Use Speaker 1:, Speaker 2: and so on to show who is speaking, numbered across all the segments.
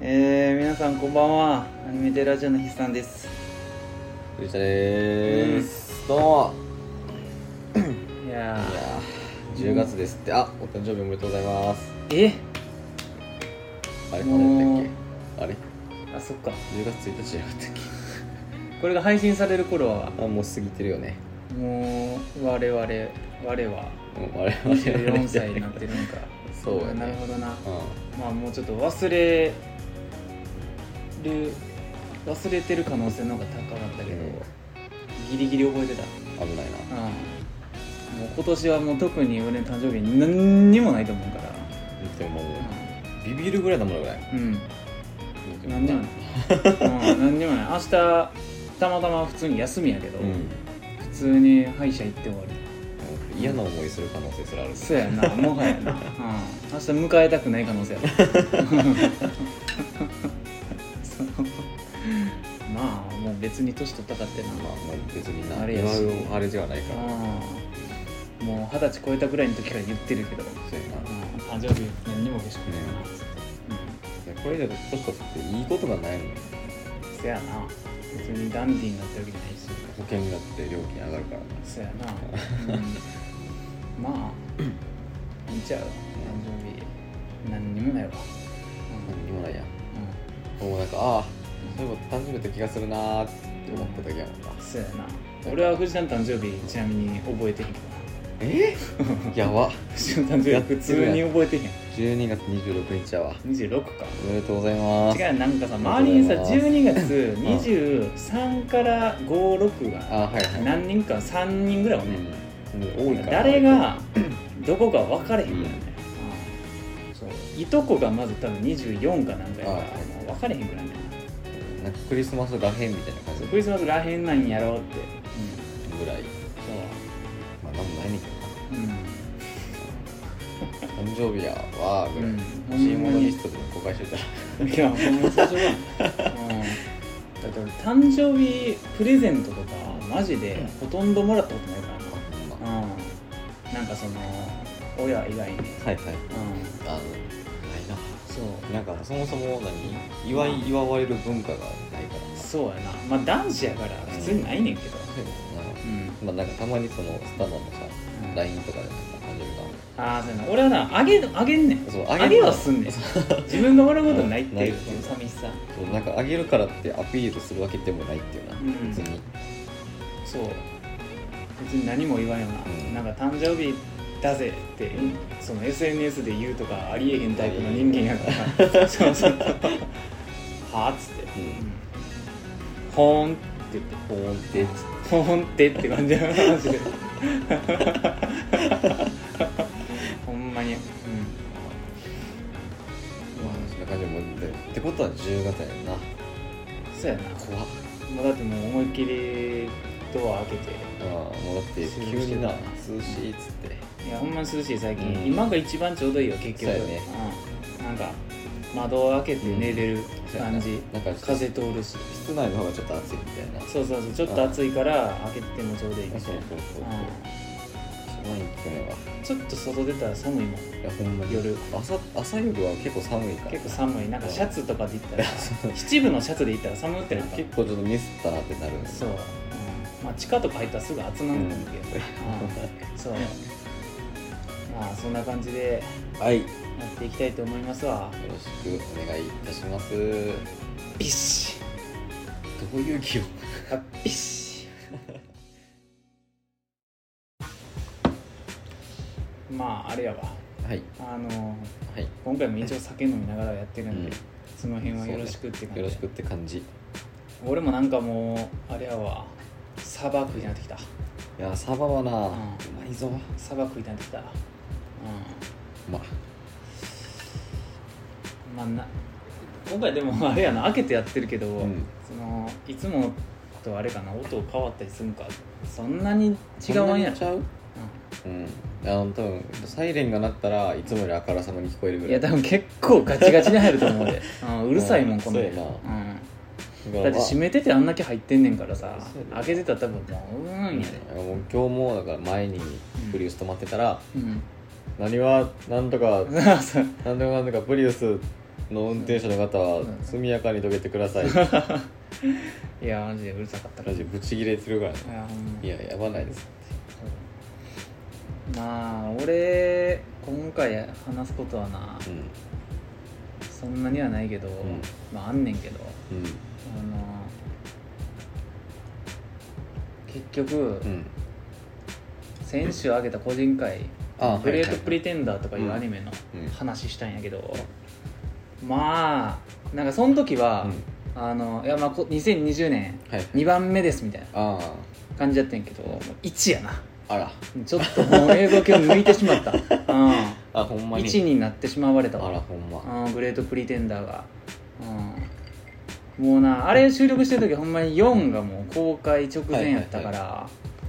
Speaker 1: えー、皆さんこんばんはアニメテラジオの筆さんです
Speaker 2: 藤田です、どうも
Speaker 1: いや
Speaker 2: いやー10月ですってあお誕生日おめでとうございます
Speaker 1: ーえ
Speaker 2: あれ
Speaker 1: もう
Speaker 2: 何だったっけあれ
Speaker 1: あそっか
Speaker 2: 10月1日じゃなかったっ
Speaker 1: これが配信される頃は
Speaker 2: けあもう過ぎてるよね
Speaker 1: もう我々我は
Speaker 2: うんあれ
Speaker 1: 24歳になってるのか
Speaker 2: そうやね
Speaker 1: なるほどな
Speaker 2: う
Speaker 1: まあもうちょっと忘れる忘れてる可能性の方が高かったけど、
Speaker 2: うん
Speaker 1: ギリギリ覚えてた
Speaker 2: ん危ないな
Speaker 1: うんもう今年はもう特に俺の誕生日何にもないと思うから
Speaker 2: でももうビビるぐらいだもんなぐらい
Speaker 1: うん何にも ない、うん、何にもない明日たまたま普通に休みやけど、
Speaker 2: うんも
Speaker 1: 普通に歯医者行って終わり
Speaker 2: う嫌な思いする可能性すらある
Speaker 1: そうや なもはやな、うん、明日迎えたくない可能性あるそうまあもう別に年取ったかってな
Speaker 2: まあもう別にな
Speaker 1: あれやし
Speaker 2: 今のあれじゃないから
Speaker 1: うんもう二十歳超えたぐらいの時から言ってるけど、
Speaker 2: そう
Speaker 1: うん、
Speaker 2: やな
Speaker 1: 誕生日何にも嬉しくないな、
Speaker 2: いやこれ以上年取っていいことがないのよ
Speaker 1: うん、そやな別にダンディーになってるわけないし
Speaker 2: 保険だって料金上がるからな
Speaker 1: そやな、うん、 まあいいんちゃう誕生日何にもないわ、
Speaker 2: 何にもないやん
Speaker 1: うんうん
Speaker 2: もうなんかああそういえば誕生日だった気がするなーって思っただけやもんな
Speaker 1: そうやな俺は藤田の誕生日ちなみに覚えてへんけどな
Speaker 2: え やば
Speaker 1: 藤田の誕生日普通に覚えてへん
Speaker 2: 12月26日やわ
Speaker 1: 26か
Speaker 2: おめでとうございます
Speaker 1: 違うなんかさ
Speaker 2: ありがとうございます
Speaker 1: 周りにさ12月23から56
Speaker 2: あ
Speaker 1: が
Speaker 2: はいはい
Speaker 1: 何人か3人ぐらいおんねん
Speaker 2: うん、多いから
Speaker 1: 誰がどこか分かれへんからね
Speaker 2: う
Speaker 1: う
Speaker 2: ん、
Speaker 1: んそういとこがまず多分24かなんかやから
Speaker 2: あ
Speaker 1: もう分かれへんくらいね
Speaker 2: なんかクリスマスらへんみたいな感じ
Speaker 1: クリスマスらへんなんやろうって
Speaker 2: ぐらいまあなんもないねんけ
Speaker 1: うんそう
Speaker 2: どな誕生日やわーぐらい、
Speaker 1: うん
Speaker 2: 欲しいものリストでも公開してたら
Speaker 1: いや、ほんま最初は、うん、だって俺誕生日プレゼントとかマジでほとんどもらったことないか
Speaker 2: ほ
Speaker 1: ら
Speaker 2: んま
Speaker 1: な、うん、なんかその親以外に、うん、
Speaker 2: はいはいあのない
Speaker 1: そう
Speaker 2: ななんかそもそも何祝い祝われる文化がないから
Speaker 1: そうやなまあ男子やから普通にないねんけど、うん
Speaker 2: まあなんかたまにそのスタバのさ
Speaker 1: うん
Speaker 2: LINE とかでなんか誕生日が
Speaker 1: ああそうやな俺はなあげあげんねん
Speaker 2: そう
Speaker 1: あ
Speaker 2: あ
Speaker 1: げ
Speaker 2: げる
Speaker 1: はす んねん自分がもらうことないっていう
Speaker 2: うん
Speaker 1: この寂しさ
Speaker 2: そうなんかあげるからってアピールするわけでもないっていうな、
Speaker 1: ん
Speaker 2: 別に
Speaker 1: そう別に何も言わんよな、
Speaker 2: うん
Speaker 1: なんか誕生日だぜって、
Speaker 2: うん
Speaker 1: その SNS で言うとかありえへんタイプの人間やからそうそうはあっつって、
Speaker 2: うん
Speaker 1: ほーんって言って
Speaker 2: ポーンって
Speaker 1: ほーんってって感じの話 でほんまにうん
Speaker 2: まあそんな感じでもってってことは10月やんな
Speaker 1: そうやな
Speaker 2: 怖っ
Speaker 1: もうだってもう思いっきりドア開けて
Speaker 2: ああもうだって急にな涼しいっつって
Speaker 1: いやほんまに涼しい最近、
Speaker 2: うん
Speaker 1: 今が一番ちょうどいいよ結局
Speaker 2: そうやね
Speaker 1: うん、なんか窓を開けて寝れる感じ、
Speaker 2: なんか
Speaker 1: 風通るし
Speaker 2: 室内の方がちょっと暑いみたいな
Speaker 1: そうそうそうちょっと暑いから開けてもちょうどいいみた
Speaker 2: あ
Speaker 1: い
Speaker 2: そうそうそう
Speaker 1: な、
Speaker 2: 島に行くね
Speaker 1: うん、ちょっと外出たら寒いもん
Speaker 2: はいやほんまに
Speaker 1: 夜
Speaker 2: 朝朝夜は結構寒いから
Speaker 1: 結構寒いなんかシャツとかで行ったら
Speaker 2: そう
Speaker 1: 七分のシャツで行ったら寒ってなった
Speaker 2: 結構ちょっとミスったなってなるんです
Speaker 1: そう、
Speaker 2: よ
Speaker 1: うんまあ地下とか入ったらすぐ暑なんだけど、うんそうまあそんな感じで
Speaker 2: はいよ
Speaker 1: やっていきたいと思いますわ
Speaker 2: ろしくお願いいたしますど
Speaker 1: ビシッ
Speaker 2: ういう気を
Speaker 1: あビシッ まああれやわ
Speaker 2: はい
Speaker 1: あの
Speaker 2: はい
Speaker 1: 今回も一応酒飲みながらやってるんで、
Speaker 2: うん
Speaker 1: その辺はよろしくって感じ
Speaker 2: よろしくって感じい
Speaker 1: 俺もなんかもうあれやわサバ食いになってきた
Speaker 2: やサバはな、うんまいぞ
Speaker 1: サバ食いになってきたうん
Speaker 2: まあ
Speaker 1: まあな今回でもあれやな開けてやってるけど、
Speaker 2: ん
Speaker 1: そのいつもとあれかな音変わったりするんかそんなに違わんや
Speaker 2: そなにちゃううんあの多分サイレンが鳴ったらいつもよりあからさまに聞こえる
Speaker 1: う
Speaker 2: ぐ
Speaker 1: ん
Speaker 2: ら
Speaker 1: い
Speaker 2: い
Speaker 1: や多分結構ガチガチに入ると思う で、うん、うるさいも
Speaker 2: うんん
Speaker 1: この辺
Speaker 2: そうや
Speaker 1: うん、
Speaker 2: だ
Speaker 1: だって閉
Speaker 2: 閉
Speaker 1: めててあんだけ入ってんねんからさ
Speaker 2: そうやな
Speaker 1: 開けてたら多分もううーんやで、
Speaker 2: もう今日もだから前にプリウス止まってたら
Speaker 1: うん、
Speaker 2: 「何はなんとか
Speaker 1: そう
Speaker 2: なんとかなんとかプリウスの運転手の方は
Speaker 1: うん
Speaker 2: 速やかにどけてください
Speaker 1: いやマジでうるさかったから
Speaker 2: マジブチギレするからね
Speaker 1: いやほんま
Speaker 2: いややばないです
Speaker 1: まあ俺今回話すことはな
Speaker 2: うん
Speaker 1: そんなにはないけど、
Speaker 2: ん
Speaker 1: まああんねんけど
Speaker 2: う
Speaker 1: あ
Speaker 2: ん
Speaker 1: の結局、
Speaker 2: うん
Speaker 1: 先週挙げた個人会
Speaker 2: あ
Speaker 1: 「グレート・プリテ
Speaker 2: テ
Speaker 1: ンダー」とかいううんアニメの
Speaker 2: うん
Speaker 1: 話したんやけど、まあなんかその時は、
Speaker 2: うん
Speaker 1: あのいやまあこ2020年
Speaker 2: はい
Speaker 1: 2番目ですみたいな
Speaker 2: あ
Speaker 1: 感じだったんやけど1やな
Speaker 2: ああら
Speaker 1: ちょっともう映像系を抜いてしま った、うん、
Speaker 2: あほんまに
Speaker 1: 1になってしまわれた
Speaker 2: あら
Speaker 1: わ、
Speaker 2: ほんま
Speaker 1: うん、グレート・プリテンダーが、うん、もうなあれ収録してる時ほんまに4がもう公開直前やったから、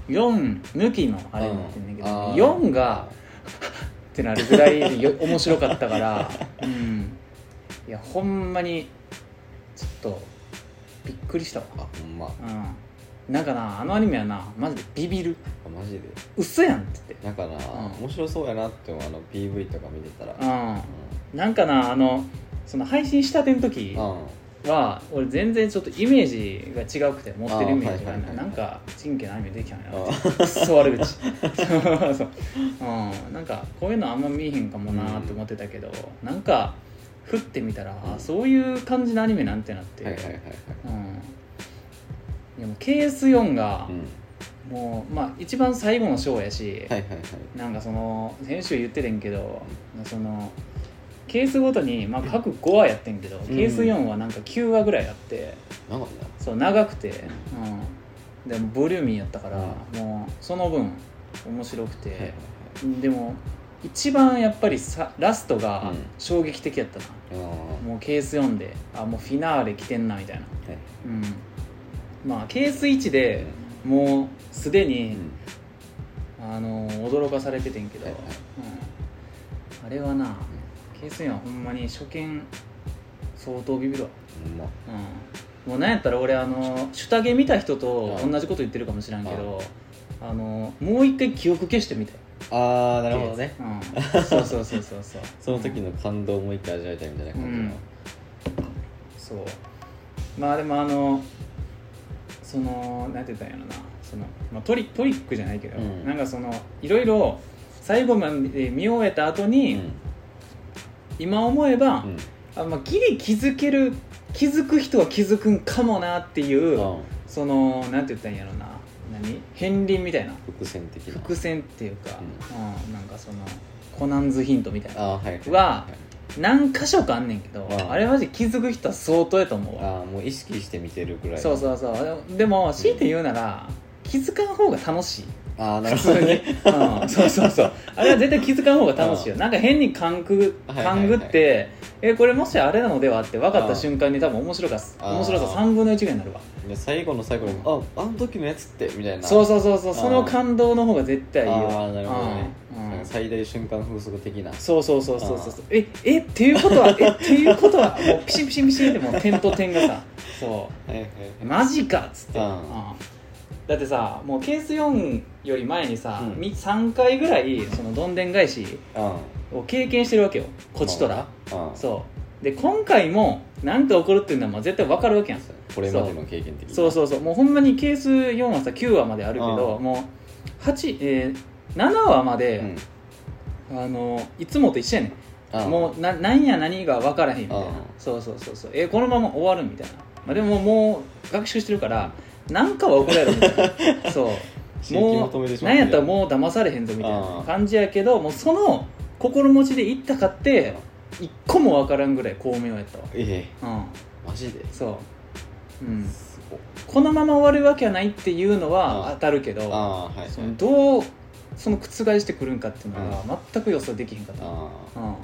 Speaker 1: 4抜きのあれになってんだけど、
Speaker 2: うんあー
Speaker 1: 4がってなるぐらいでよ面白かった から、うん、いやほんまにちょっとびっくりしたわ、
Speaker 2: あほんま
Speaker 1: うん、なんかなあのアニメはなマジでビビる
Speaker 2: あマジで
Speaker 1: 嘘やんって言って
Speaker 2: なんかな、
Speaker 1: ん
Speaker 2: 面白そうやなって思うあの PV とか見てたら
Speaker 1: ううんなんかなあのその配信したての時
Speaker 2: うんうん
Speaker 1: は俺全然ちょっとイメージが違うくて持ってるイメージが
Speaker 2: あーはいはいはい
Speaker 1: なんか神経のアニメできたんや
Speaker 2: あ
Speaker 1: なくっそ悪口そうそう、 うん、なんかこういうのあんま見えへんかもなーって思ってたけど、なんか降ってみたら、あそういう感じのアニメなんてなって、
Speaker 2: はいはいはいはい
Speaker 1: うん、いやもうケース4が
Speaker 2: う、ん
Speaker 1: もうまあ一番最後の章やし、
Speaker 2: はいはいはい
Speaker 1: なんかその先週言ってたんやけどそのケースごとに、まあ、各5話やってんけど、ケース4はなんか9話ぐらいあって
Speaker 2: なんか
Speaker 1: そう長くて、うん、でもボリューミーやったから、
Speaker 2: う
Speaker 1: もうその分面白く
Speaker 2: なはい
Speaker 1: て
Speaker 2: は、
Speaker 1: でも一番やっぱりさラストが
Speaker 2: うん
Speaker 1: 衝撃的やったな、
Speaker 2: いはいうん
Speaker 1: もうケース4であもうフィナーレ来てんなみたいな、
Speaker 2: はい
Speaker 1: うん、まあケース1でもうすで
Speaker 2: う
Speaker 1: に、
Speaker 2: ん
Speaker 1: あの驚かされててんけど、
Speaker 2: はいはい
Speaker 1: うん、あれはなケースにはほんまに初見相当ビビるわ、
Speaker 2: ほんま
Speaker 1: うん、もうなんやったら俺あの下着見た人と
Speaker 2: うん
Speaker 1: 同じこと言ってるかもしれんけどあのもう一回記憶消してみたい
Speaker 2: ああなるほどね、
Speaker 1: うん、そうそうそうそうそう
Speaker 2: その時の感動をもう一回味わいたいみたいな感じの
Speaker 1: そうまあでもあのそのなんて言ったんやろなその、まあ、トリトリックじゃないけど、
Speaker 2: うん
Speaker 1: なんかそのいろいろ最後まで見終えた後に、今思えば、
Speaker 2: うん
Speaker 1: あまあ、ギリ気づける気づく人は気づくんかもなっていう、
Speaker 2: うんうん
Speaker 1: そのなんて言ったらいいんやろな何片鱗みたいな
Speaker 2: 伏線的な
Speaker 1: 伏線っていうか、うんなんかそのコナンズヒントみたいな
Speaker 2: あーはいい
Speaker 1: はい何箇所かあんねんけど、
Speaker 2: うん
Speaker 1: あれマジ気づく人は相当やと思うわ、
Speaker 2: あーもう意識して見てるくらい
Speaker 1: そう
Speaker 2: う
Speaker 1: そうそうでもでも強いて言うなら、気づかん方が楽しい
Speaker 2: ああな
Speaker 1: 普
Speaker 2: る
Speaker 1: 通
Speaker 2: ほど
Speaker 1: に、
Speaker 2: ね
Speaker 1: うん、そうそうそうあれは絶対気づかん方が楽しいよなんか変に勘ぐ
Speaker 2: はいはいは
Speaker 1: 勘
Speaker 2: い
Speaker 1: ぐってえこれもしあれなのではって分かった瞬間に多分面白かす
Speaker 2: あー
Speaker 1: 面白さ3分の1ぐらいになるわ
Speaker 2: で最後の最後にああの時のやつってみたいな
Speaker 1: そう
Speaker 2: う
Speaker 1: そうそうそう
Speaker 2: あー
Speaker 1: その感動の方が絶
Speaker 2: あ
Speaker 1: 対いいよ
Speaker 2: あなるほどね
Speaker 1: うん
Speaker 2: なんか最大瞬間風速的な
Speaker 1: そうそうそうそうそうそうええっていうことはえっていうことはもうピシンピシンピシンってもう点と点がさそ
Speaker 2: はいはいは
Speaker 1: う
Speaker 2: い
Speaker 1: マジかっつって、
Speaker 2: うん
Speaker 1: うんだってさもうケース4より前にさ、
Speaker 2: うん
Speaker 1: み3回ぐらいそのどんでん返し
Speaker 2: うん
Speaker 1: を経験してるわけよこちとら、
Speaker 2: うん
Speaker 1: そうで今回も何か起こるっていうのはもう絶対分かるわけやん
Speaker 2: これまでの経験的な
Speaker 1: そうそうそうもうほんまにケース4はさ9話まであるけど、
Speaker 2: う
Speaker 1: もう8、えー7話ま
Speaker 2: う
Speaker 1: で
Speaker 2: ん、
Speaker 1: あのいつもと一緒やね、
Speaker 2: うんん
Speaker 1: もうな何や何が分からへんみたいな、
Speaker 2: うん
Speaker 1: そうそうそうそうえこのまま終わるみたいな、まあ、でももう学習してるから何かは起こるやろみた いなそう
Speaker 2: 刺激
Speaker 1: も
Speaker 2: 求めて
Speaker 1: う
Speaker 2: しまう
Speaker 1: 何やったらもう騙されへんぞみたいな
Speaker 2: うん
Speaker 1: 感じやけどもうその心持ちで行ったかって一個も分からんぐらい巧妙やったわ
Speaker 2: ええ
Speaker 1: うん
Speaker 2: マジで
Speaker 1: そう、うん、
Speaker 2: すごい
Speaker 1: このまま終わるわけはないっていうのは
Speaker 2: あ
Speaker 1: 当たるけど
Speaker 2: ああーはい
Speaker 1: そのどうその覆してくるんかっていうのは全く予想できへんかった、
Speaker 2: ああ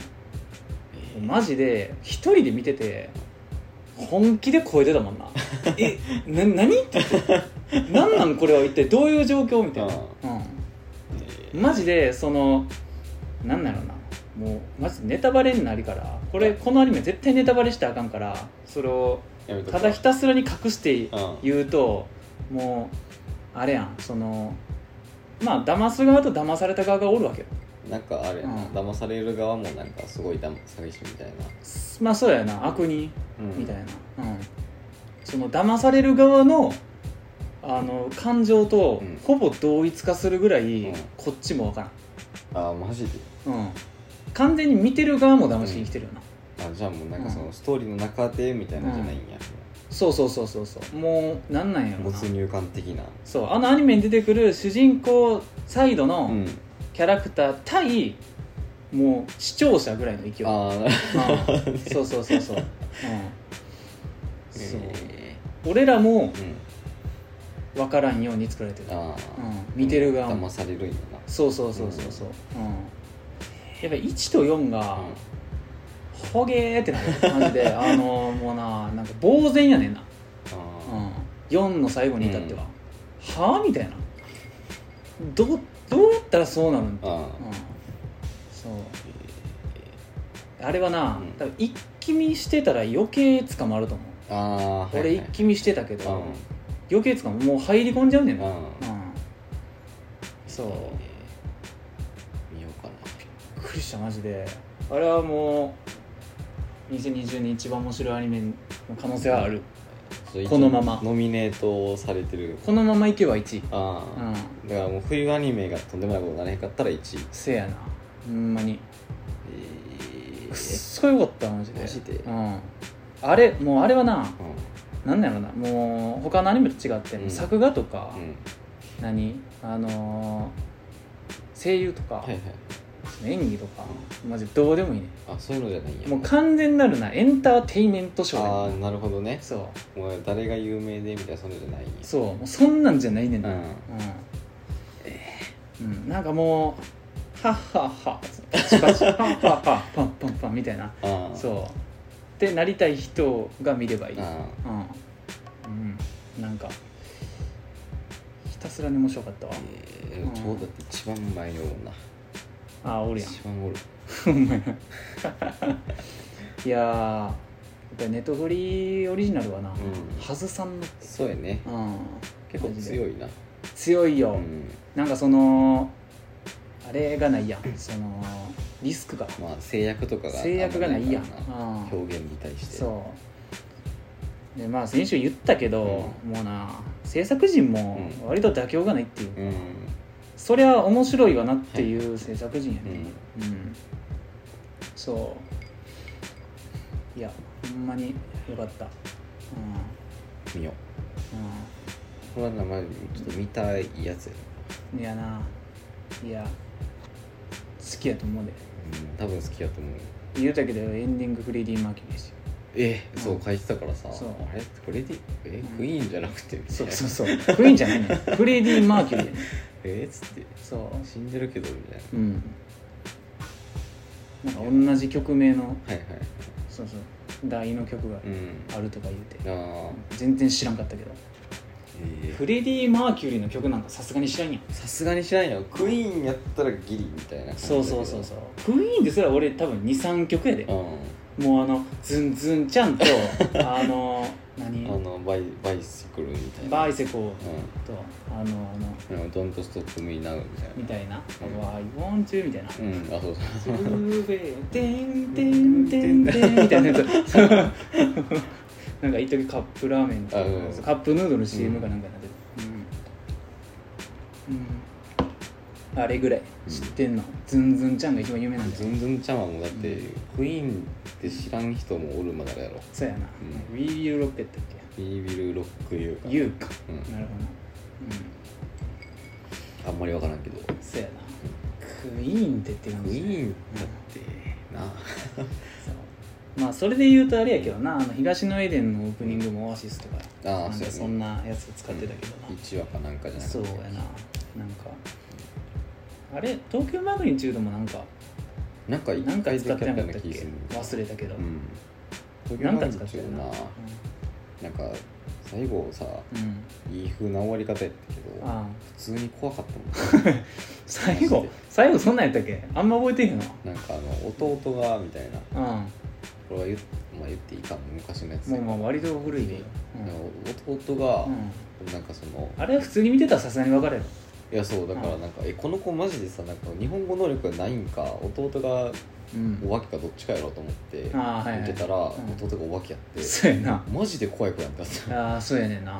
Speaker 1: うん、マジで一人で見てて本気で声出た もんなえな何って言って何なんこれは一体どういう状況みたいな、うん、マジでそのなんだろうなもうマジネタバレになりからこれこのアニメ絶対ネタバレしてあかんからそれを
Speaker 2: やめと
Speaker 1: ただひたすらに隠して
Speaker 2: うん
Speaker 1: 言うともうあれやんそのまあ騙す側と騙された側がおるわけよ、
Speaker 2: なんかあれやな、
Speaker 1: うん
Speaker 2: 騙される側もなんかすごいだま詐欺師みたいな、
Speaker 1: まあそうやな悪人
Speaker 2: うん、
Speaker 1: みたいな、うん、その騙される側のあの感情と
Speaker 2: うん
Speaker 1: ほぼ同一化するぐらい、
Speaker 2: うん
Speaker 1: こっちもわか
Speaker 2: あーマジで
Speaker 1: らん、うん、完全に見てる側も騙しに来てるよな、
Speaker 2: あじゃあもうなん
Speaker 1: う
Speaker 2: か
Speaker 1: ん
Speaker 2: そのストーリーの中でみたいなんじゃないんや、
Speaker 1: そうそうそうそうそうもうなんなんやろな
Speaker 2: 没入感的な
Speaker 1: そうあのアニメに出てくる主人公サイド
Speaker 2: う
Speaker 1: の
Speaker 2: ん
Speaker 1: キャラクター対、もう視聴者ぐらいの勢い
Speaker 2: ああ
Speaker 1: うんそうそうそうそう、うんそう
Speaker 2: え
Speaker 1: 俺らも
Speaker 2: ーうん
Speaker 1: 分からんように作られてる、
Speaker 2: あ
Speaker 1: う
Speaker 2: あ、
Speaker 1: ん、見てる側も
Speaker 2: 騙されるんやな
Speaker 1: そうそうそうそうそう、うんやっぱ1と4が
Speaker 2: うん
Speaker 1: ほげーってなる感じであのもうななんか呆然やねんな、う
Speaker 2: あ
Speaker 1: ん、4の最後に至っては、はあみたいなどうどうやったらそうなるん
Speaker 2: ーあ
Speaker 1: うんそうあれはな、
Speaker 2: うん
Speaker 1: 多分一気見してたら余計捕まると思う
Speaker 2: ーあー
Speaker 1: 俺一気見してたけど、
Speaker 2: うん
Speaker 1: 余計捕まるもう入り込んじゃうねんな、
Speaker 2: う
Speaker 1: うんんそう
Speaker 2: えー見ようか
Speaker 1: びっくりしたマジであれはもう2020年一番面白いアニメの可能性はある
Speaker 2: な
Speaker 1: このまま
Speaker 2: ノミネートされてる
Speaker 1: このままいけば1位
Speaker 2: あ
Speaker 1: う
Speaker 2: あ、
Speaker 1: ん
Speaker 2: だからもう冬アニメがとんでもないことにならへんかったら1位
Speaker 1: せやなほんまに
Speaker 2: え
Speaker 1: くっそよかったマジで
Speaker 2: マジで
Speaker 1: うんあれもうあれはな
Speaker 2: うん
Speaker 1: なんだろうなもう他のアニメと違って、
Speaker 2: うん
Speaker 1: 作画とか、
Speaker 2: うん
Speaker 1: 何あのー声優とか、
Speaker 2: はいはい
Speaker 1: 演技とかマジどうでもいいね
Speaker 2: あそういうのじゃないんや
Speaker 1: もう完全なるなエンターテインメントショ
Speaker 2: ああ
Speaker 1: ー
Speaker 2: なるほどね
Speaker 1: そう
Speaker 2: もう誰が有名でみたいなそういうのじゃないんや
Speaker 1: そうもうそんなんじゃないねんな
Speaker 2: う
Speaker 1: うん、
Speaker 2: ん
Speaker 1: うん、なんかもうはっはっはパチパチパンパンパンパンパンパンみたいな
Speaker 2: ああう
Speaker 1: そうってなりたい人が見ればいいうん、
Speaker 2: あ
Speaker 1: うん、なんかひたすらに面白かったわ
Speaker 2: あえーちょうどだって一番前におるな
Speaker 1: あーおるやん
Speaker 2: 一番おる
Speaker 1: ほんまやいやーやっぱりネットフリーオリジナルはな、
Speaker 2: ん
Speaker 1: はずさんの、
Speaker 2: そうやね
Speaker 1: うん、
Speaker 2: 結構
Speaker 1: い
Speaker 2: 強いな
Speaker 1: 強いうよ、
Speaker 2: ん
Speaker 1: なんかそのあれがないやんそのリスクが
Speaker 2: まあ制約とかが
Speaker 1: 制約がないやん、
Speaker 2: あんまないから
Speaker 1: う、
Speaker 2: なん表現に対して
Speaker 1: そうでまあ先週言ったけど、もうな制作陣も
Speaker 2: うん
Speaker 1: 割と妥協がないっていう、
Speaker 2: うん
Speaker 1: そりゃ面白いわなっていう制作陣や
Speaker 2: う
Speaker 1: ね、
Speaker 2: ん
Speaker 1: うんそういやほんまによかったう
Speaker 2: 見ようんこれはなまあちょっと見たいやつや
Speaker 1: うんいやないや好きやと思うで
Speaker 2: うん多分好きやと思う
Speaker 1: 言うたけどエンディングフレディ・マーキュリーですよ
Speaker 2: えそううん書いてたからさ
Speaker 1: そう
Speaker 2: あれこれでえ
Speaker 1: うん
Speaker 2: クイーンじゃなくてみた
Speaker 1: そ
Speaker 2: いうな
Speaker 1: そうそうクイーンじゃないねフレディ・マーキュリーやね
Speaker 2: えっつって
Speaker 1: そ
Speaker 2: 死んでるけどみたいな
Speaker 1: ううんなんか同じ曲名の
Speaker 2: はいはい
Speaker 1: そうそう題の曲が
Speaker 2: うん
Speaker 1: あるとか言うて
Speaker 2: ああ
Speaker 1: 全然知らんかったけど
Speaker 2: え
Speaker 1: フレディ・マーキュリーの曲なんかさすがに知らんやん
Speaker 2: ーさすがに知らんよクイーンやったらギリみたいな感じだ
Speaker 1: そ
Speaker 2: け
Speaker 1: う
Speaker 2: ど
Speaker 1: そうそうそうクイーンですら俺多分23曲やで
Speaker 2: うん
Speaker 1: もうあのズンズンち ゃんとあの
Speaker 2: あ
Speaker 1: 何
Speaker 2: のバイバイシクルみたいな
Speaker 1: バイセコ
Speaker 2: う
Speaker 1: とあのあの
Speaker 2: んうんドントストップミーナウみたいな
Speaker 1: みたいな「
Speaker 2: うん
Speaker 1: Why won't you」みたいな
Speaker 2: うんあそうそ
Speaker 1: 「
Speaker 2: う
Speaker 1: うべてんてんてんてん」みたいなやつ なんか一時カップラーメンとか
Speaker 2: あうん
Speaker 1: カップヌードルの CM かなんかになってたうん、うん、あれぐらい知ってんの、ズンズンちゃんが一番有名なんだ
Speaker 2: ズ
Speaker 1: よ
Speaker 2: ンズンちゃんはもうだって、クイーンって知らん人もおるまだやろ
Speaker 1: そうやな「
Speaker 2: う
Speaker 1: We Will Rock」やったっけ
Speaker 2: 「ビービルロック U」か
Speaker 1: 言うか、
Speaker 2: うん
Speaker 1: なるほどな
Speaker 2: あんまり分からんけど
Speaker 1: うんそうやなクイーンってって感
Speaker 2: クイ
Speaker 1: じ
Speaker 2: ーンだってな
Speaker 1: そうまあそれで言うとあれやけどなあの東のエデンのオープニングもオアシスとか
Speaker 2: ああ
Speaker 1: なんか
Speaker 2: そうやね
Speaker 1: そんなやつ使ってたけどな、
Speaker 2: 1話かなんかじゃなくて
Speaker 1: そうやななんかあれ東京マグニチュードもなんか
Speaker 2: なんか
Speaker 1: なん
Speaker 2: 1
Speaker 1: か
Speaker 2: 回
Speaker 1: 使
Speaker 2: だ
Speaker 1: っ
Speaker 2: け
Speaker 1: て
Speaker 2: や
Speaker 1: な
Speaker 2: っ
Speaker 1: か
Speaker 2: た
Speaker 1: っ
Speaker 2: よう
Speaker 1: た
Speaker 2: な
Speaker 1: っ
Speaker 2: 気
Speaker 1: け
Speaker 2: す
Speaker 1: 忘
Speaker 2: る
Speaker 1: れたけど、
Speaker 2: うん東
Speaker 1: な
Speaker 2: 京
Speaker 1: ん
Speaker 2: マ
Speaker 1: か
Speaker 2: グ
Speaker 1: 使
Speaker 2: ニ
Speaker 1: って
Speaker 2: チ
Speaker 1: たよ
Speaker 2: ュード
Speaker 1: な
Speaker 2: ななんか最後さ
Speaker 1: うん、うん
Speaker 2: いい風な終わり方やったけど
Speaker 1: ああ
Speaker 2: 普通に怖かったもん
Speaker 1: 最後最後そんなんやったっけあんま覚えてへんわ
Speaker 2: なんかあの弟がみたいな
Speaker 1: うん
Speaker 2: これは言,、まあ、言っていいかも昔のやつ
Speaker 1: もうまあ割と古いで、
Speaker 2: なんか弟が、
Speaker 1: うんうん
Speaker 2: なんかその
Speaker 1: あれは普通に見てたらさすがに分かるやろ
Speaker 2: いやそうだからなんか、えこの子マジでさなんか日本語能力がないんか弟が
Speaker 1: うん
Speaker 2: お化けかどっちかやろうと思って
Speaker 1: あーはいはい
Speaker 2: 見てたら、
Speaker 1: ん
Speaker 2: 弟がお化けやって
Speaker 1: そうやな
Speaker 2: マジで怖い子やったっすほ
Speaker 1: ああそうやねんなん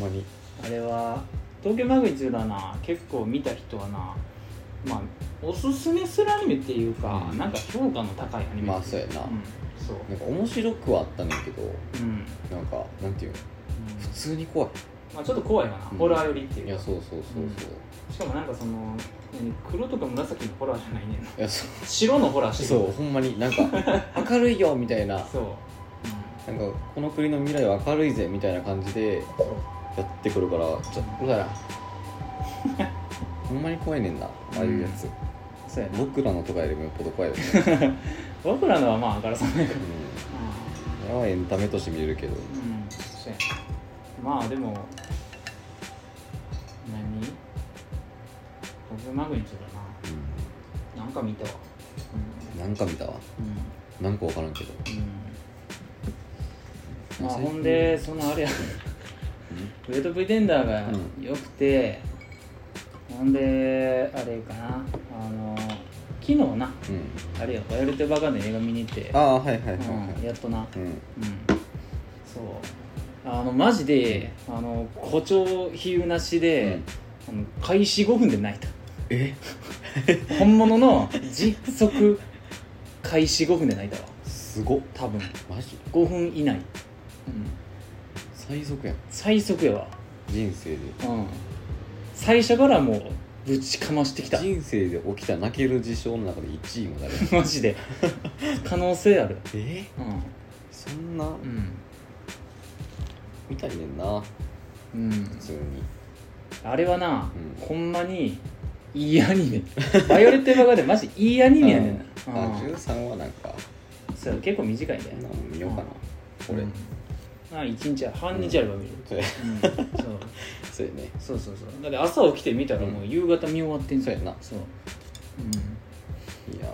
Speaker 2: まに
Speaker 1: あれは東京マグニチュードはな結構見た人はなまあおすすめするアニメっていうか、
Speaker 2: うん
Speaker 1: なんか評価の高いアニメ
Speaker 2: まあそうやな、
Speaker 1: うんそう
Speaker 2: なんか面白くはあったねんけど
Speaker 1: うん、うん
Speaker 2: なんかなんていうの普通に怖い
Speaker 1: まあ、ちょっと怖いかな、
Speaker 2: うん
Speaker 1: ホラーよりっていう
Speaker 2: い
Speaker 1: か
Speaker 2: やそうそうそうそう、
Speaker 1: うんしかもなんかその何黒とか紫のホラーじゃないねんない
Speaker 2: やそう
Speaker 1: 白のホラーして
Speaker 2: そうほんまになんか 明るいよみたいななんか
Speaker 1: そう、うん、
Speaker 2: この国の未来は明るいぜみたいな感じで
Speaker 1: そう
Speaker 2: やってくるからちょっとうざい なほんまに怖いねんなああいうやつ、
Speaker 1: そうやな
Speaker 2: 僕らのとかよりもよっぽど怖いよね、
Speaker 1: 僕らのはまああからさまやか
Speaker 2: う
Speaker 1: らうん
Speaker 2: ん、やばいエンタメとして見れるけど
Speaker 1: うんそうやなまあでも何東京マグニチュード
Speaker 2: う
Speaker 1: ななんか見たわ
Speaker 2: んなんか見たわ
Speaker 1: うんうん
Speaker 2: なんか分からんけど
Speaker 1: うんまあ
Speaker 2: 最近
Speaker 1: ほんでそのあれやウェイト・プリテンダーが
Speaker 2: うん
Speaker 1: 良くて、ほんであれかなあの昨日な
Speaker 2: うん、
Speaker 1: あれよ「ワイルド・バカン」で映画見に行って
Speaker 2: ああはいはいはいは
Speaker 1: うん、やっとない
Speaker 2: うん
Speaker 1: うんそうあのマジであの誇張比喩なしで、あの開始5分で泣い
Speaker 2: え
Speaker 1: た本物の実測開始5分で泣いたわ
Speaker 2: すごっ
Speaker 1: 多分
Speaker 2: マジ
Speaker 1: 5分以内、うん、
Speaker 2: 最速やん
Speaker 1: 最速やわ、
Speaker 2: 人生で
Speaker 1: うん、最初からもうぶちかましてきた
Speaker 2: 人生で起きた泣ける事象の中で1位も誰
Speaker 1: マジで可能性ある
Speaker 2: え
Speaker 1: う
Speaker 2: そんなんみたいねんな
Speaker 1: うん、うん
Speaker 2: 普、通に
Speaker 1: あれはな、
Speaker 2: うん
Speaker 1: ほんまにいいアニメ「バイオレット・エヴァーガーデン」マジいいアニメやねんな
Speaker 2: あ
Speaker 1: うん
Speaker 2: 13はなんか
Speaker 1: そう結構短いね
Speaker 2: なんか見ようかなこれ
Speaker 1: うんまあ1日半日あれば見る、
Speaker 2: そうや
Speaker 1: うんそう
Speaker 2: そうやね
Speaker 1: そうそうそうだって朝起きて見たらもう夕方見終わってん
Speaker 2: そう
Speaker 1: じゃん
Speaker 2: やな
Speaker 1: そう
Speaker 2: いや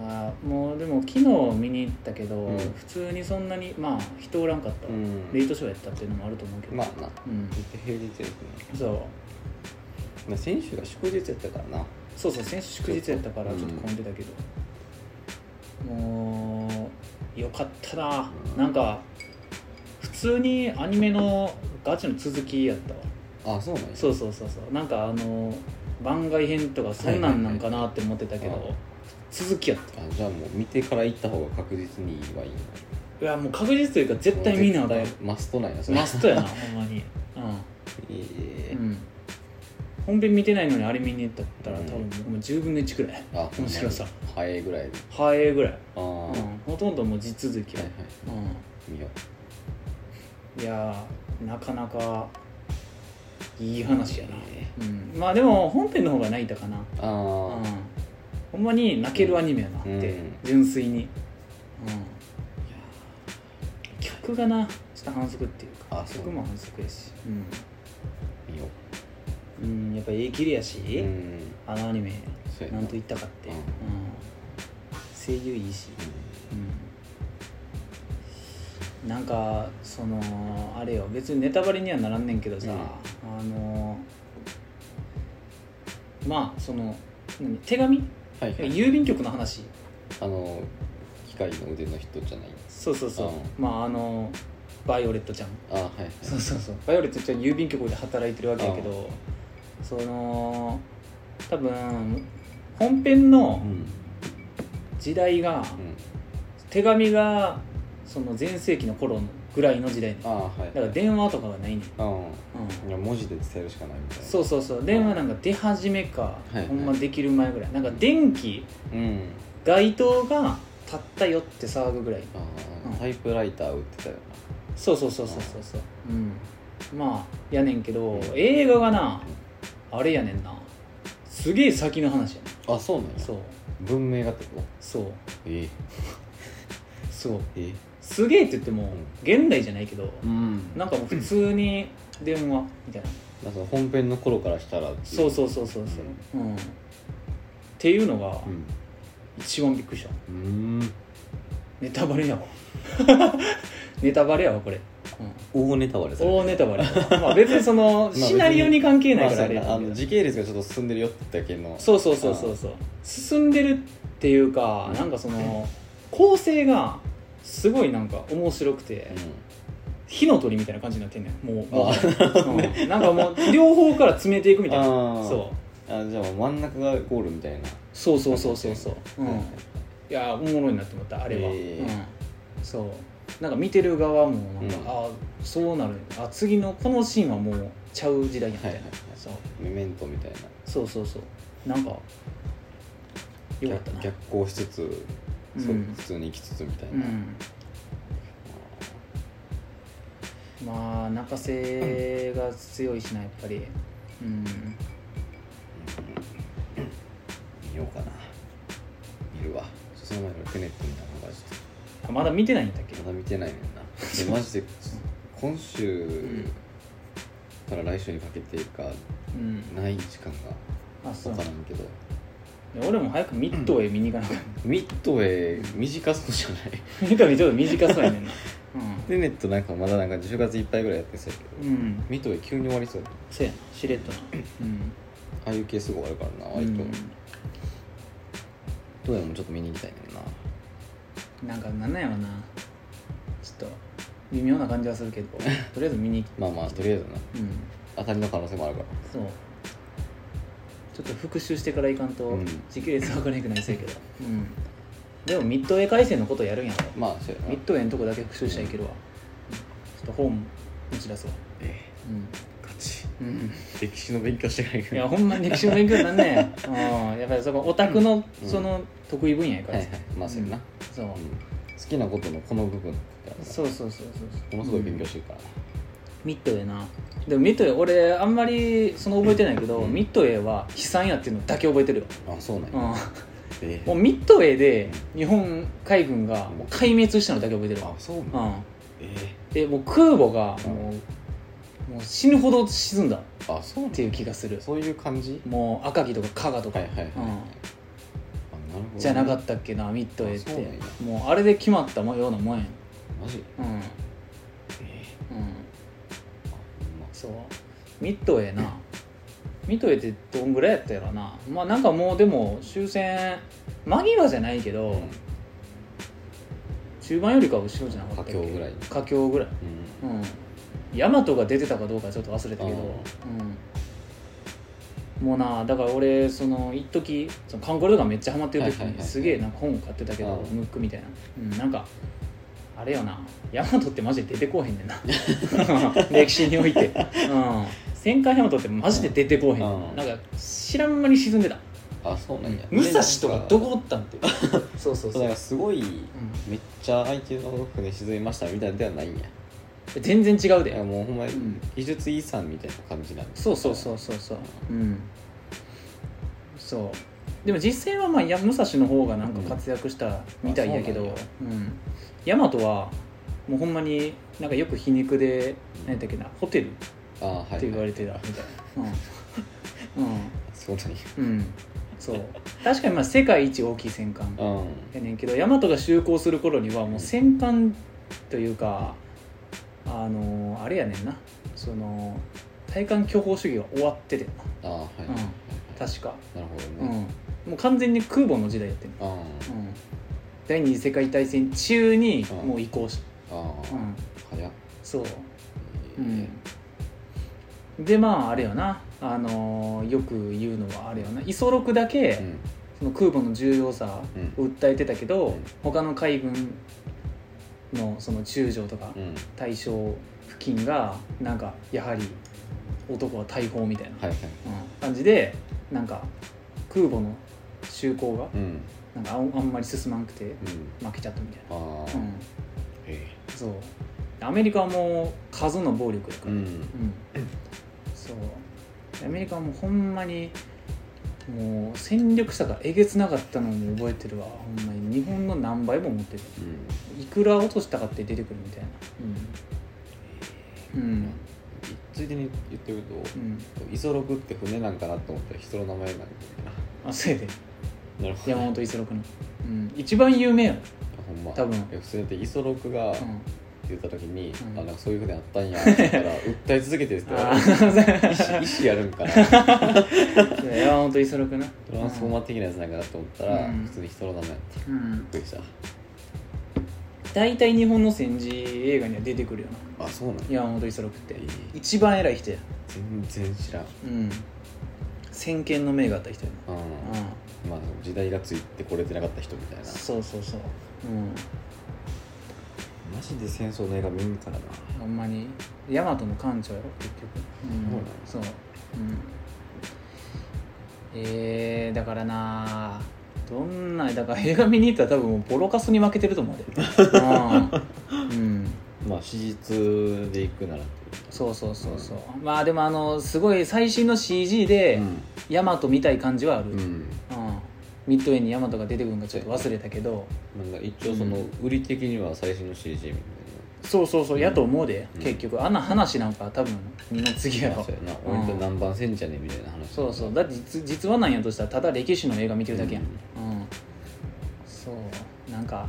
Speaker 1: うんあーもうでも昨日見に行ったけど、
Speaker 2: うん
Speaker 1: 普通にそんなにまあ人おらんかった、
Speaker 2: ーうん
Speaker 1: レイトショーやったっていうのもあると思うけど、
Speaker 2: まあな
Speaker 1: うん、
Speaker 2: 平日やしね
Speaker 1: そう
Speaker 2: まあ選手が祝日やったからな
Speaker 1: そうそう先週祝日やったからちょっと混んでたけど、もうよかったな、
Speaker 2: うん
Speaker 1: なんか普通にアニメのガチの続きやったわ
Speaker 2: あそうなんや
Speaker 1: そうそうそうそうなんかあの番外編とかそんなんなんかなって思ってたけど、
Speaker 2: はいはいはい
Speaker 1: 続きやった
Speaker 2: あじゃあもう見てから行った方が確実にいいはいいない
Speaker 1: やもう確実というか絶対見なだよ
Speaker 2: マストなんやそれ
Speaker 1: マストやなほんまにう
Speaker 2: え
Speaker 1: ん、うん、本編見てないのにあれ見に行ったら
Speaker 2: うん
Speaker 1: 多分もう10分の1くらい
Speaker 2: えあ
Speaker 1: 面白さ
Speaker 2: 早いぐらいで
Speaker 1: 早いぐらい、
Speaker 2: ああ
Speaker 1: うん
Speaker 2: はいは、
Speaker 1: ほとんどもう地続きや、
Speaker 2: い
Speaker 1: うん
Speaker 2: 見よ
Speaker 1: いやーなかなかいい話やな、
Speaker 2: ね
Speaker 1: うん、まあでも本編の方が泣いたかな、
Speaker 2: う
Speaker 1: うん
Speaker 2: ああ、
Speaker 1: ほんまに泣けるアニメやなって、
Speaker 2: うん
Speaker 1: 純粋に、うん、曲がなちょっと反則っていうか
Speaker 2: あそう
Speaker 1: 曲も反則やし、
Speaker 2: 見よ
Speaker 1: うんうん、やっぱええきりやし、
Speaker 2: ううん
Speaker 1: あのアニメ
Speaker 2: そうや
Speaker 1: な
Speaker 2: なん
Speaker 1: と言ったかって、
Speaker 2: う
Speaker 1: うんん声優いいし、うん、なんかそのあれよ別にネタバレにはならんねんけどさ、
Speaker 2: うん
Speaker 1: あのまあその何手紙
Speaker 2: はいはい
Speaker 1: 郵便局の話
Speaker 2: あの機械の腕の人じゃない
Speaker 1: そうそうそう、
Speaker 2: うん
Speaker 1: まああのバイオレットちゃん
Speaker 2: あはいはい
Speaker 1: そうそうそうバイオレットちゃん郵便局で働いてるわけやけど、その多分本編の
Speaker 2: うん
Speaker 1: 時代が、
Speaker 2: うん
Speaker 1: 手紙がその全盛期の頃ぐらいの時代
Speaker 2: あ
Speaker 1: だ
Speaker 2: あはい
Speaker 1: から電話とかがないねん、
Speaker 2: うんいや文字で伝えるしかないみたいな
Speaker 1: そうそうそう電話なんか出始めか、
Speaker 2: いはい
Speaker 1: ほんまできる前ぐらいなんか電気
Speaker 2: うん
Speaker 1: 街灯がたったよって騒ぐぐらい
Speaker 2: ああ、
Speaker 1: うん
Speaker 2: タイプライター売ってたよ
Speaker 1: そうそうそうそうそうそううんまあやねんけど映画がなあれやねんなすげえ先の話やね
Speaker 2: なあそうなん
Speaker 1: ん
Speaker 2: や
Speaker 1: そう
Speaker 2: 文明がってこと
Speaker 1: そう
Speaker 2: ええ
Speaker 1: そう
Speaker 2: ええ
Speaker 1: すげえって言っても
Speaker 2: ん
Speaker 1: 現代じゃないけど
Speaker 2: うん
Speaker 1: なんかもう普通に電話みたいな
Speaker 2: だから本編の頃からしたらってい
Speaker 1: そうそうそうそうそう、うん、っていうのが
Speaker 2: うん
Speaker 1: 一番びっくりした
Speaker 2: うーん
Speaker 1: ネタバレやわネタバレやわこれ
Speaker 2: 大ネタバレされ
Speaker 1: 大ネタバレ まあ別にその
Speaker 2: 別に
Speaker 1: シナリオに関係ないからあれ
Speaker 2: ま
Speaker 1: や
Speaker 2: あ
Speaker 1: けど
Speaker 2: そうやなあの時系列がちょっと進んでるよってだけの
Speaker 1: そうそうそうそうそう進んでるっていうか
Speaker 2: うん
Speaker 1: なんかその構成がすごいなんか面白くて火の鳥みたいな感じになってんねんもうも
Speaker 2: あ
Speaker 1: う、うんなんかもう両方から詰めていくみたいな
Speaker 2: あー
Speaker 1: そう
Speaker 2: うんあじゃあもう真ん中がゴールみたいな
Speaker 1: そうそうそうそうそう、うん、
Speaker 2: はい
Speaker 1: いやおもろいなって思ったあれは、
Speaker 2: へー
Speaker 1: うん、そうなんか見てる側もなんか、
Speaker 2: う
Speaker 1: あ
Speaker 2: ん
Speaker 1: あそうなるあ次のこのシーンはもうちゃう時代になったよね、
Speaker 2: はいはいはい
Speaker 1: そう
Speaker 2: メメントみたいな
Speaker 1: そうそうそうなんかよかったな
Speaker 2: 逆逆行しつつ、
Speaker 1: うん
Speaker 2: そう普通に行きつつみたいうな、
Speaker 1: んまあ泣かせが強いしなやっぱりうん
Speaker 2: 見ようかな見るわその前からテネット見たのがち
Speaker 1: あまだ見てないんだっけ
Speaker 2: ょっとまだ見てないねん なでマジで今週
Speaker 1: ん
Speaker 2: から来週にかけてか
Speaker 1: うん
Speaker 2: ない時間が
Speaker 1: あそう
Speaker 2: 分からんけど
Speaker 1: 俺も早くミッドウェイ見に行かなあかっ
Speaker 2: ミッドウェイ短そうじゃな
Speaker 1: たミ
Speaker 2: い
Speaker 1: ッドウェイちょっと短そうやねんな
Speaker 2: テネットなんかまだなんか10月いっぱいぐらいやってそうやけ
Speaker 1: う
Speaker 2: ど、
Speaker 1: ん、うん、
Speaker 2: ミッドウェイ急に終わりそうや
Speaker 1: せやなしれっとなうん
Speaker 2: ああいう系すぐ終わるからな割と、ミッドウェイもちょっと見に行きたいねんな
Speaker 1: うんなんかなんなんやろなちょっと微妙な感じはするけ どとりあえず見に行き
Speaker 2: まあまあとりあえずな
Speaker 1: うん
Speaker 2: 当たりの可能性もあるか
Speaker 1: そうちょっと復習してから行かんと
Speaker 2: うん
Speaker 1: 時系列分からなくなりそうやけど、うん、でもミッドウェイ回線のことやるんやろ
Speaker 2: らまあそうやな
Speaker 1: ミッドウェイのとこだけ復習したらいけるわ、ちょっと本持ち出すわ
Speaker 2: えガチ
Speaker 1: うん、うん
Speaker 2: 歴史の勉強してないか
Speaker 1: い
Speaker 2: ら
Speaker 1: やほんまに歴史の勉強になんね うんやっぱりそこオタクの
Speaker 2: うん
Speaker 1: その得意分野やか
Speaker 2: はい
Speaker 1: らさ
Speaker 2: はいまあそうやな、
Speaker 1: そう
Speaker 2: うん好きなことのこの部分だから
Speaker 1: そうそうそうそうそう
Speaker 2: ものすごい勉強
Speaker 1: うん
Speaker 2: してるからな、
Speaker 1: ミッドウェイなでもミッドウェイ俺あんまりその覚えてないけど、
Speaker 2: うん
Speaker 1: ミッドウェイは悲惨やっていうのだけ覚えてるよ、
Speaker 2: あそうなん
Speaker 1: う
Speaker 2: や、
Speaker 1: ん、
Speaker 2: え
Speaker 1: もうミッドウェイで日本海軍がもう壊滅したのだけ覚えてる
Speaker 2: あ
Speaker 1: わ、
Speaker 2: そうなん
Speaker 1: う
Speaker 2: や
Speaker 1: ん、
Speaker 2: え
Speaker 1: でもう空母が
Speaker 2: うん
Speaker 1: もうもう死ぬほど沈んだっ
Speaker 2: あそうなんや
Speaker 1: ていう気がする
Speaker 2: そういう感じ
Speaker 1: もう赤城とか加賀とか、
Speaker 2: はいはいはい、はい
Speaker 1: うん
Speaker 2: あなるほどね
Speaker 1: じゃなかったっけなミッドウェイっ
Speaker 2: あそうなん
Speaker 1: て
Speaker 2: や
Speaker 1: もうあれで決まったもんようなもんやん
Speaker 2: マジ
Speaker 1: うんうん
Speaker 2: えあ
Speaker 1: そうミッドウェイなミッドウェイってどんぐらいやったやろなまあなんかもうでも終戦間際じゃないけど、
Speaker 2: ほんま
Speaker 1: 中盤よりかは後ろじゃなかったっけ
Speaker 2: 佳境ぐらい
Speaker 1: 佳境ぐらい
Speaker 2: うん
Speaker 1: うん、ヤマトが出てたかどうかちょっと忘れたけど、うん、もうなだから俺その一時そのカンコレとかめっちゃハマってる時
Speaker 2: はいはい
Speaker 1: に
Speaker 2: はい
Speaker 1: すげえなんか本買ってたけど
Speaker 2: あー
Speaker 1: ムックみたいな、うん、なんかあれよなヤマトってマジで出てこうへんね んな歴史において、うん、戦艦ヤマトってマジで出てこうへん
Speaker 2: あー
Speaker 1: なんか知らん間に沈んでた
Speaker 2: あそうなんや
Speaker 1: 武蔵と
Speaker 2: でなん
Speaker 1: かどこおったんってそうそう
Speaker 2: そう
Speaker 1: そ
Speaker 2: だ
Speaker 1: う
Speaker 2: からすごい
Speaker 1: ん
Speaker 2: めっちゃ相手のロックで沈みましたみたいなではないんや
Speaker 1: 全然違う
Speaker 2: いや
Speaker 1: で
Speaker 2: もうほんまに
Speaker 1: うん
Speaker 2: 技術遺産みたいな感じなんです
Speaker 1: そうそうそうそうそううんそうでも実戦はまあや武蔵の方がなんか活躍したみたいやけど、
Speaker 2: う
Speaker 1: うんん
Speaker 2: あそ
Speaker 1: 大和はもうほんまになんかよく皮肉で
Speaker 2: うん
Speaker 1: 何やったっけなホテルっ
Speaker 2: あーはい、はい、
Speaker 1: て言われてたみたいな、
Speaker 2: そうなんや
Speaker 1: うんうん、うん、そう確かにまあ世界一大きい戦艦
Speaker 2: うん
Speaker 1: やねんけど大和が就航する頃にはもう戦艦というかあのーあれやねんなその対艦巨砲主義は終わっててんな
Speaker 2: あーはい、
Speaker 1: うん確か、
Speaker 2: なるほど
Speaker 1: う
Speaker 2: ね、
Speaker 1: ん、もう完全に空母の時代やってる、
Speaker 2: あー
Speaker 1: うん、第二次世界大戦中に
Speaker 2: うん
Speaker 1: もう移行し
Speaker 2: あ
Speaker 1: た、
Speaker 2: ー、
Speaker 1: うん、
Speaker 2: 早っ、
Speaker 1: そう、
Speaker 2: えー
Speaker 1: でまああれよな、あのーよく言うのはあれよな磯六だけ、
Speaker 2: うん
Speaker 1: その空母の重要さを訴えてたけど、
Speaker 2: うん
Speaker 1: 他の海軍のその中将とか
Speaker 2: うん
Speaker 1: 大将付近がなんかやはり男は大砲みたいな
Speaker 2: はいはい
Speaker 1: うん感じでなんか空母の就航が
Speaker 2: うん
Speaker 1: なんかあんあんまり進まなくて
Speaker 2: うん
Speaker 1: 負けちゃったみたい
Speaker 2: ああ、
Speaker 1: な、うん、
Speaker 2: え
Speaker 1: そうアメリカはもう数の暴力やか
Speaker 2: ーう
Speaker 1: ら、うん
Speaker 2: ん
Speaker 1: そうアメリカはもうほんまにもう戦力差がえげつなかったのに覚えてるわほんまに日本の何倍も持ってる
Speaker 2: うん
Speaker 1: いくら落としたかって出てくるみたいなうんうん
Speaker 2: ついでに言ってると、
Speaker 1: うん
Speaker 2: イソロクって船なんかなと思ったら人の名前なんだよ
Speaker 1: あせいで
Speaker 2: ななるほど
Speaker 1: 山本五十六の、うん、一番有名やろ
Speaker 2: ほんま
Speaker 1: 多分
Speaker 2: いや普通だってイソロクが
Speaker 1: うん
Speaker 2: 言った時に、
Speaker 1: うん
Speaker 2: あなんかそういうふうにあったんやって言ったら訴え続けてですから
Speaker 1: あ ー
Speaker 2: 意思やるんかなト
Speaker 1: いや本当磯野君な
Speaker 2: ランスフォーマー的なやつなんかなと思ったら、
Speaker 1: うん
Speaker 2: 普通に人の名前やってび
Speaker 1: うん
Speaker 2: っくりした
Speaker 1: 大体日本の戦時映画には出てくるよな
Speaker 2: あそうなんや
Speaker 1: 山本五十六って
Speaker 2: えー
Speaker 1: 一番偉い人や
Speaker 2: 全然知らん
Speaker 1: うん先見の明があった人や
Speaker 2: うん、
Speaker 1: なうん
Speaker 2: まあ時代がついてこれてなかった人みたいな
Speaker 1: そうそうそううん
Speaker 2: マジで戦争の映画見んからな
Speaker 1: ほんまに大和の艦長やろ結局うん
Speaker 2: そ
Speaker 1: そううんえー、だからなどんなだから映画見に行ったら多分もうボロカスに負けてると思うでうん、うん、
Speaker 2: まあ史実でいくならっていう
Speaker 1: そうそうそうそう、まあでもあのすごい最新の CG で
Speaker 2: うん
Speaker 1: 大和みたい感じはある、
Speaker 2: う
Speaker 1: うん
Speaker 2: ん
Speaker 1: ミッドウェイに大和が出てくるんかちょっと忘れたけど
Speaker 2: なんか一応その
Speaker 1: う
Speaker 2: 売り的には最新の CG みたい
Speaker 1: そうそうそうやと思うで、
Speaker 2: うん
Speaker 1: 結局あんな話なんか多分二の次や
Speaker 2: な、
Speaker 1: ろ
Speaker 2: まあ、そうやな
Speaker 1: うん
Speaker 2: 俺と何番せんじゃねみたいな話
Speaker 1: そうそうだって実実話なんやとしたらただ歴史の映画見てるだけやん、うんそうなんか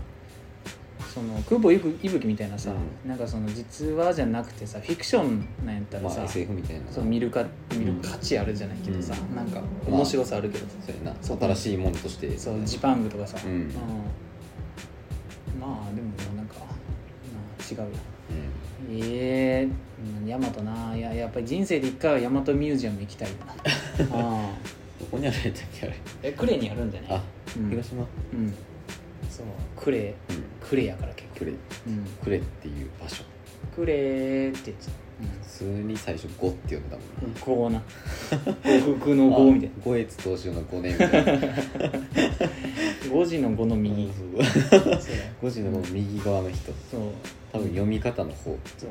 Speaker 1: その空母いぶいぶきみたいなさ、
Speaker 2: う
Speaker 1: なんかその実話じゃなくてさフィクションなんやったら
Speaker 2: ま
Speaker 1: さ、
Speaker 2: あ SF みたいな
Speaker 1: そう見るか見る価値あるじゃないけどさ、
Speaker 2: うん
Speaker 1: なんか面白さあるけどさ、
Speaker 2: そうやな
Speaker 1: そう
Speaker 2: 新しいものとして
Speaker 1: そうジパングとかさ、
Speaker 2: うん
Speaker 1: うんまあでもなんか、まあ、違うよ
Speaker 2: うん
Speaker 1: ええヤマトないややっぱり人生で一回はヤマトミュージアム行きたいよな ああ
Speaker 2: どこにあるんやったっけあれ
Speaker 1: えクレにあるんじゃない
Speaker 2: あ、
Speaker 1: うん
Speaker 2: 広島
Speaker 1: うんそうクレ
Speaker 2: うん
Speaker 1: クレやから結構、
Speaker 2: くれ
Speaker 1: うん、
Speaker 2: くれっていう場所
Speaker 1: クレって言ってた
Speaker 2: 普通に最初5って呼んだも
Speaker 1: う
Speaker 2: んなん
Speaker 1: こうな五福の五みたい
Speaker 2: な5越投手の5年みたいな
Speaker 1: な五時の五の右
Speaker 2: そう
Speaker 1: そう
Speaker 2: 5時のこの右側の人
Speaker 1: そう
Speaker 2: 多分読み方の方
Speaker 1: そう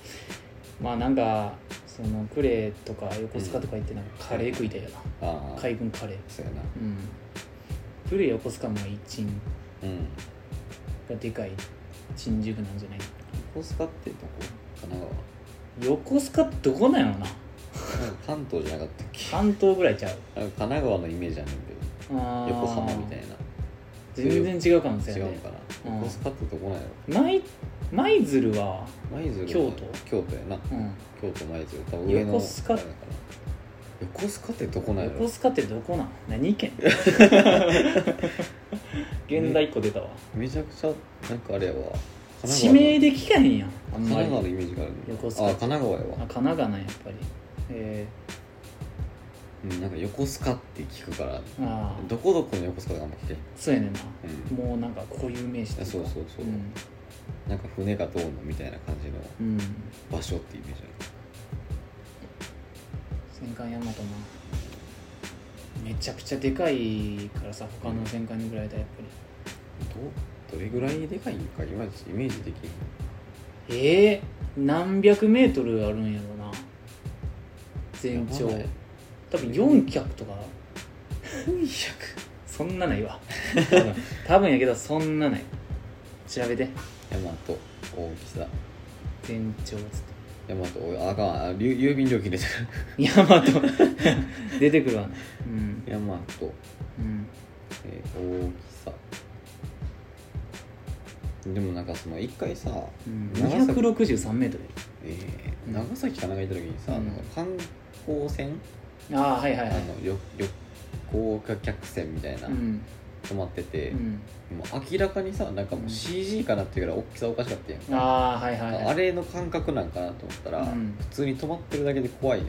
Speaker 1: まあなんかそのクレとか横須賀とか行ってなんかカレー食いたいよな
Speaker 2: ああ
Speaker 1: 海軍カレー
Speaker 2: そうやな
Speaker 1: うんクレ横須賀も一員
Speaker 2: うん
Speaker 1: がでかい新宿なんじゃない
Speaker 2: 横須賀ってどこ神奈
Speaker 1: 横須賀ってどこなんやろな
Speaker 2: 川なんか関東じゃなかったっけ
Speaker 1: 関東ぐらいちゃう
Speaker 2: なんか神奈川のイメージあるんだ
Speaker 1: あ
Speaker 2: けど
Speaker 1: ー
Speaker 2: 横浜みたいな
Speaker 1: 全然違うかもしれ
Speaker 2: 違
Speaker 1: な
Speaker 2: う
Speaker 1: い
Speaker 2: のかな
Speaker 1: うん
Speaker 2: 横須賀ってどこなんやろ
Speaker 1: 舞舞鶴は、
Speaker 2: 舞鶴
Speaker 1: 京都
Speaker 2: 京都やな
Speaker 1: うん、
Speaker 2: 京都舞鶴多分上の
Speaker 1: 横須賀
Speaker 2: あれかな横須賀ってどこなんや
Speaker 1: 横
Speaker 2: ろ
Speaker 1: 須賀ってどこなん何 県現代っ子出たわ
Speaker 2: めちゃくちゃなんかあれやわ神
Speaker 1: 地
Speaker 2: 奈
Speaker 1: 名で聞かへんやんあん
Speaker 2: 川の
Speaker 1: まりあ
Speaker 2: 神奈川のイメージがあるね
Speaker 1: 横須
Speaker 2: あ
Speaker 1: 賀
Speaker 2: 神奈川やわ
Speaker 1: 神奈川なんやっぱりえ
Speaker 2: うんなんか横須賀って聞くから
Speaker 1: ー、ああ
Speaker 2: どこどこの横須賀があんま来て
Speaker 1: そうやねんな
Speaker 2: うん
Speaker 1: もうなんか固有名詞とい
Speaker 2: あ
Speaker 1: か
Speaker 2: そうそうそう
Speaker 1: うん、
Speaker 2: なんか船がどうのみたいな感じの
Speaker 1: うん、
Speaker 2: 場所ってイメージある
Speaker 1: 戦艦ヤマトなめちゃくちゃでかいからさ他の戦艦に比べたらやっぱり
Speaker 2: どどれぐらいでかいんかいまいちイメージできん
Speaker 1: えー、何百メートルあるんやろな全長
Speaker 2: やばない
Speaker 1: 多分400とか
Speaker 2: 400
Speaker 1: そんなないわ多分多分やけどそんなない調べて
Speaker 2: 大和大きさ
Speaker 1: 全長っつって
Speaker 2: 大和大ああかんあ郵郵便料金出て く
Speaker 1: ヤマト出てくるわねうん
Speaker 2: る大
Speaker 1: う
Speaker 2: 和、
Speaker 1: ん
Speaker 2: えー大きさでもなんかその一回さ、
Speaker 1: うん、
Speaker 2: 長崎
Speaker 1: 263メートル
Speaker 2: え
Speaker 1: う
Speaker 2: ー、
Speaker 1: ん
Speaker 2: 長崎かなんか行った時にさ、
Speaker 1: うん
Speaker 2: なんか観光船、
Speaker 1: ああはいはいは
Speaker 2: あの
Speaker 1: い
Speaker 2: 旅旅行客船みたいな、
Speaker 1: うん、
Speaker 2: 泊まってて、
Speaker 1: うん、
Speaker 2: もう明らかにさなんかも
Speaker 1: う
Speaker 2: うん CG かなっていうぐらい大きさおかしかったやんか、
Speaker 1: ああはいはいはい
Speaker 2: あれの感覚なんかなと思ったら、
Speaker 1: うん
Speaker 2: 普通に止まってるだけで怖いよ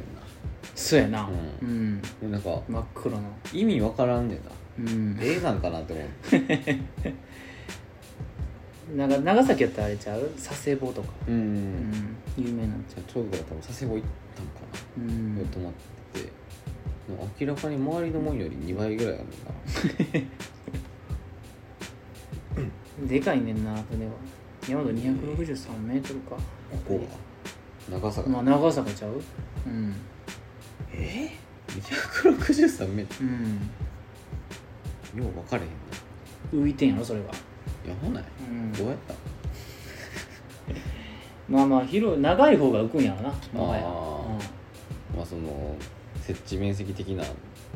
Speaker 1: そうやな
Speaker 2: う
Speaker 1: うん、
Speaker 2: ななんか
Speaker 1: 真っ黒の
Speaker 2: 意味わからんねんな
Speaker 1: うん
Speaker 2: 絵なんかなって思って
Speaker 1: なんか長崎やったらあれちゃう佐世保とか、
Speaker 2: うん、
Speaker 1: うん、有名なんちゃ
Speaker 2: じゃあ長女が多分佐世保行ったんか
Speaker 1: う、う
Speaker 2: な、
Speaker 1: ん、
Speaker 2: 止まっててでも明らかに周りのもんより2倍ぐらいあるんだな
Speaker 1: でかいねんな船は山戸263メートルか
Speaker 2: ここが長さが、
Speaker 1: まあ長坂ちゃううん
Speaker 2: えー、263メート
Speaker 1: うん
Speaker 2: ルよう分かれへんな
Speaker 1: 浮いてんやろそれは
Speaker 2: やばない、
Speaker 1: うん
Speaker 2: どうやった
Speaker 1: まあまあ広い長い方が浮くんやろなもはや
Speaker 2: あまあその設置面積的な
Speaker 1: うん、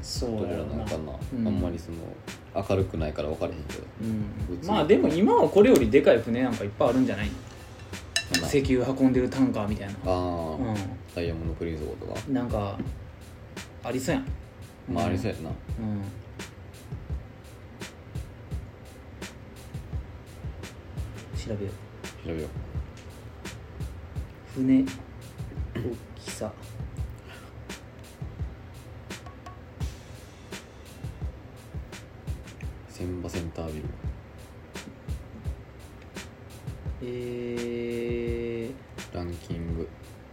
Speaker 1: そう
Speaker 2: ど
Speaker 1: や
Speaker 2: れら
Speaker 1: ろ
Speaker 2: なの
Speaker 1: な
Speaker 2: かな、
Speaker 1: うん
Speaker 2: あんまりその明るくないから分からへんけど
Speaker 1: うん
Speaker 2: 普通
Speaker 1: まあでも今はこれよりでかい船なんかいっぱいあるんじゃない
Speaker 2: な
Speaker 1: 石油運んでるタンカーみたいな
Speaker 2: あー、
Speaker 1: う
Speaker 2: ダイヤモンドプリンス号とか
Speaker 1: んなんかありそうやん
Speaker 2: まあありそうやな
Speaker 1: うん調べよう
Speaker 2: 調べよう
Speaker 1: 船大きさ
Speaker 2: 千葉センタービル
Speaker 1: え
Speaker 2: ランキング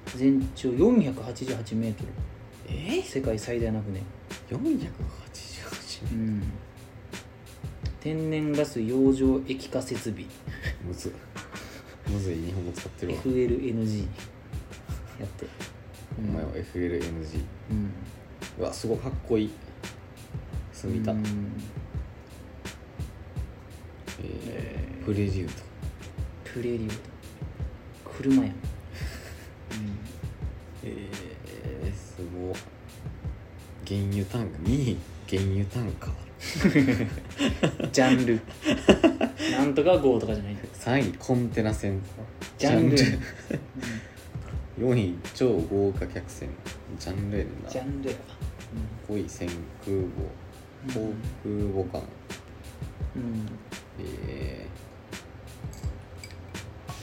Speaker 1: ー、全長4 8 8メートル
Speaker 2: え
Speaker 1: 世界最大の船
Speaker 2: 488
Speaker 1: うん天然ガス洋上液化設備
Speaker 2: むずむずい日本語使ってるわ
Speaker 1: FLNG やって
Speaker 2: お前は FLNG
Speaker 1: うん
Speaker 2: うわすごいかっこいい住みた
Speaker 1: うん
Speaker 2: えープレジュート
Speaker 1: プレリュード車やん、
Speaker 2: えー、すごい原油単価2位原油単価
Speaker 1: ジャンルなんとか号とかじゃない
Speaker 2: 3位コンテナ船
Speaker 1: ジャンル
Speaker 2: ジャン4位超豪華客船ジャンルやねんな
Speaker 1: ジャンルや
Speaker 2: 5位船空
Speaker 1: う
Speaker 2: 母航
Speaker 1: ん
Speaker 2: 空母艦、
Speaker 1: うん
Speaker 2: え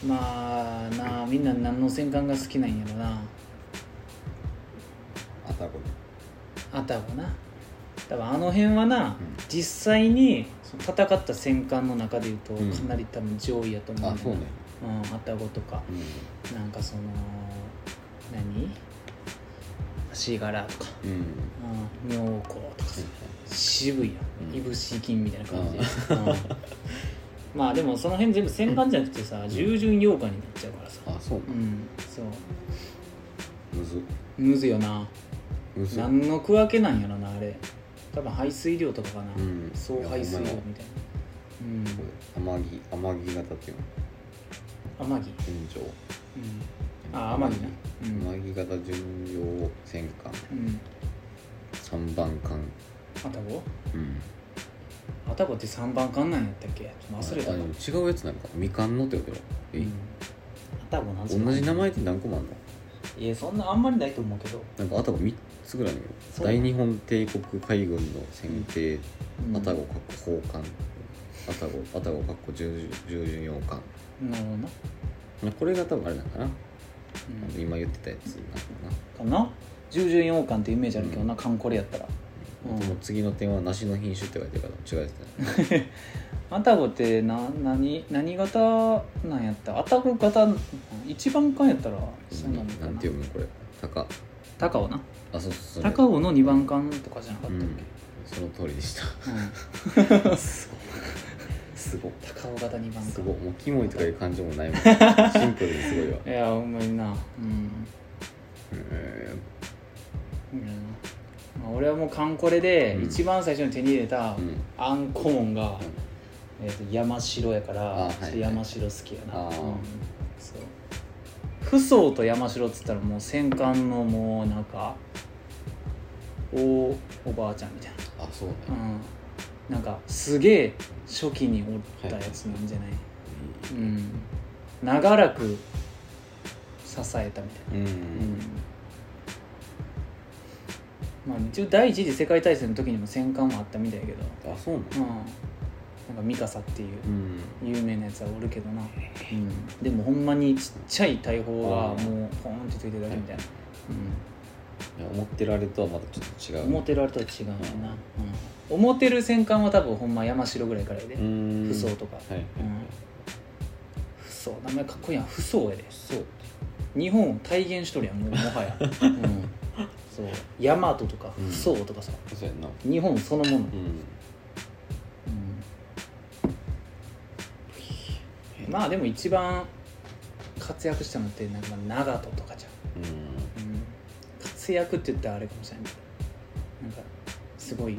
Speaker 1: まあなあみんな何の戦艦が好きなんやろな
Speaker 2: ー、あたこ
Speaker 1: あたゴな多分あの辺はな、
Speaker 2: ん
Speaker 1: 実際にその戦った戦艦の中でいうと
Speaker 2: うん
Speaker 1: かなり多分上位やと思う、
Speaker 2: あそうね、
Speaker 1: うん、あたごとかなんかその何足柄とか、
Speaker 2: うん、うん、
Speaker 1: うん、妙高とか渋いや
Speaker 2: うん
Speaker 1: んいぶし金みたいな感じで、うんまあでもその辺全部戦艦じゃなくてさ従順洋艦になっちゃうからさ
Speaker 2: あそうね
Speaker 1: うんそう
Speaker 2: むず
Speaker 1: むずいよな
Speaker 2: むず
Speaker 1: 何の区分けなんやろなあれ多分排水量とかかな、
Speaker 2: うん
Speaker 1: 総排水量みたいなうん
Speaker 2: 天城天城型っていうの
Speaker 1: 天城、
Speaker 2: 純情
Speaker 1: うん、あ天城なうん、
Speaker 2: 天城型純情戦艦
Speaker 1: うん、
Speaker 2: 三番艦
Speaker 1: あたご
Speaker 2: うん
Speaker 1: あたごって3番艦なんやったっけちょっと忘れた
Speaker 2: あ
Speaker 1: な、
Speaker 2: でも違うやつなんかみかんのってことや
Speaker 1: う
Speaker 2: え
Speaker 1: ん、あたごなんすか
Speaker 2: 同じ名前って何個もあんの
Speaker 1: いやそんなあんまりないと思うけど
Speaker 2: なんかあたこ3つぐらいあるよ
Speaker 1: そう
Speaker 2: 大日本帝国海軍の選定
Speaker 1: うん
Speaker 2: あたごかっこ奉艦あたごあたごかっこ従従順洋艦
Speaker 1: なるほどな、
Speaker 2: これが多分あれなんかな
Speaker 1: うん
Speaker 2: 今言ってたやつなん
Speaker 1: か
Speaker 2: か
Speaker 1: な従順洋館ってイメージあるけどな、カンコレやったらう
Speaker 2: な、
Speaker 1: ん
Speaker 2: でも次の点は梨の品種って書いてるから違うやつだね
Speaker 1: アタゴってな何何型なんやったアタゴ型一番艦やったらそうなのか
Speaker 2: なん
Speaker 1: な
Speaker 2: て読むのこれ高
Speaker 1: 高尾な
Speaker 2: あそうそうそれ
Speaker 1: 高尾の二番艦とかじゃなか
Speaker 2: う
Speaker 1: ったっけ、うん
Speaker 2: んその通りでしたすごいすごい
Speaker 1: 高尾型二番
Speaker 2: す
Speaker 1: 艦
Speaker 2: ごいもうキモいとかいう感じもないも んシンプルですごいわ
Speaker 1: いやほんまになうん、
Speaker 2: え
Speaker 1: うんまあ、俺はもうカンコレで
Speaker 2: うん
Speaker 1: 一番最初に手に入れた、
Speaker 2: ーうん
Speaker 1: アンコモンが、えー、と山城やから、
Speaker 2: あはいはい
Speaker 1: ちょっと山城好きやな、う
Speaker 2: あー
Speaker 1: んそう扶桑と山城っつったらもう戦艦のもうなんかおおばあちゃんみたい
Speaker 2: あそうね、
Speaker 1: な、うん、なんかすげえ初期におったやつなんじゃない、うん長らく支えたみたいな
Speaker 2: うん、
Speaker 1: まあ一応第一次世界大戦の時にも戦艦はあったみたいやけど
Speaker 2: あそうなの
Speaker 1: うんなんかミカサっていう
Speaker 2: うん
Speaker 1: 有名なやつはおるけどな、でもほんまにちっちゃい大砲
Speaker 2: あ
Speaker 1: が
Speaker 2: ー
Speaker 1: もうポーンってついてるだけみたいな、
Speaker 2: いや思ってるあれとはまたちょっと違
Speaker 1: う、
Speaker 2: うん
Speaker 1: 思ってるあれとは違うよな、うん、思ってる戦艦は多分ほんま山城ぐらいからやで、
Speaker 2: うーん
Speaker 1: 扶桑とか
Speaker 2: はいはい
Speaker 1: うん扶桑名前かっこいいやん扶桑やで
Speaker 2: そう
Speaker 1: 日本を体現しとるやんもうもは や、うん、そう大和とか
Speaker 2: うん
Speaker 1: 扶桑とかさ、
Speaker 2: そうやんなう
Speaker 1: 日本そのもの、う
Speaker 2: ん
Speaker 1: んまあでも一番活躍したのってなんか長門とかじゃん
Speaker 2: うん
Speaker 1: うん活躍って言ったらあれかもしれないけどなんかすごい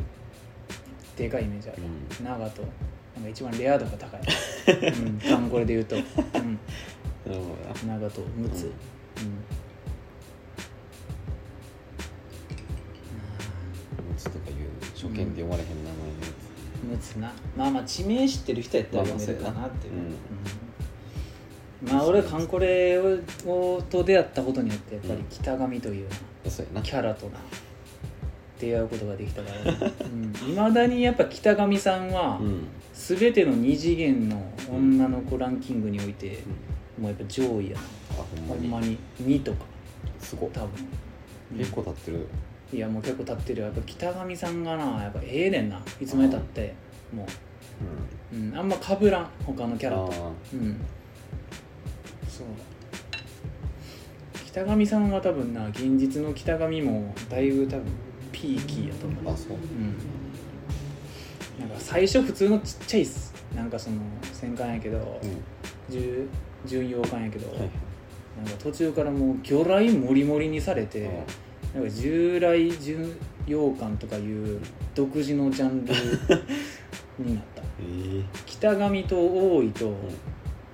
Speaker 1: でかいイメージある
Speaker 2: うん
Speaker 1: 長となんか一番レア度が高い、うん、タンゴレで言うと、うん、
Speaker 2: なるほどな
Speaker 1: 長とムツ、う
Speaker 2: う
Speaker 1: んん
Speaker 2: うちとかいう初見で読まれへん名前のや
Speaker 1: ムツなまあまあ地名知ってる人やったら
Speaker 2: まあまあ
Speaker 1: 読めるかなっていう、
Speaker 2: そうやな
Speaker 1: うんまあ俺はカンコレをと出会ったことによってやっぱり北上という
Speaker 2: そうやな
Speaker 1: キャラとな出会うことができたからいま、未だにやっぱ北上さんは
Speaker 2: うん
Speaker 1: 全ての二次元の女の子ランキングにおいてもうやっぱ上位やな
Speaker 2: あ
Speaker 1: ほ
Speaker 2: ほんま
Speaker 1: ん
Speaker 2: に
Speaker 1: まに2とか
Speaker 2: すごい
Speaker 1: 多分
Speaker 2: 結構経ってる
Speaker 1: いやもう結構経ってるよやっぱ北上さんがなやっぱええねんないつまでたっても
Speaker 2: うん
Speaker 1: う、うん、あんまかぶらん他のキャラ
Speaker 2: あ
Speaker 1: とう
Speaker 2: ー
Speaker 1: んそう北上さんは多分な現実の北上もだいぶ多分ピーキーやと思う
Speaker 2: あそう
Speaker 1: うんなんか最初普通のちっちゃいっすなんかその戦艦やけど、
Speaker 2: うん
Speaker 1: 巡巡洋艦やけど、
Speaker 2: はいはい
Speaker 1: なんか途中からもう魚雷モリモリにされて、なんか従来巡洋艦とかいう独自のジャンルになった
Speaker 2: うんえ
Speaker 1: 北上と大井と
Speaker 2: えうん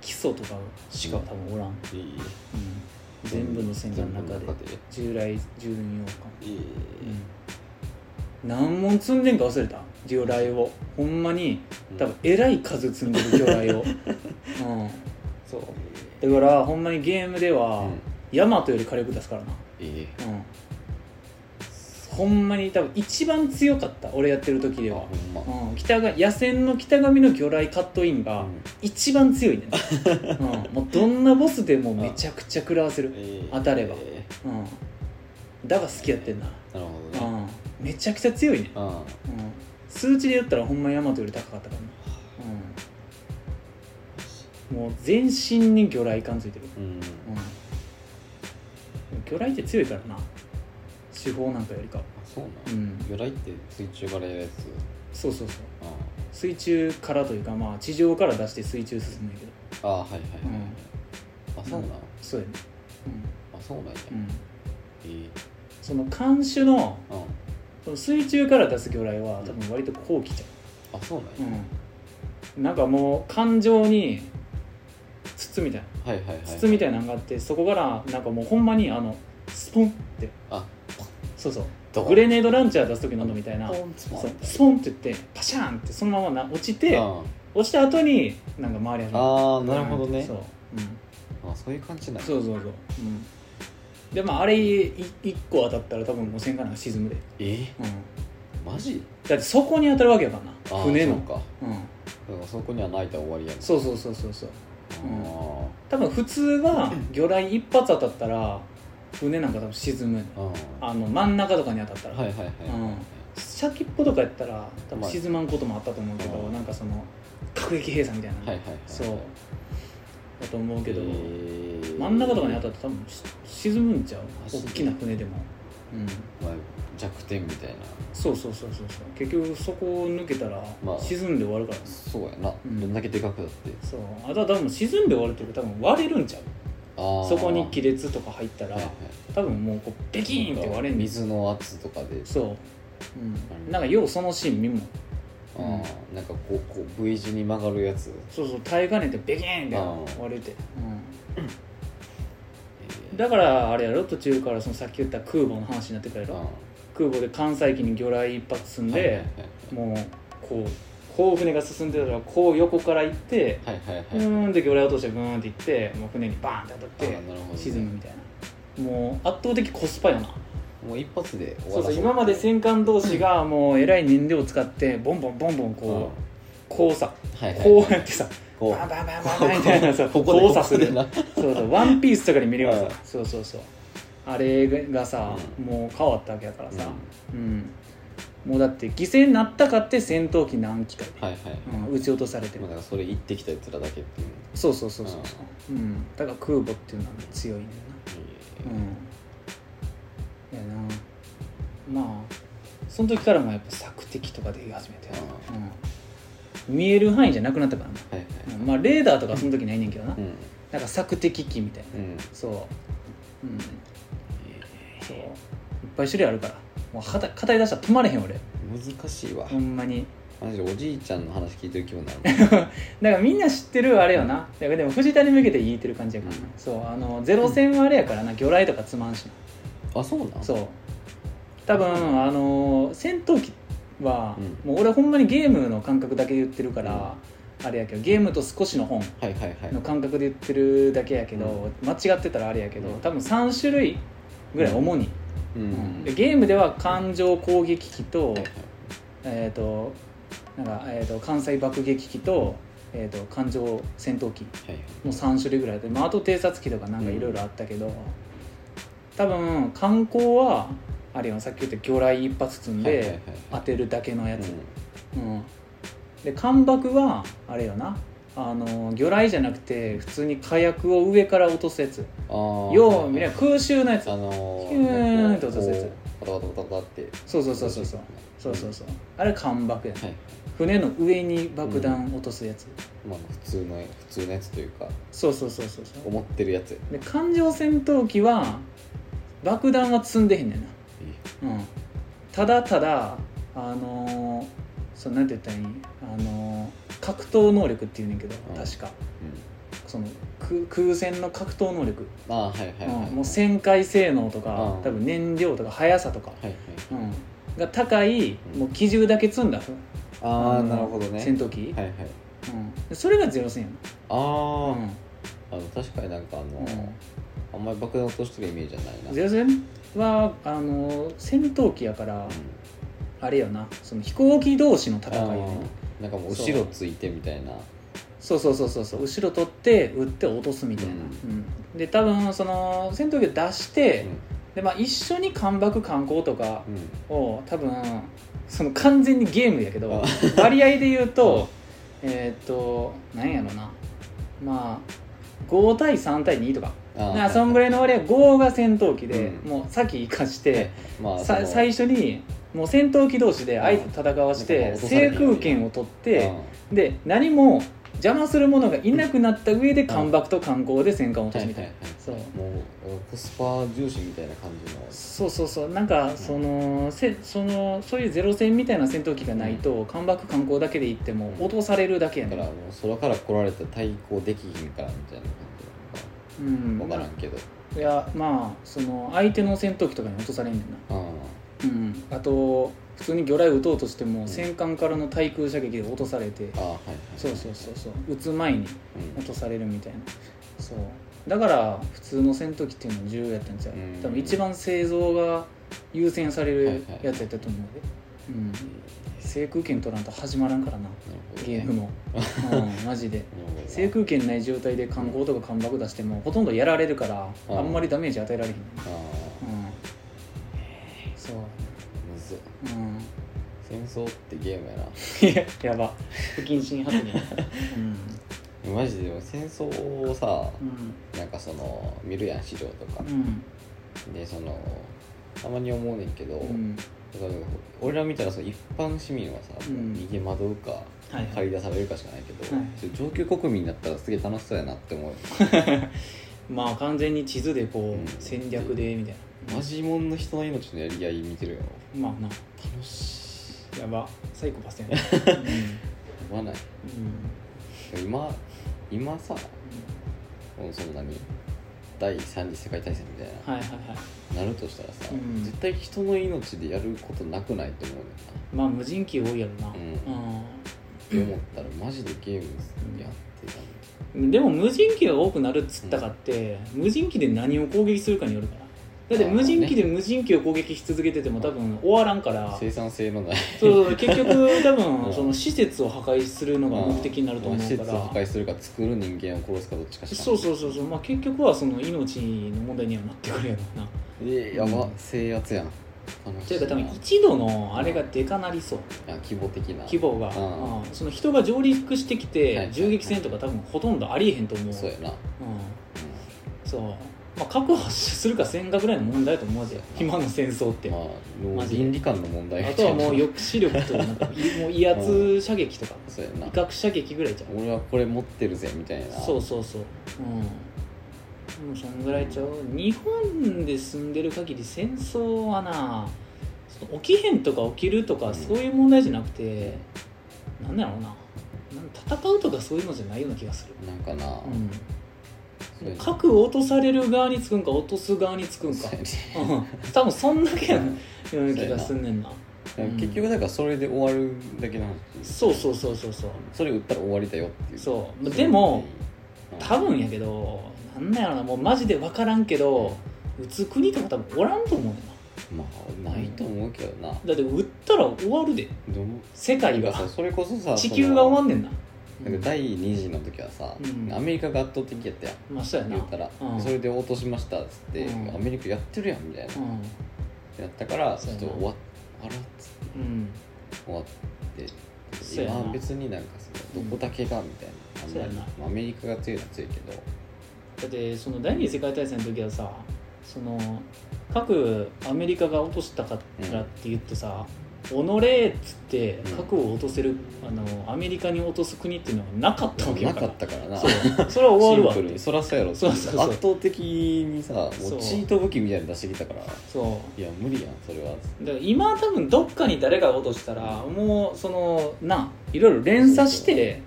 Speaker 1: 基礎とかしか多分おらん、うん
Speaker 2: いい
Speaker 1: 全部の戦艦の中で
Speaker 2: 全部の中で
Speaker 1: 従来巡洋艦、
Speaker 2: いい
Speaker 1: うん、何問積んでんか忘れた魚雷をほんまに多分えらい数積んでる魚雷 を、うん、そうだからほんまにゲームで
Speaker 2: う
Speaker 1: は、
Speaker 2: ん
Speaker 1: ヤマトより火力出すからな
Speaker 2: え
Speaker 1: うんほんまに多分一番強かった俺やってる時
Speaker 2: え
Speaker 1: で
Speaker 2: あ
Speaker 1: は
Speaker 2: ほ、んま
Speaker 1: うん、北が野戦の北上の魚雷カットインが
Speaker 2: うん
Speaker 1: 一番強いね、うん、もうどんなボスでもめちゃくちゃ食らわせる、
Speaker 2: ええ
Speaker 1: 当たれば
Speaker 2: え
Speaker 1: うん、だが好きやってんな、
Speaker 2: えなるほ
Speaker 1: う
Speaker 2: どね
Speaker 1: ん、めちゃくちゃ強いね、
Speaker 2: あ
Speaker 1: うん、数値で言ったらほんまヤマトより高かったからな、うん、もう全身に魚雷感ついてる
Speaker 2: うん
Speaker 1: うん、魚雷って強いからな手法なんかよりか
Speaker 2: あそうな
Speaker 1: うんん
Speaker 2: 魚雷って水中からやるやつ
Speaker 1: そうそうそう
Speaker 2: あ
Speaker 1: 水中からというかまあ地上から出して水中進んだけど
Speaker 2: あああはいはいはいはいあそうなん
Speaker 1: そうやね
Speaker 2: あそうなんや
Speaker 1: うん、うん、
Speaker 2: ええ
Speaker 1: その艦首の
Speaker 2: あ
Speaker 1: その水中から出す魚雷は多分割と後期じ
Speaker 2: あそうなん
Speaker 1: ゃ
Speaker 2: や
Speaker 1: ん、うん、なんかもう感情に筒みたいな
Speaker 2: はいはいはい
Speaker 1: 筒みたいなのがあってそこからなんかもうほんまにあのスポンって
Speaker 2: あ
Speaker 1: そうそう
Speaker 2: どこ
Speaker 1: グレネードランチャー出す時のみたいな
Speaker 2: ポンツポン
Speaker 1: そうスポンって言ってパシャーンってそのままな落ちて
Speaker 2: あ
Speaker 1: 落ちた後になんか回り始め
Speaker 2: あー
Speaker 1: た
Speaker 2: なるほどね、
Speaker 1: そう,、うん、
Speaker 2: あそういう感じなんや
Speaker 1: そうそうそう、うん、でまああれい一個当たったら多分もう戦艦なんか沈むで、
Speaker 2: ええ
Speaker 1: うん、
Speaker 2: マジ
Speaker 1: だってそこに当たるわけやから
Speaker 2: あ
Speaker 1: な
Speaker 2: あ
Speaker 1: 船の
Speaker 2: そうか
Speaker 1: うん、
Speaker 2: だからそこには泣いたら終わりやん
Speaker 1: そうそうそうそうそううん
Speaker 2: あ
Speaker 1: 多分普通は魚雷一発当たったら船なんか多分沈む
Speaker 2: あうん
Speaker 1: あの真ん中とかに当たったら、
Speaker 2: はいはいはい
Speaker 1: うん先っぽとかやったら多分沈まんこともあったと思うけど、
Speaker 2: まあ
Speaker 1: なんかその隔壁閉鎖みたいな、
Speaker 2: はいはいはい
Speaker 1: そうだと思うけど、
Speaker 2: ええ
Speaker 1: 真ん中とかに当たって多分し沈むんちゃう
Speaker 2: あそ
Speaker 1: 大
Speaker 2: う
Speaker 1: きな船でも、うん、
Speaker 2: まあ弱点みたいな
Speaker 1: そうそうそうそうそう結局そこを抜けたら
Speaker 2: まあ
Speaker 1: 沈んで終わるから、
Speaker 2: そうやな、
Speaker 1: うん
Speaker 2: どんだけでかくだって
Speaker 1: そうあとは多分沈んで終わるというか多分割れるんちゃう
Speaker 2: あー
Speaker 1: そこに亀裂とか入ったら
Speaker 2: はいはい
Speaker 1: 多分もうこうベキーンって割れんねん
Speaker 2: 水の圧とかで
Speaker 1: そう、う、
Speaker 2: うんん
Speaker 1: なんかようそのシーン見んもん
Speaker 2: あーなんかこうこう V 字に曲がるやつ、
Speaker 1: そうそう耐えかねてベキーン
Speaker 2: あ
Speaker 1: って
Speaker 2: ー
Speaker 1: 割れて、うん、
Speaker 2: え
Speaker 1: だからあれやろ途中からそのさっき言った空母の話になってくるや
Speaker 2: ー
Speaker 1: ろ
Speaker 2: あ
Speaker 1: 空母で関西機に魚雷一発積ん
Speaker 2: ー
Speaker 1: で、もうこうこう船が進んでたらこう横から行って
Speaker 2: はいはいはいは
Speaker 1: う
Speaker 2: いはいは
Speaker 1: ー
Speaker 2: い
Speaker 1: んって魚雷落としてブーンって行ってもう船にバーンって当
Speaker 2: あ
Speaker 1: たっ
Speaker 2: ーなるほどね
Speaker 1: て沈むみたいなもう圧倒的コスパよな
Speaker 2: もう一発で
Speaker 1: そ
Speaker 2: 終わ
Speaker 1: う
Speaker 2: ら
Speaker 1: そう
Speaker 2: せる
Speaker 1: 今まで戦艦同士がもうえらい燃料を使ってボンボンボンボン
Speaker 2: うん
Speaker 1: こうこうさ
Speaker 2: はいはい
Speaker 1: こうやってさ
Speaker 2: こう
Speaker 1: バンバンバンバンバンみたいなさ
Speaker 2: ここで
Speaker 1: 交差する
Speaker 2: ここで
Speaker 1: そうそうワンピースとかに見れる
Speaker 2: う
Speaker 1: さ
Speaker 2: ん
Speaker 1: そうそうそうあれがさ
Speaker 2: う
Speaker 1: もう変わったわけだから
Speaker 2: な
Speaker 1: さうんもうだって犠牲になったかって戦闘機何機かで
Speaker 2: はいはいはい
Speaker 1: うん、撃ち落とされて
Speaker 2: ま
Speaker 1: る
Speaker 2: あだからそれ行ってきたやつらだけっていう
Speaker 1: そうそうそうそうそう、うん、だから空母っていうのは強いねん
Speaker 2: え
Speaker 1: だなうんやなまあその時からもやっぱ索敵とかで言い始めて、うん、見える範囲じゃなくなったからな、
Speaker 2: ーはいはい
Speaker 1: うんまあレーダーとかその時ないねんけどな、
Speaker 2: うん
Speaker 1: なんか索敵機みたいな
Speaker 2: うん
Speaker 1: そううん
Speaker 2: え
Speaker 1: そういっぱい種類あるからもうはた語り出したら止まれへん俺
Speaker 2: ー難しいわ
Speaker 1: ほんまに
Speaker 2: マジでおじいちゃんの話聞いてる気分にな る
Speaker 1: だからみんな知ってるあれよなだからでも藤田に向けて言えてる感じやからな、
Speaker 2: うん
Speaker 1: そうあのゼロ戦はあれやからな魚雷とかつまんしな
Speaker 2: あそうなん
Speaker 1: そう多分あのー戦闘機は、
Speaker 2: う
Speaker 1: もう俺ほんまにゲームの感覚だけ言ってるから、あれやけどゲームと少しの本
Speaker 2: はいはいはい
Speaker 1: の感覚で言ってるだけやけど、間違ってたらあれやけど多分3種類ぐらい主に、
Speaker 2: うん
Speaker 1: うんでゲームでは感情攻撃機と,、
Speaker 2: はいはい
Speaker 1: えーとなんかえー、と関西爆撃機と,、えー、と感情戦闘機
Speaker 2: はいはい
Speaker 1: の3種類ぐらいで、まあ、あと偵察機とかなんかいろいろあったけど、多分観光はあれよさっき言った魚雷一発積ん
Speaker 2: はいはいはい
Speaker 1: で当てるだけのやつ、
Speaker 2: う
Speaker 1: うん、で艦爆はあれよなあの魚雷じゃなくて普通に火薬を上から落とすやつ
Speaker 2: んああ
Speaker 1: よう見りゃ空襲のやつ
Speaker 2: あの
Speaker 1: ヒューン
Speaker 2: なんか
Speaker 1: と落とすやつ
Speaker 2: こうバタバタバタバタって
Speaker 1: そうそうそうそうそうそうそうそうあれ艦爆やな
Speaker 2: はい
Speaker 1: 船の上に爆弾落とすやつ、
Speaker 2: まあ普通の普通のやつというか
Speaker 1: そうそうそうそうそう
Speaker 2: 思ってるやつや
Speaker 1: で艦上戦闘機は爆弾は積んでへんねんなうん、ただただあのーそうなんて言ったらいいあのー格闘能力っていうねんけど
Speaker 2: うん
Speaker 1: 確か
Speaker 2: うん
Speaker 1: その空空戦の格闘能力、
Speaker 2: ああはいはいはい
Speaker 1: うんもう旋回性能とか、
Speaker 2: うん
Speaker 1: 多分燃料とか速さとか、
Speaker 2: はいはい
Speaker 1: うん、が高い
Speaker 2: うん
Speaker 1: もう機銃だけ積んだ、
Speaker 2: あ
Speaker 1: の
Speaker 2: あなるほどね
Speaker 1: 戦闘機、
Speaker 2: はいはい
Speaker 1: うんで、それがゼロ戦や
Speaker 2: あ
Speaker 1: な、
Speaker 2: ー
Speaker 1: う
Speaker 2: あの確かになんかあ
Speaker 1: ん
Speaker 2: の
Speaker 1: うん
Speaker 2: あんまり爆弾落としてるイメージじゃないな
Speaker 1: ゼロ戦はあのー戦闘機やからあれよなその飛行機同士の戦いやね
Speaker 2: うんあーなんかもう後ろついてみたいな
Speaker 1: そうそうそうそうそう後ろ取って撃って落とすみたいな、
Speaker 2: うん
Speaker 1: うんで多分その戦闘機を出して、
Speaker 2: うん
Speaker 1: でまあ、一緒に艦爆観光とか
Speaker 2: うん
Speaker 1: を多分その完全にゲームやけど
Speaker 2: あ
Speaker 1: 割合で言う とえーっと何やろなまあ5対3対2とか
Speaker 2: あ
Speaker 1: なんかそんぐ
Speaker 2: らい
Speaker 1: らいの割合5が戦闘機で、
Speaker 2: うん
Speaker 1: もう先行かして、
Speaker 2: まあ
Speaker 1: さ最初にもう戦闘機同士で相手と戦わし
Speaker 2: う
Speaker 1: て
Speaker 2: ん
Speaker 1: 制空権を取って、
Speaker 2: で
Speaker 1: で何も邪魔するものがいなくなった上で艦爆と観光で戦艦を落とすみたいな、そう
Speaker 2: もうコスパ重視みたいな感じの
Speaker 1: そうそうそうなんかそのせそのそういうゼロ戦みたいな戦闘機がないと艦爆観光だけで行っても落とされるだけやね
Speaker 2: だからもう空から来られたら対抗できひんからみたいな感
Speaker 1: う
Speaker 2: じ
Speaker 1: ん
Speaker 2: 分からんけど
Speaker 1: いやまあその相手の戦闘機とかに落とされんねんな
Speaker 2: うん
Speaker 1: うんあと普通に魚雷撃とうとしても、
Speaker 2: ん
Speaker 1: 戦艦からの対空射撃で落とされて
Speaker 2: ああはいはい
Speaker 1: そうそうそうそう撃つ前に
Speaker 2: うん
Speaker 1: 落とされるみたいなそうだから普通の戦闘機っていうのも重要やったんちゃう、
Speaker 2: うん
Speaker 1: 多分一番製造が優先されるやつやったと思うで、うん、制空権取らんと始まらんからな
Speaker 2: なるほど
Speaker 1: ゲ
Speaker 2: ね
Speaker 1: ーム も、うん、マジで
Speaker 2: なるほどな
Speaker 1: 制空権ない状態で観光とか艦爆出してもほとんどやられるから
Speaker 2: うん
Speaker 1: あんまりダメージ与えられへん、うん、
Speaker 2: ああ
Speaker 1: そう、
Speaker 2: むずっ
Speaker 1: うん
Speaker 2: 戦争ってゲームやな
Speaker 1: いや、やば不謹慎発言、うん
Speaker 2: マジででも戦争をさ
Speaker 1: うん
Speaker 2: なんかその見るやん市場とか
Speaker 1: うん
Speaker 2: でそのたまに思うねんけど、
Speaker 1: うん
Speaker 2: だから俺らみたいなその一般市民はさ、
Speaker 1: うん
Speaker 2: 逃げ惑うか
Speaker 1: はいはい
Speaker 2: 借り出されるかしかないけど、
Speaker 1: はい
Speaker 2: ちょ上級国民だったらすげえ楽しそうやなって思う
Speaker 1: まあ完全に地図でこう、
Speaker 2: うん
Speaker 1: 戦略でみたいな
Speaker 2: マジモンの人の命のやり合い見てるよ
Speaker 1: まあな
Speaker 2: 楽しい
Speaker 1: やばサイコパスやな、うん
Speaker 2: 思わない今今さもうそんなに第三次世界大戦みたい
Speaker 1: うんはいはいはい
Speaker 2: ななるとしたらさ、
Speaker 1: うん
Speaker 2: 絶対人の命でやることなくないと思うねんだ
Speaker 1: まあ無人機多いやろな、
Speaker 2: って思ったらマジでゲームやってたの
Speaker 1: うんでも無人機が多くなるっつったかって、無人機で何を攻撃するかによるからだって無人機で無人機を攻撃し続けてても多分終わらんから
Speaker 2: 生産性のない
Speaker 1: そうそうそう結局多
Speaker 2: うん
Speaker 1: 分その施設を破壊するのが 目的になると思
Speaker 2: 施
Speaker 1: うか
Speaker 2: 設を破
Speaker 1: ら
Speaker 2: 壊するか作る人間を殺すかどっちかしか
Speaker 1: そうそうそうそうまあ結局はその命の問題にはなってくるやろうな
Speaker 2: えやば、
Speaker 1: うん
Speaker 2: 制圧やん
Speaker 1: というか多分
Speaker 2: 楽し
Speaker 1: 一度のあれがでかなりそう
Speaker 2: いないや規模的な
Speaker 1: 規模が、
Speaker 2: うん
Speaker 1: うんその人が上陸してき
Speaker 2: はいはい
Speaker 1: て銃撃戦とか多分ほとんどありえへんと思う
Speaker 2: そうやな、うん
Speaker 1: うん、そうまあ確保するかせんかぐらいの問題だと思うぜ今の戦争って、
Speaker 2: まあも
Speaker 1: マ
Speaker 2: う
Speaker 1: ジ
Speaker 2: 倫理観の問題
Speaker 1: あ
Speaker 2: み
Speaker 1: と
Speaker 2: た
Speaker 1: はい
Speaker 2: な
Speaker 1: もう抑止力となんかいもう威圧射撃とか
Speaker 2: そうや
Speaker 1: 威
Speaker 2: な
Speaker 1: 嚇射撃ぐらいじゃん
Speaker 2: 俺はこれ持ってるぜみたいな
Speaker 1: そうそうそううんもうそんぐらいちゃう日本で住んでる限り戦争はなその起きへんとか起きると
Speaker 2: う
Speaker 1: か
Speaker 2: ん
Speaker 1: そういう問題じゃなくて、なんだろうななん戦うとかそういうのじゃないような気がする、
Speaker 2: なんかな、
Speaker 1: うん、
Speaker 2: そうやな
Speaker 1: 核を落とされる側につくんか落とす側につくんか
Speaker 2: そうやね
Speaker 1: うん多分そんだけやなような気がすんねんな
Speaker 2: から結局だからそれで終わるだけの話、
Speaker 1: そうそうそうそうそう
Speaker 2: それ売ったら終わりだよっていう
Speaker 1: そう
Speaker 2: れ
Speaker 1: でも
Speaker 2: うん
Speaker 1: 多分やけどなんなんやろなもうマジで分からんけど打つ国とか多分おらんと思うねんな
Speaker 2: まあないと思うけどな、
Speaker 1: だって打ったら終わるで
Speaker 2: どう思う
Speaker 1: 世界
Speaker 2: なんか
Speaker 1: が
Speaker 2: さそれこそさ
Speaker 1: 地球が終わんねんな
Speaker 2: そのなんか第2次の時はさ、
Speaker 1: うん
Speaker 2: アメリカが圧倒的やったやん
Speaker 1: まあそうやな
Speaker 2: 言ったら、
Speaker 1: うん
Speaker 2: それで落としましたっつって、
Speaker 1: うん
Speaker 2: アメリカやってるやんみたいな、
Speaker 1: う
Speaker 2: やったからち
Speaker 1: そう
Speaker 2: ょ
Speaker 1: や
Speaker 2: っ
Speaker 1: な
Speaker 2: と終わっあらっつって
Speaker 1: んうん
Speaker 2: 終わって
Speaker 1: そうや
Speaker 2: 今
Speaker 1: な
Speaker 2: は別になんかさどこだけがみたいなあん
Speaker 1: そう
Speaker 2: ま
Speaker 1: やな
Speaker 2: りまあアメリカが強いのは強いけど
Speaker 1: だってその第二次世界大戦の時はさその核アメリカが落としたからって言ってさ「己」っつって
Speaker 2: うん
Speaker 1: 核を落とせる、あのアメリカに落とす国っていうのはなかったわけ
Speaker 2: な
Speaker 1: やか
Speaker 2: からったからな
Speaker 1: そうそれは終わ
Speaker 2: シン
Speaker 1: る
Speaker 2: プ
Speaker 1: わ
Speaker 2: ルにそらそうやろ
Speaker 1: そうそうそう
Speaker 2: 圧倒的にさもう
Speaker 1: そう
Speaker 2: チート武器みたいなの出してきたから
Speaker 1: そ
Speaker 2: いや無理やんそれは
Speaker 1: うだから今多分どっかに誰かが落としたらもうそのないろいろ連鎖して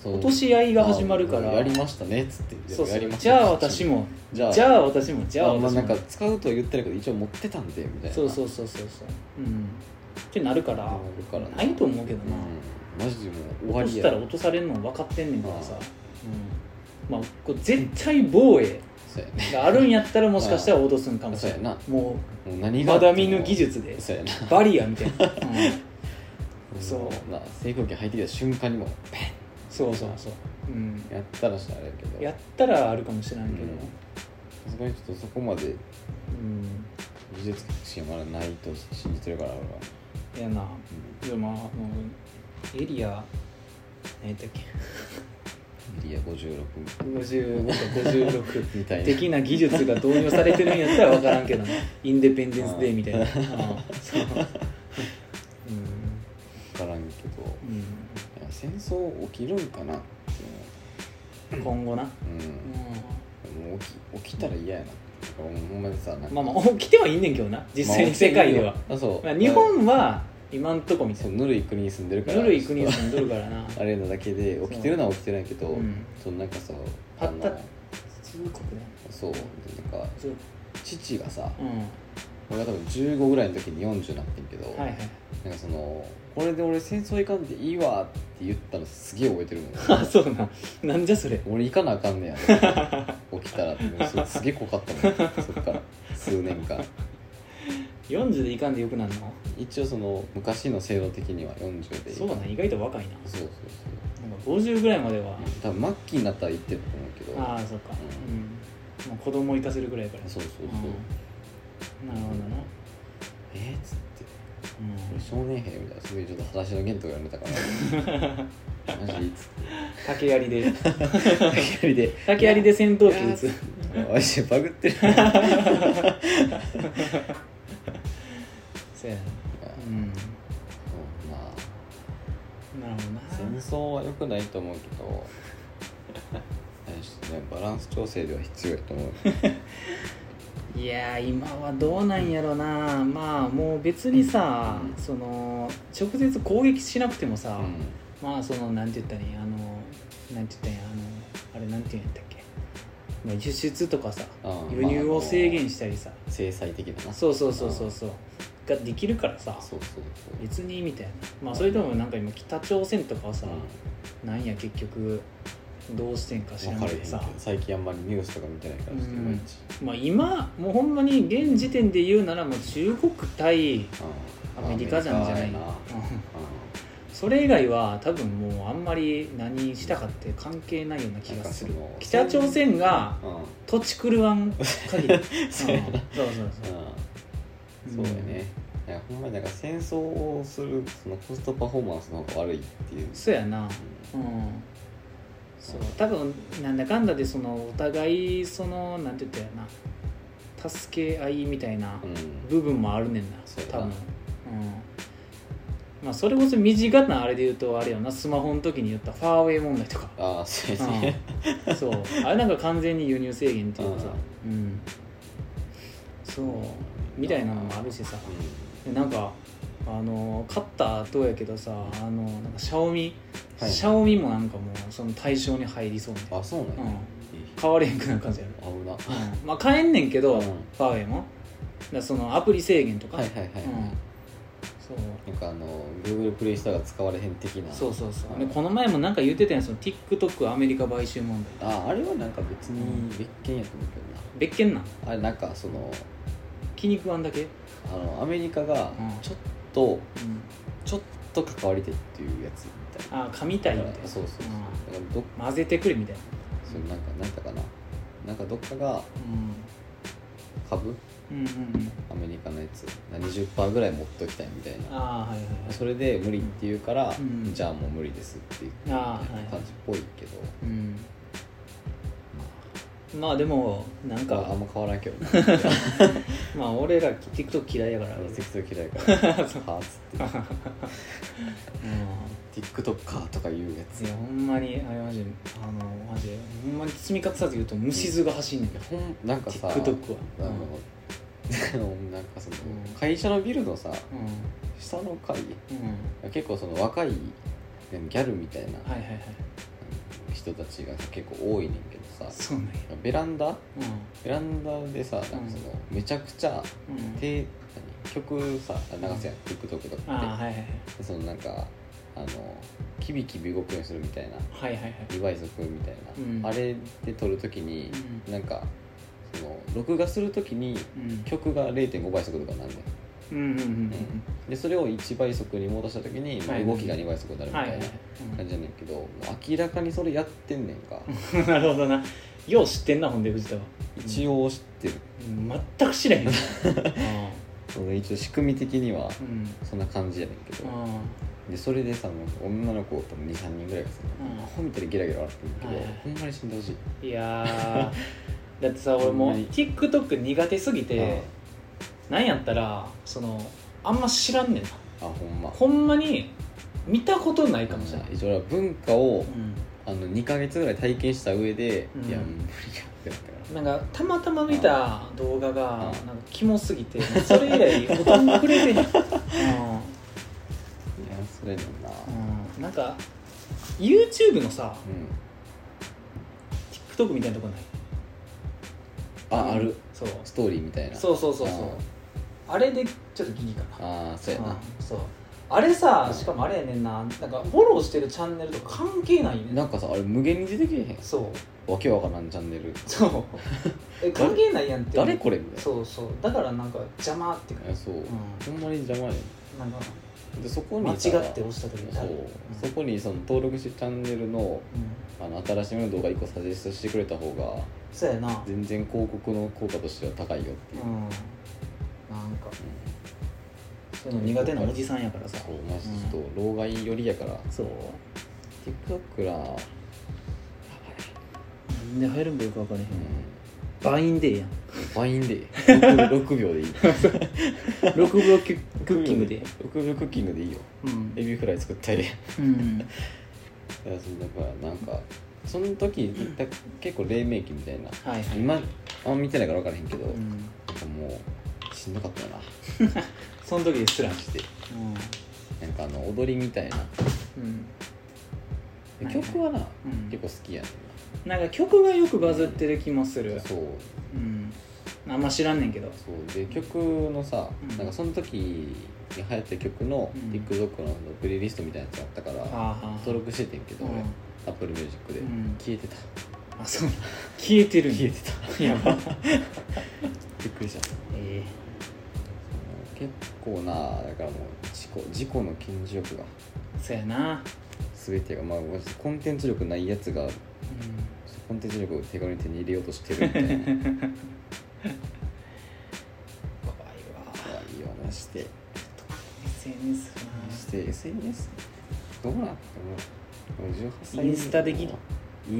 Speaker 2: そう
Speaker 1: 落とし合いが始まるから
Speaker 2: あやりましたねっつって
Speaker 1: そう
Speaker 2: や
Speaker 1: そう
Speaker 2: りました
Speaker 1: じゃあ私も
Speaker 2: じゃあ
Speaker 1: じゃあ私もじゃあ
Speaker 2: まあ
Speaker 1: 私
Speaker 2: なんか
Speaker 1: も
Speaker 2: 使うとは言ってるけど一応持ってたんでみたいな
Speaker 1: そうそううそうそうそううんってなるから
Speaker 2: なるからな
Speaker 1: ないと思うけどな、
Speaker 2: うんマジでもう終
Speaker 1: 落
Speaker 2: わ
Speaker 1: と
Speaker 2: り
Speaker 1: し
Speaker 2: や
Speaker 1: たら落とされるの分かってんねんからさ
Speaker 2: ああ、
Speaker 1: うんまあ、これ絶対防衛
Speaker 2: そうやね
Speaker 1: があるんやったらもしかしたら落とすんかもしれない
Speaker 2: そうや
Speaker 1: も
Speaker 2: もう
Speaker 1: う
Speaker 2: 何があ
Speaker 1: ま
Speaker 2: っても
Speaker 1: だ見ぬ技術で
Speaker 2: そうやな
Speaker 1: バリアみたい な、うんそう
Speaker 2: そうな制空権入ってきた瞬間にもペ
Speaker 1: そうそうそう、うん、
Speaker 2: ンやったらしあれやけど
Speaker 1: やったらあるかもしれないけど、
Speaker 2: さすがにちょっとそこまで
Speaker 1: うん
Speaker 2: 技術革新はまだないと信じてるから俺は、
Speaker 1: いやな
Speaker 2: う
Speaker 1: でもまああのエリア何やったっけ
Speaker 2: ん、エリア
Speaker 1: 55
Speaker 2: 56
Speaker 1: か56
Speaker 2: みたいな
Speaker 1: 的な技術が導入されてるんやったら分からんけど ねインデペンデンス・デーみたいな、
Speaker 2: あ
Speaker 1: う
Speaker 2: あ
Speaker 1: ん、そううん
Speaker 2: 分からんけど
Speaker 1: う
Speaker 2: いや戦争起きるんかなって
Speaker 1: ん、今後な、
Speaker 2: 思う、うん、もう起き起きたら嫌やなほんまにさなんか
Speaker 1: まあまあ起きてはいいねんけどな実際に世界では、
Speaker 2: まあ、そう、
Speaker 1: まあ、日本は今んとこみた
Speaker 2: そ
Speaker 1: いう
Speaker 2: ぬるい国に住んでるか
Speaker 1: な
Speaker 2: ら
Speaker 1: ぬるい国に住んどるからな
Speaker 2: あれなだけで起きてるのは起きてないけど、
Speaker 1: うん
Speaker 2: そのなんかさ
Speaker 1: 発達
Speaker 2: あの
Speaker 1: 通告だよ
Speaker 2: そうなんか
Speaker 1: そう
Speaker 2: 父がさ
Speaker 1: うん
Speaker 2: 俺が多分15ぐらいの時に40になってんけど、
Speaker 1: はいはい
Speaker 2: なんかそのこれで俺戦争行かんでいいわって言ったのすげえ覚えてるもん
Speaker 1: あそうななんじゃそれ
Speaker 2: 俺行かなあかんねやと起きたらってもうそれすげえ濃かったも んそっから数年間
Speaker 1: 40でいかんでよくなるの
Speaker 2: 一応その昔の制度的には40で
Speaker 1: そうだ
Speaker 2: ね
Speaker 1: ね意外と若いななんか
Speaker 2: そうそう
Speaker 1: 50ぐらいまでは
Speaker 2: そう多分末期になったら行ってると思うけど
Speaker 1: ああそっか
Speaker 2: う
Speaker 1: うん、まあ、子供行かせるぐらいから
Speaker 2: そうそうそ
Speaker 1: う
Speaker 2: う、
Speaker 1: んなるほどな、
Speaker 2: えっ、つって
Speaker 1: うん、
Speaker 2: 少年兵みたいなそういうちょっと話の弦とかやめたから マジい つ
Speaker 1: 竹槍で
Speaker 2: 竹槍で
Speaker 1: 竹槍で戦闘機撃つ
Speaker 2: わしバグってる
Speaker 1: そうやなうん
Speaker 2: ま
Speaker 1: なるほどな
Speaker 2: あ戦争は良くないと思うけどねバランス調整では必要やと思う
Speaker 1: いやー今はどうなんやろなまあもう別にさ、
Speaker 2: うん
Speaker 1: その直接攻撃しなくてもさ、
Speaker 2: うん
Speaker 1: まあそのなんて言ったらいいんやあのなんて言ったらいいんやあのあれなんて言うんやったっけ、まあ、輸出とかさ
Speaker 2: あー
Speaker 1: 輸入を制限したりさ、
Speaker 2: 制裁的だな
Speaker 1: そうそうそうそうそうができるからさ
Speaker 2: そうそうそう
Speaker 1: 別にみたいなまあそれでもなんか今北朝鮮とかはさ、なんや結局どうしてんか知
Speaker 2: う
Speaker 1: ら
Speaker 2: ん、
Speaker 1: ん
Speaker 2: 分か
Speaker 1: け
Speaker 2: れへん
Speaker 1: ど
Speaker 2: け
Speaker 1: さ
Speaker 2: ど最近あんまりニュースとか見てないからちょっといまいち
Speaker 1: まあ、今もうほんまに現時点で言うならもう中国対ア
Speaker 2: うん
Speaker 1: メリカじゃんじゃない
Speaker 2: アメリカ
Speaker 1: な
Speaker 2: や
Speaker 1: それ以外は多分もうあんまり何したかって関係ないような気がする
Speaker 2: なんかそ
Speaker 1: 北
Speaker 2: の
Speaker 1: 朝鮮が
Speaker 2: うんうん
Speaker 1: 土地狂わん限りうんそ
Speaker 2: そ
Speaker 1: そ
Speaker 2: うう
Speaker 1: う
Speaker 2: やな
Speaker 1: そう
Speaker 2: うんそうやね、いやほんまになんか戦争をするそのコストパフォーマンスの方が悪いっていう、
Speaker 1: そうやなうんそう多分なんだかんだでそのお互いそのなんて言ったらいいやな助け合いみたいな
Speaker 2: うん
Speaker 1: 部分もあるねんな
Speaker 2: そうや
Speaker 1: 多
Speaker 2: な
Speaker 1: 分うんまあそれこそ身近なあれで言うとあれよなスマホの時に言ったファーウェイ問題とか
Speaker 2: ああそうやね、
Speaker 1: うんそうあれなんか完全に輸入制限っていうかさうんそうみたいなのもあるしさでなんかあの買った後やけどさあのなんかシャオミ、
Speaker 2: はい
Speaker 1: シャオミもなんかもうその対象に入りそうみたい
Speaker 2: うん、あそうなん
Speaker 1: な、
Speaker 2: や、
Speaker 1: うん、
Speaker 2: え
Speaker 1: 買われへんくなる感じやろ、
Speaker 2: 危なは
Speaker 1: うん、まあ買えんねんけど、
Speaker 2: うん
Speaker 1: ファーウェイもだからそのアプリ制限とか、
Speaker 2: いはいはい、
Speaker 1: うん、そう
Speaker 2: なんかあの Google プレイストアが使われへん的な
Speaker 1: そうそうそう、
Speaker 2: は
Speaker 1: で
Speaker 2: い
Speaker 1: この前もなんか言ってたやんその TikTok アメリカ買収問題
Speaker 2: ああれはなんか別に別件やと思うけどな
Speaker 1: 別件なん
Speaker 2: あれなんかその
Speaker 1: 気に食わんだけ、
Speaker 2: あのアメリカが
Speaker 1: うん
Speaker 2: ちょっと
Speaker 1: うん、
Speaker 2: ちょっと関わりたいっていうやつみたい
Speaker 1: ああ紙たいみ
Speaker 2: な
Speaker 1: たいな
Speaker 2: だからそうそうそ
Speaker 1: う
Speaker 2: う
Speaker 1: ん
Speaker 2: だからどっ
Speaker 1: 混ぜてくれみたいな
Speaker 2: そのなんかなんだかななんかどっかが株
Speaker 1: うん、うんうんうん
Speaker 2: アメリカのやつ20%ぐらい持っときたいみたいな
Speaker 1: ああはいはいはい
Speaker 2: それで無理って言うから、
Speaker 1: うん
Speaker 2: じゃあもう無理ですって言って
Speaker 1: あーはい
Speaker 2: 感じっぽいけど、
Speaker 1: うんまあでもなん
Speaker 2: まあ、あ
Speaker 1: か
Speaker 2: んま変わらんけどな
Speaker 1: まあ俺ら TikTok 嫌いやから
Speaker 2: あの TikTok 嫌いから 「はーっつって
Speaker 1: う
Speaker 2: 「TikTok か」とか言うやつ
Speaker 1: んいやほんまにあれマジあのマジほんまに包み隠さず言うと虫図が走んねんけど
Speaker 2: ほんなんかさ
Speaker 1: TikTok は
Speaker 2: あの なんかその会社のビルのさ
Speaker 1: うん
Speaker 2: 下の階
Speaker 1: うんうん
Speaker 2: 結構その若い何ギャルみたいな
Speaker 1: はいはいはい
Speaker 2: 人たちが結構多いねんけどさ
Speaker 1: そうなんや
Speaker 2: ベランダ
Speaker 1: うん
Speaker 2: ベランダでさなんかそのめちゃくちゃ
Speaker 1: うん
Speaker 2: て何曲さ流せやん TikTok と
Speaker 1: ああ
Speaker 2: か
Speaker 1: はいはい
Speaker 2: でそのなんかあのキビキビ動くようにするみたいな
Speaker 1: はいはいはいはい
Speaker 2: リバイ族みたいな、
Speaker 1: うん
Speaker 2: あれで撮るときに、
Speaker 1: う
Speaker 2: なんかその録画するときに
Speaker 1: うん
Speaker 2: 曲が0.5倍速とかなんで
Speaker 1: うんうんうん
Speaker 2: でそれを1倍速に戻したときに、まあ
Speaker 1: はい
Speaker 2: 動きが2倍速になる
Speaker 1: うん
Speaker 2: み
Speaker 1: は
Speaker 2: た
Speaker 1: いはいい
Speaker 2: な感じじゃないけど、もう明らかにそれやってんねんか、
Speaker 1: うん なるほどなよう知ってんなほんで藤田は
Speaker 2: 一応知ってる
Speaker 1: うん全く知らへんああ
Speaker 2: その一応仕組み的には
Speaker 1: うん
Speaker 2: そんな感じやねんけど、
Speaker 1: あ
Speaker 2: でそれでさもう女の子と23人ぐらいがさ、
Speaker 1: うん
Speaker 2: アホみたいにゲラゲラ笑ってるけど、
Speaker 1: はいはい
Speaker 2: ほんまに死んでほしい
Speaker 1: あいや ーだってさ俺もう
Speaker 2: ほんまに
Speaker 1: TikTok 苦手すぎてなんやったらそのあんま知らんねんな
Speaker 2: ああほんま
Speaker 1: ほんまに見たことないかもしれない、
Speaker 2: 一応俺は文化を
Speaker 1: う
Speaker 2: あの2ヶ月ぐらい体験した上で、
Speaker 1: うん
Speaker 2: いやもう無理やってなったから
Speaker 1: ん、なんかたまたま見た動画がなんか
Speaker 2: うん
Speaker 1: キモすぎてそれ以来ほとんど触れてへ ん、うん
Speaker 2: いやそれなんな
Speaker 1: うん、なんか YouTube のさ
Speaker 2: うん
Speaker 1: TikTok みたいなとこない
Speaker 2: あある
Speaker 1: そう
Speaker 2: ストーリーみたいな
Speaker 1: そうそうそうそうあれでちょっとギリかな
Speaker 2: ああそうやな、
Speaker 1: うんそうあれさしかもあれやねんななんかフォローしてるチャンネルとか関係ないねん
Speaker 2: なんかさあれ無限に出てけえへん
Speaker 1: そう
Speaker 2: わけわからんチャンネル
Speaker 1: そうえ関係ないやんって
Speaker 2: 誰これみたいな
Speaker 1: そうそうだからなんか邪魔っていうか
Speaker 2: いやそう、ほんまに邪魔やね
Speaker 1: なんか
Speaker 2: んでそこ
Speaker 1: 間
Speaker 2: に
Speaker 1: 違
Speaker 2: さ
Speaker 1: って押した時に
Speaker 2: そう、そこにその登録してるチャンネルの
Speaker 1: うん
Speaker 2: あの新しめの動画1個サジェストしてくれた方が
Speaker 1: そうやなうん
Speaker 2: 全然広告の効果としては高いよっていう、うん
Speaker 1: なんかそういうの苦手なおじさんやからさ
Speaker 2: そうマジでちょっと老害寄りやから
Speaker 1: そう
Speaker 2: TikTok ら、うん、
Speaker 1: なんで入るんかよく分からへんバインデーやん
Speaker 2: バインで 6, 秒でいい
Speaker 1: 6秒 クッキングで
Speaker 2: 6秒クッキングでいいよ
Speaker 1: うん
Speaker 2: エビフライ作ったりだか
Speaker 1: うん
Speaker 2: らそのだからなんかその時だ結構黎明期みたいな
Speaker 1: はいはい
Speaker 2: 今あんま見てないから分からへんけど、
Speaker 1: うん
Speaker 2: なんかもうしんどかったな
Speaker 1: その時ですら
Speaker 2: マジで
Speaker 1: う
Speaker 2: なんかあの踊りみたいなん
Speaker 1: うん
Speaker 2: で
Speaker 1: はいはい
Speaker 2: 曲はな、
Speaker 1: うん
Speaker 2: 結構好きやね
Speaker 1: なんか曲がよくバズってる気もす
Speaker 2: ん
Speaker 1: る
Speaker 2: なそう
Speaker 1: うんあんま知らんねんけど
Speaker 2: そうで曲のさ、
Speaker 1: うん
Speaker 2: なんかその時に流行った曲の
Speaker 1: うん
Speaker 2: TikTok のプレイリストみたいなやつがあったから、
Speaker 1: ああ
Speaker 2: 登録しててんけど、
Speaker 1: うん
Speaker 2: 俺 Apple Music で、
Speaker 1: うん
Speaker 2: 消えてた
Speaker 1: あそう消えてるん
Speaker 2: 消え
Speaker 1: や
Speaker 2: てた
Speaker 1: やば
Speaker 2: びっくりした
Speaker 1: え
Speaker 2: 結構なだからもう事故事故の顕示欲が
Speaker 1: えそうやな
Speaker 2: 全てがまあマジでコンテンツ力ないやつが
Speaker 1: う
Speaker 2: コンテンツ力を手軽に手に入れようとしてるみたいな怖いわ
Speaker 1: ん怖いわ
Speaker 2: マジで
Speaker 1: SNS
Speaker 2: マジで SNS どうなってもう18歳
Speaker 1: インスタでギリ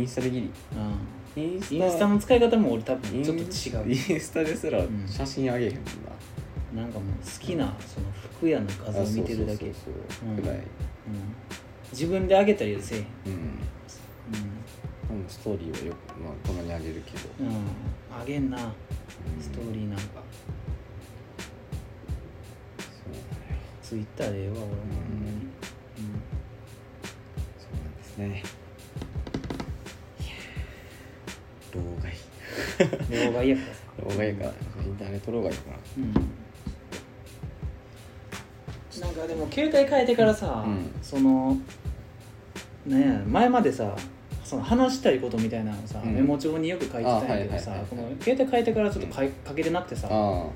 Speaker 2: インスタでギリ
Speaker 1: なうん
Speaker 2: インス
Speaker 1: インスタの使い方も俺多分ちょっ
Speaker 2: イン
Speaker 1: と違
Speaker 2: イ
Speaker 1: う
Speaker 2: ンスタですら
Speaker 1: ん
Speaker 2: 写真あげへんもんな、
Speaker 1: なんかもう好きなその服屋の画像を見てるだけ
Speaker 2: あ
Speaker 1: う
Speaker 2: そうそうそうそう
Speaker 1: うん
Speaker 2: くらい
Speaker 1: ん自分であげたりはせえへん
Speaker 2: うんうんストーリーはよくまあたまにあげるけど、
Speaker 1: うんうんあげんな
Speaker 2: うん
Speaker 1: ストーリーなんか
Speaker 2: そうなんだよ
Speaker 1: ツイッターでええわ俺もほんまにうん
Speaker 2: そうなんですね老
Speaker 1: 老
Speaker 2: 害
Speaker 1: 害やからさ
Speaker 2: 老害かインターネット老害かな
Speaker 1: うんなんかでも携帯変えてからさ、
Speaker 2: うん
Speaker 1: そのねえ前までさその話したいことみたいなのをさ、
Speaker 2: うん
Speaker 1: メモ帳によく書いてたんやけど
Speaker 2: あ
Speaker 1: さ
Speaker 2: はいはい
Speaker 1: こ
Speaker 2: はいはい
Speaker 1: の携帯変えてからちょっと書い書けてなくてさ、
Speaker 2: あ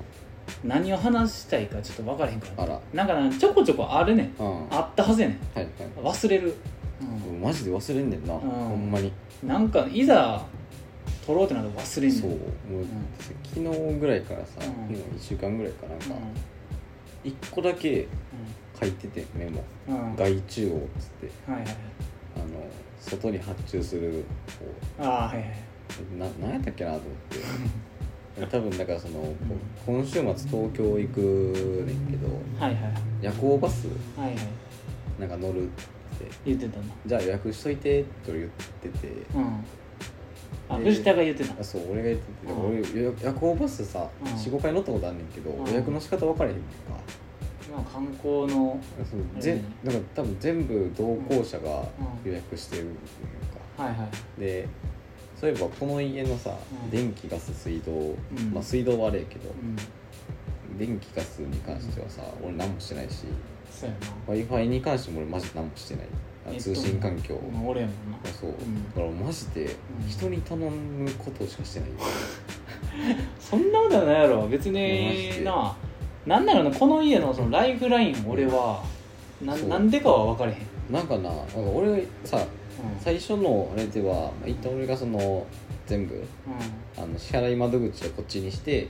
Speaker 1: 何を話したいかちょっと分からへんから
Speaker 2: あら
Speaker 1: なんかなちょこちょこあるねん
Speaker 2: あうん
Speaker 1: あったはずやねん
Speaker 2: はいはい
Speaker 1: 忘れる、
Speaker 2: もうマジで忘れんねんな、
Speaker 1: ん
Speaker 2: ほんまに
Speaker 1: うん、なんかいざ取ろうってなると忘れんねん
Speaker 2: そうもう、昨日ぐらいからさ、
Speaker 1: うん
Speaker 2: もう1週間ぐらいかなんか、
Speaker 1: う
Speaker 2: 一1個だけ書いててメモ
Speaker 1: んうんうん
Speaker 2: 「
Speaker 1: はい
Speaker 2: 外注王」っつって
Speaker 1: はいはい
Speaker 2: あの外に発注するこ
Speaker 1: ああはいはいう
Speaker 2: ななんやったっけなと思 って多分だからその、今週末東京行くねんけど
Speaker 1: はいはい
Speaker 2: 夜行バス
Speaker 1: はいはい
Speaker 2: なんか乗るって
Speaker 1: 言ってたな
Speaker 2: じゃあ予約しといてと言ってて
Speaker 1: うんあ
Speaker 2: で
Speaker 1: 藤田が言ってた
Speaker 2: あそう俺が言ってて、
Speaker 1: うん
Speaker 2: 俺夜夜行バスさ、
Speaker 1: うん
Speaker 2: 45回乗ったことあんねんけど、
Speaker 1: うん
Speaker 2: 予約の仕方分からへんねんか
Speaker 1: まあ観光の
Speaker 2: そうぜんなんか多分全部同行者が
Speaker 1: うん
Speaker 2: 予約してるんか、
Speaker 1: はいはい
Speaker 2: でそういえばこの家のさ、
Speaker 1: うん
Speaker 2: 電気ガス水道、
Speaker 1: ん
Speaker 2: まあ水道はあれやけど、
Speaker 1: うん
Speaker 2: 電気ガスに関してはさ俺何もしてないし
Speaker 1: そうや
Speaker 2: w i f i に関しても俺マジ何もしてないあ
Speaker 1: な
Speaker 2: 通信環境、
Speaker 1: うん俺やもんな
Speaker 2: あそう、
Speaker 1: ん
Speaker 2: だからマジで
Speaker 1: うん
Speaker 2: 人に頼むことしかしてない、
Speaker 1: そんなことはないやろ別
Speaker 2: マジで
Speaker 1: にななんならなこの家のそのライフライン俺はな
Speaker 2: そう
Speaker 1: なんでかは分かれへん、うん
Speaker 2: なんかななんか俺さ最初のあれではまあ一旦俺がその全部
Speaker 1: うんうん
Speaker 2: あの支払い窓口をこっちにして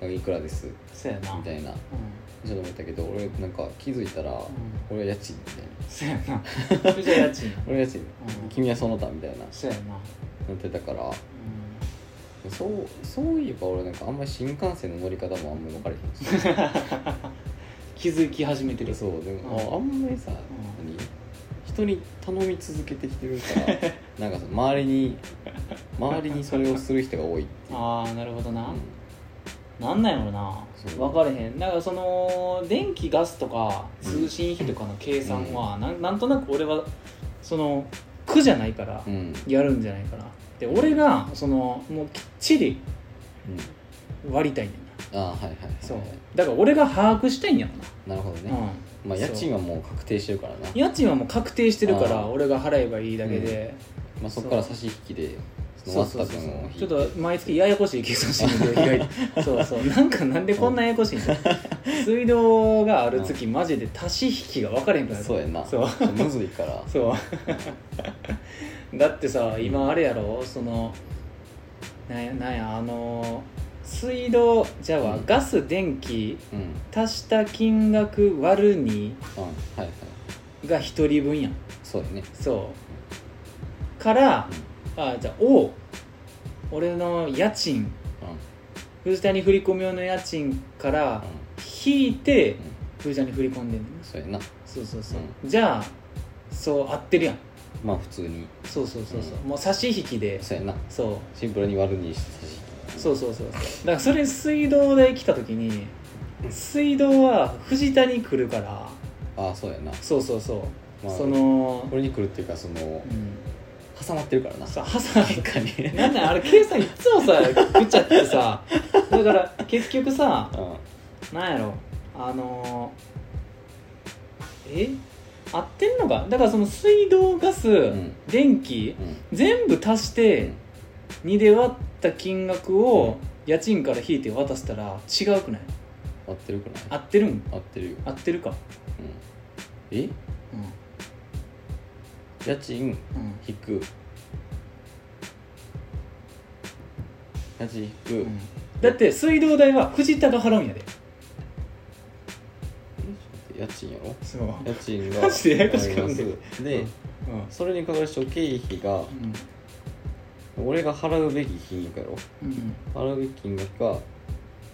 Speaker 2: なんかいくらです
Speaker 1: そうやな
Speaker 2: みたいな
Speaker 1: う
Speaker 2: ちょっと思ったけど俺なんか気づいたら、
Speaker 1: んうん
Speaker 2: 俺は家賃みたいな
Speaker 1: そうやなそれじゃあ家 賃
Speaker 2: 俺は家賃、
Speaker 1: うん
Speaker 2: 君はその他みたいな
Speaker 1: そうやな、
Speaker 2: なってたからそうそういえば俺なんかあんまり新幹線の乗り方もあんまり分かれへんし
Speaker 1: うん、気づき始めてる
Speaker 2: そうでも、
Speaker 1: うん
Speaker 2: ああんまりさ、
Speaker 1: ん
Speaker 2: 何人に頼み続けてきてるから なんかその周りに周りにそれをする人が多いっていう、
Speaker 1: ああなるほどな、
Speaker 2: うん
Speaker 1: なんなんやろな
Speaker 2: そう
Speaker 1: 分かれへんだからその電気ガスとか通信費とかの計算は、なんなんとなく俺はその苦じゃないから
Speaker 2: うん
Speaker 1: やるんじゃないかなで俺がそのもうきっちり
Speaker 2: うん、
Speaker 1: 割りたいねんな
Speaker 2: ああはいはいはいはい
Speaker 1: そうだから俺が把握したいんやろ
Speaker 2: なるほどね、
Speaker 1: な、うん
Speaker 2: まあ
Speaker 1: そ
Speaker 2: 家
Speaker 1: う
Speaker 2: 賃はもう確定してるからな
Speaker 1: 家賃はもう確定してるか
Speaker 2: あ
Speaker 1: ら
Speaker 2: ー
Speaker 1: 俺が払えばいいだけで、
Speaker 2: まあ、そこから差し引きでその終わった分を引いて
Speaker 1: ちょっと毎月ややこしい計算してるんで 意外とそうそうなんかなんでこんなややこしいんだ水道がある月マジで足し引きが分かれへんから
Speaker 2: そうやな
Speaker 1: そう
Speaker 2: ちょっとむずいから
Speaker 1: そう だってさ今あれやろそのなんやなんやあの水道じゃあ、
Speaker 2: うん
Speaker 1: ガス電気
Speaker 2: うん、うん、
Speaker 1: 足した金額割る2
Speaker 2: はいはい
Speaker 1: が1人分やん
Speaker 2: そうやね
Speaker 1: そうからあじゃあお俺の家賃
Speaker 2: うんうん
Speaker 1: 藤田に振り込み用の家賃から引いて藤田に振り込んでんのね
Speaker 2: そうやな
Speaker 1: そうそうそう、じゃあそう合ってるやん
Speaker 2: まあ普通に
Speaker 1: そうそうそうそう、もう差し引きで
Speaker 2: そうやな
Speaker 1: そう
Speaker 2: シンプルに割るにして差し
Speaker 1: そうそうそうだからそれ水道代来た時に水道は藤田に来るから
Speaker 2: 引きああそうやな、
Speaker 1: そうそうそう、
Speaker 2: まあ、
Speaker 1: その、
Speaker 2: これに来るっていうかその
Speaker 1: うん、
Speaker 2: 挟まってるからな
Speaker 1: さ挟
Speaker 2: なんかに
Speaker 1: みなんなんあれ計算いっつもさぐちゃってさだから結局さ
Speaker 2: うん
Speaker 1: なんやろあのーえ合ってんのかだからその水道ガス、
Speaker 2: ん
Speaker 1: 電気全部足して2で割った金額を家賃から引いて渡したら違うくない
Speaker 2: 合ってるくない
Speaker 1: 合ってるん
Speaker 2: 合ってるよ、
Speaker 1: 合ってるか
Speaker 2: うん、え
Speaker 1: う
Speaker 2: 家賃
Speaker 1: んうん
Speaker 2: 引く家賃引く、
Speaker 1: うんだって水道代は藤田が払うんやで
Speaker 2: 家賃やろ
Speaker 1: そううん
Speaker 2: 家賃が
Speaker 1: マジでややこしくなってる
Speaker 2: ますで、
Speaker 1: うん
Speaker 2: それにかかる諸経費が俺が払うべき金額やろ
Speaker 1: うん
Speaker 2: 払うべき金額が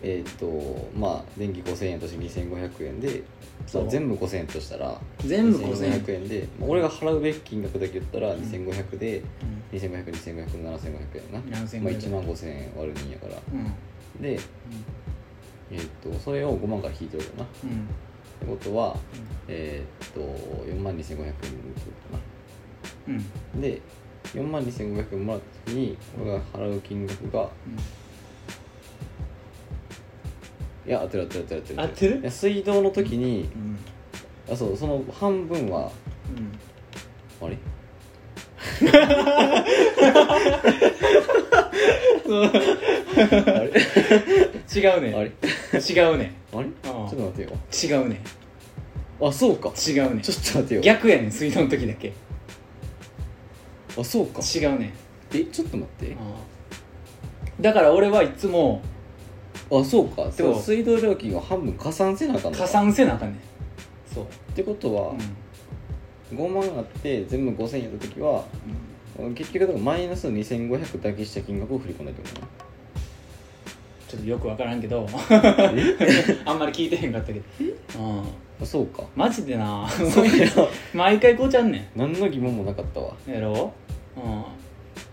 Speaker 2: えっ、とまあ電気5000円として2500円で
Speaker 1: そう
Speaker 2: まあ全部5000円としたら
Speaker 1: 全部5000円
Speaker 2: 円で、まあ俺が払うべき金額だけ言ったら2500で
Speaker 1: うん
Speaker 2: 250025007500円な、
Speaker 1: 7500
Speaker 2: まあ、1万5000円割る2やから
Speaker 1: うん
Speaker 2: でえっ、とそれを5万から引いてるよなっ
Speaker 1: うんうん
Speaker 2: てことはえっ、と4万2500円分ってことかな
Speaker 1: うん
Speaker 2: で4万2500円もらった時に俺が払う金額がいや当てる当てる当てる当てる
Speaker 1: 合ってる
Speaker 2: いや水道の時に
Speaker 1: うん
Speaker 2: あそうその半分は
Speaker 1: うん
Speaker 2: あれ
Speaker 1: 違
Speaker 2: あれ
Speaker 1: うね違う
Speaker 2: あれ
Speaker 1: ね
Speaker 2: あれ
Speaker 1: ち
Speaker 2: ちょっと待ってよ
Speaker 1: 違うね
Speaker 2: あそうか
Speaker 1: 違うね
Speaker 2: ちょっと待ってよ
Speaker 1: 逆やねん水道の時だけ
Speaker 2: あそうか
Speaker 1: 違うね
Speaker 2: えちょっと待って
Speaker 1: うんだから俺はいつも
Speaker 2: あそうか
Speaker 1: そう
Speaker 2: そう水道料金を半分加算せなあかんのか
Speaker 1: 加算せなあかんねんそう、
Speaker 2: ってことは
Speaker 1: うん、
Speaker 2: 5万あって全部5000円やった時は結局だからマイナス2500だけした金額を振り込んだってこ
Speaker 1: ちょっとよく分からんけど
Speaker 2: となえ
Speaker 1: あんまり聞いてへんかったけど、うん、
Speaker 2: あそうか
Speaker 1: マジでな
Speaker 2: そうや
Speaker 1: 毎回こうちゃんねん
Speaker 2: 何の疑問もなかったわ
Speaker 1: やろうん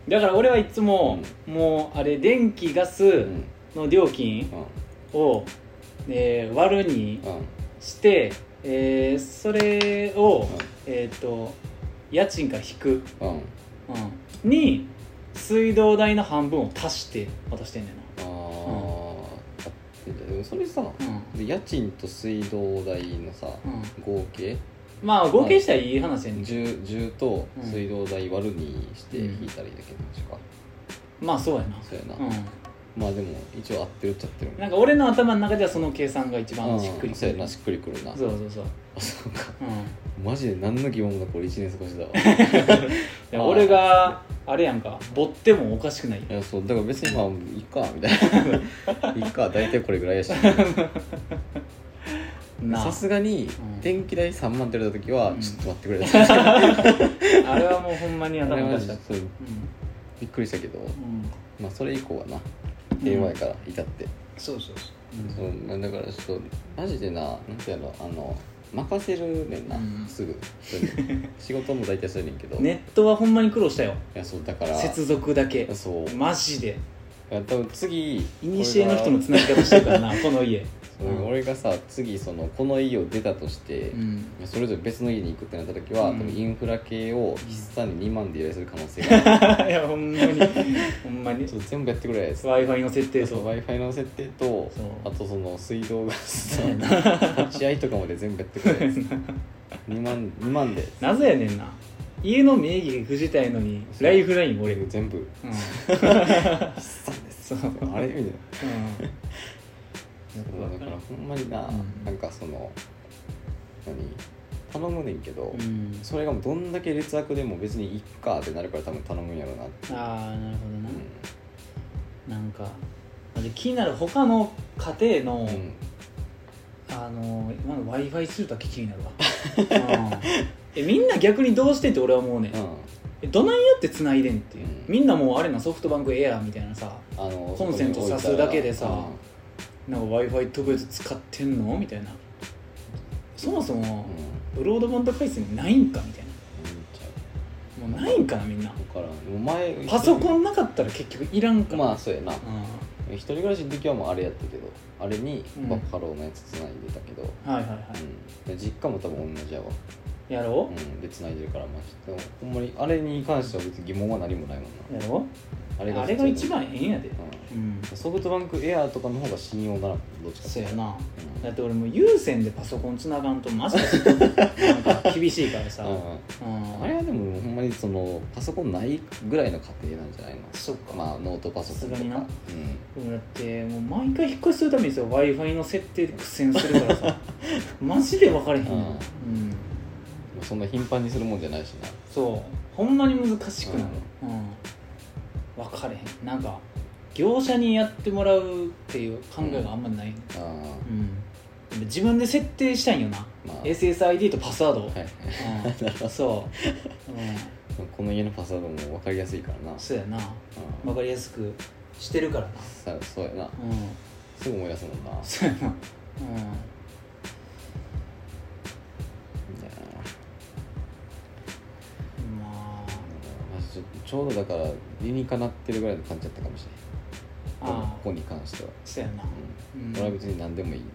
Speaker 1: だから俺はいつも、もうあれ電気ガス
Speaker 2: うん
Speaker 1: の料金
Speaker 2: う
Speaker 1: を、えー割るに
Speaker 2: んうん
Speaker 1: して、えーそれを、えっ、と家賃から引く、
Speaker 2: うんうん
Speaker 1: うん、に水道代の半分を足して渡してんねん
Speaker 2: あーあでもそれさ
Speaker 1: な
Speaker 2: で家賃と水道代のさ
Speaker 1: うん、うん、
Speaker 2: 合計
Speaker 1: まあ合計したらいい話やねん、
Speaker 2: 10, 10と水道代割るにして
Speaker 1: うん
Speaker 2: 引いたらいいだけの話か、
Speaker 1: まあそうやな
Speaker 2: そうやな、
Speaker 1: う
Speaker 2: まあでも一応合ってるっちゃ合ってるも
Speaker 1: んなんか俺の頭の中ではその計算が一番しっく
Speaker 2: う
Speaker 1: り
Speaker 2: ん
Speaker 1: く
Speaker 2: そう
Speaker 1: る
Speaker 2: やなしっくりくるな
Speaker 1: そうそうそう、
Speaker 2: あそうか
Speaker 1: うん、
Speaker 2: マジで何の疑問もなく俺1年過ごしてたわ
Speaker 1: いや
Speaker 2: あー
Speaker 1: 俺があれやんかぼってもおかしくないよ
Speaker 2: いやそうだから別にまあいいかみたいな いいか大体これぐらいやし
Speaker 1: な
Speaker 2: さすがに
Speaker 1: ん
Speaker 2: 電気代3万出た時は
Speaker 1: うん
Speaker 2: ちょっと待ってくれた、あ
Speaker 1: あれはもうほんまに
Speaker 2: れ
Speaker 1: 頭お
Speaker 2: マ
Speaker 1: かし
Speaker 2: ジ
Speaker 1: か
Speaker 2: で
Speaker 1: っ
Speaker 2: そう
Speaker 1: たうん
Speaker 2: びっくりしたけど、
Speaker 1: うん
Speaker 2: まあそれ以降はな
Speaker 1: うん
Speaker 2: 平和やから至って、
Speaker 1: そうそうそう
Speaker 2: そうまあだからちょっとマジでななんてやろあの任せるねんな、
Speaker 1: うん
Speaker 2: すぐそういう の仕事も大体そうやねんけど、
Speaker 1: ネットはほんまに苦労したよ
Speaker 2: いやそうだから
Speaker 1: 接続だけ
Speaker 2: そう
Speaker 1: マジで
Speaker 2: いや多分次
Speaker 1: いにしえの人のつなぎ方してる からなこの家
Speaker 2: 俺がそう俺がさ次そのこの家を出たとして、
Speaker 1: うん
Speaker 2: それぞれ別の家に行くってなった時は、
Speaker 1: うん
Speaker 2: 多分インフラ系を筆算に2万で依頼する可能性 がある
Speaker 1: いやほんまにほんまに
Speaker 2: ちょっと全部やってくれ
Speaker 1: w i f i の設定と
Speaker 2: w i f i の設定と
Speaker 1: そう
Speaker 2: あとその水道ガス
Speaker 1: そうや
Speaker 2: の立ち合いとかまで全部やってくれ2万2万で
Speaker 1: なぜやねんな家の名義不自体のにライフラインも俺が
Speaker 2: 全部
Speaker 1: うん
Speaker 2: 筆算で
Speaker 1: そ
Speaker 2: す
Speaker 1: う
Speaker 2: あれみたいな
Speaker 1: うん
Speaker 2: だからほんまにな、
Speaker 1: うん
Speaker 2: なんかその何頼むねんけど、
Speaker 1: うん
Speaker 2: それがもうどんだけ劣悪でも別にいっかってなるから多分頼むんやろうなって、
Speaker 1: ああなるほどな、
Speaker 2: う
Speaker 1: なんかで気になる他の家庭の、
Speaker 2: んうん、
Speaker 1: あの今の w i f i すると気になるわ、うんえみんな逆にどうしてって俺は思うねん、
Speaker 2: う
Speaker 1: えどないやって繋いでんっていう、
Speaker 2: うん
Speaker 1: みんなもうあれなソフトバンクエアーみたいなさ
Speaker 2: ん、あの
Speaker 1: コンセント挿すだけでさ
Speaker 2: うん
Speaker 1: なんか w i f i 特別使ってんのみたいなそもそも
Speaker 2: うん
Speaker 1: ブロードバンド回線ないんかみたい
Speaker 2: うんち
Speaker 1: な
Speaker 2: ゃ
Speaker 1: もうないんかなみんな
Speaker 2: うわからんお前
Speaker 1: パソコンなかったら結局いらんから、
Speaker 2: まあそうやな
Speaker 1: う
Speaker 2: 一人暮らしの時はもうあれやったけどあれに
Speaker 1: うん
Speaker 2: バッファローのやつつないでたけど、うん
Speaker 1: んはいはいはい、
Speaker 2: で実家も多分同じやわ、
Speaker 1: やろ
Speaker 2: う、
Speaker 1: うん
Speaker 2: でつないでるからまあちょっとほんまにあれに関しては別に疑問は何もないもんな
Speaker 1: やろ
Speaker 2: あ
Speaker 1: あれ
Speaker 2: れが
Speaker 1: が一番ええんやで
Speaker 2: う
Speaker 1: うん
Speaker 2: ん、ソフトバンクエアーとかの方が信用がなどっちかって
Speaker 1: そう
Speaker 2: いう
Speaker 1: や
Speaker 2: と
Speaker 1: な
Speaker 2: うん
Speaker 1: だって俺もう有線でパソコンつながんとマジでなんか厳しいからさ、うん
Speaker 2: う、ん、あれはでもほんまにそのパソコンないぐらいの家庭なんじゃないの
Speaker 1: そっか
Speaker 2: まあノートパソコンと
Speaker 1: さすがにな
Speaker 2: か
Speaker 1: でもだってもう毎回引っ越しするためにさ w i f i の設定で苦戦するから さマジで分かれへんの
Speaker 2: うん
Speaker 1: うん
Speaker 2: うん、そんな頻繁にするもんじゃないしな
Speaker 1: そうほんまに難しくなる、うん、分かれへんなんか業者にやってもらうっていう考えがあんまない、うん
Speaker 2: あ
Speaker 1: でも自分で設定したいんよな、
Speaker 2: まあ
Speaker 1: SSID とパスワードを、
Speaker 2: あはいはい
Speaker 1: うん、そう、うん、
Speaker 2: この家のパスワードも分かりやすいからな、うん
Speaker 1: そうやな分かりやすくしてるからな
Speaker 2: さそうやな
Speaker 1: うん
Speaker 2: すぐ思い出すもんないや
Speaker 1: そうやなうんま
Speaker 2: ーまあちょちょうどだから理にかなってるぐらいの感じだったかもし
Speaker 1: あ
Speaker 2: れないこの
Speaker 1: あ
Speaker 2: ここに関しては、
Speaker 1: そうやな
Speaker 2: う
Speaker 1: うん
Speaker 2: ん、
Speaker 1: な
Speaker 2: 俺は
Speaker 1: ん
Speaker 2: 別に何でもいい
Speaker 1: か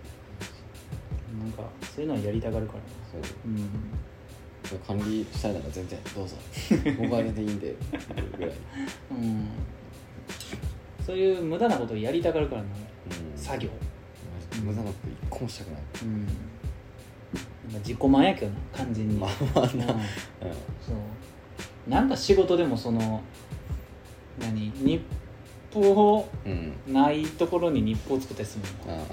Speaker 1: そういうのはやりたがるからな
Speaker 2: そ
Speaker 1: う
Speaker 2: う
Speaker 1: ん
Speaker 2: 管理したいなら全然 どうぞお金でいいんでぐらい、
Speaker 1: うんそういう無駄なことをやりたがるからな
Speaker 2: うん、
Speaker 1: 作業
Speaker 2: 無駄なこと一個もしたくない
Speaker 1: うんなんか自己満やけどな完全に、
Speaker 2: まあまあ
Speaker 1: うん
Speaker 2: な、うん、
Speaker 1: そうなんか仕事でもその何日報
Speaker 2: うん、
Speaker 1: ないところに日報を作ったりするの
Speaker 2: あ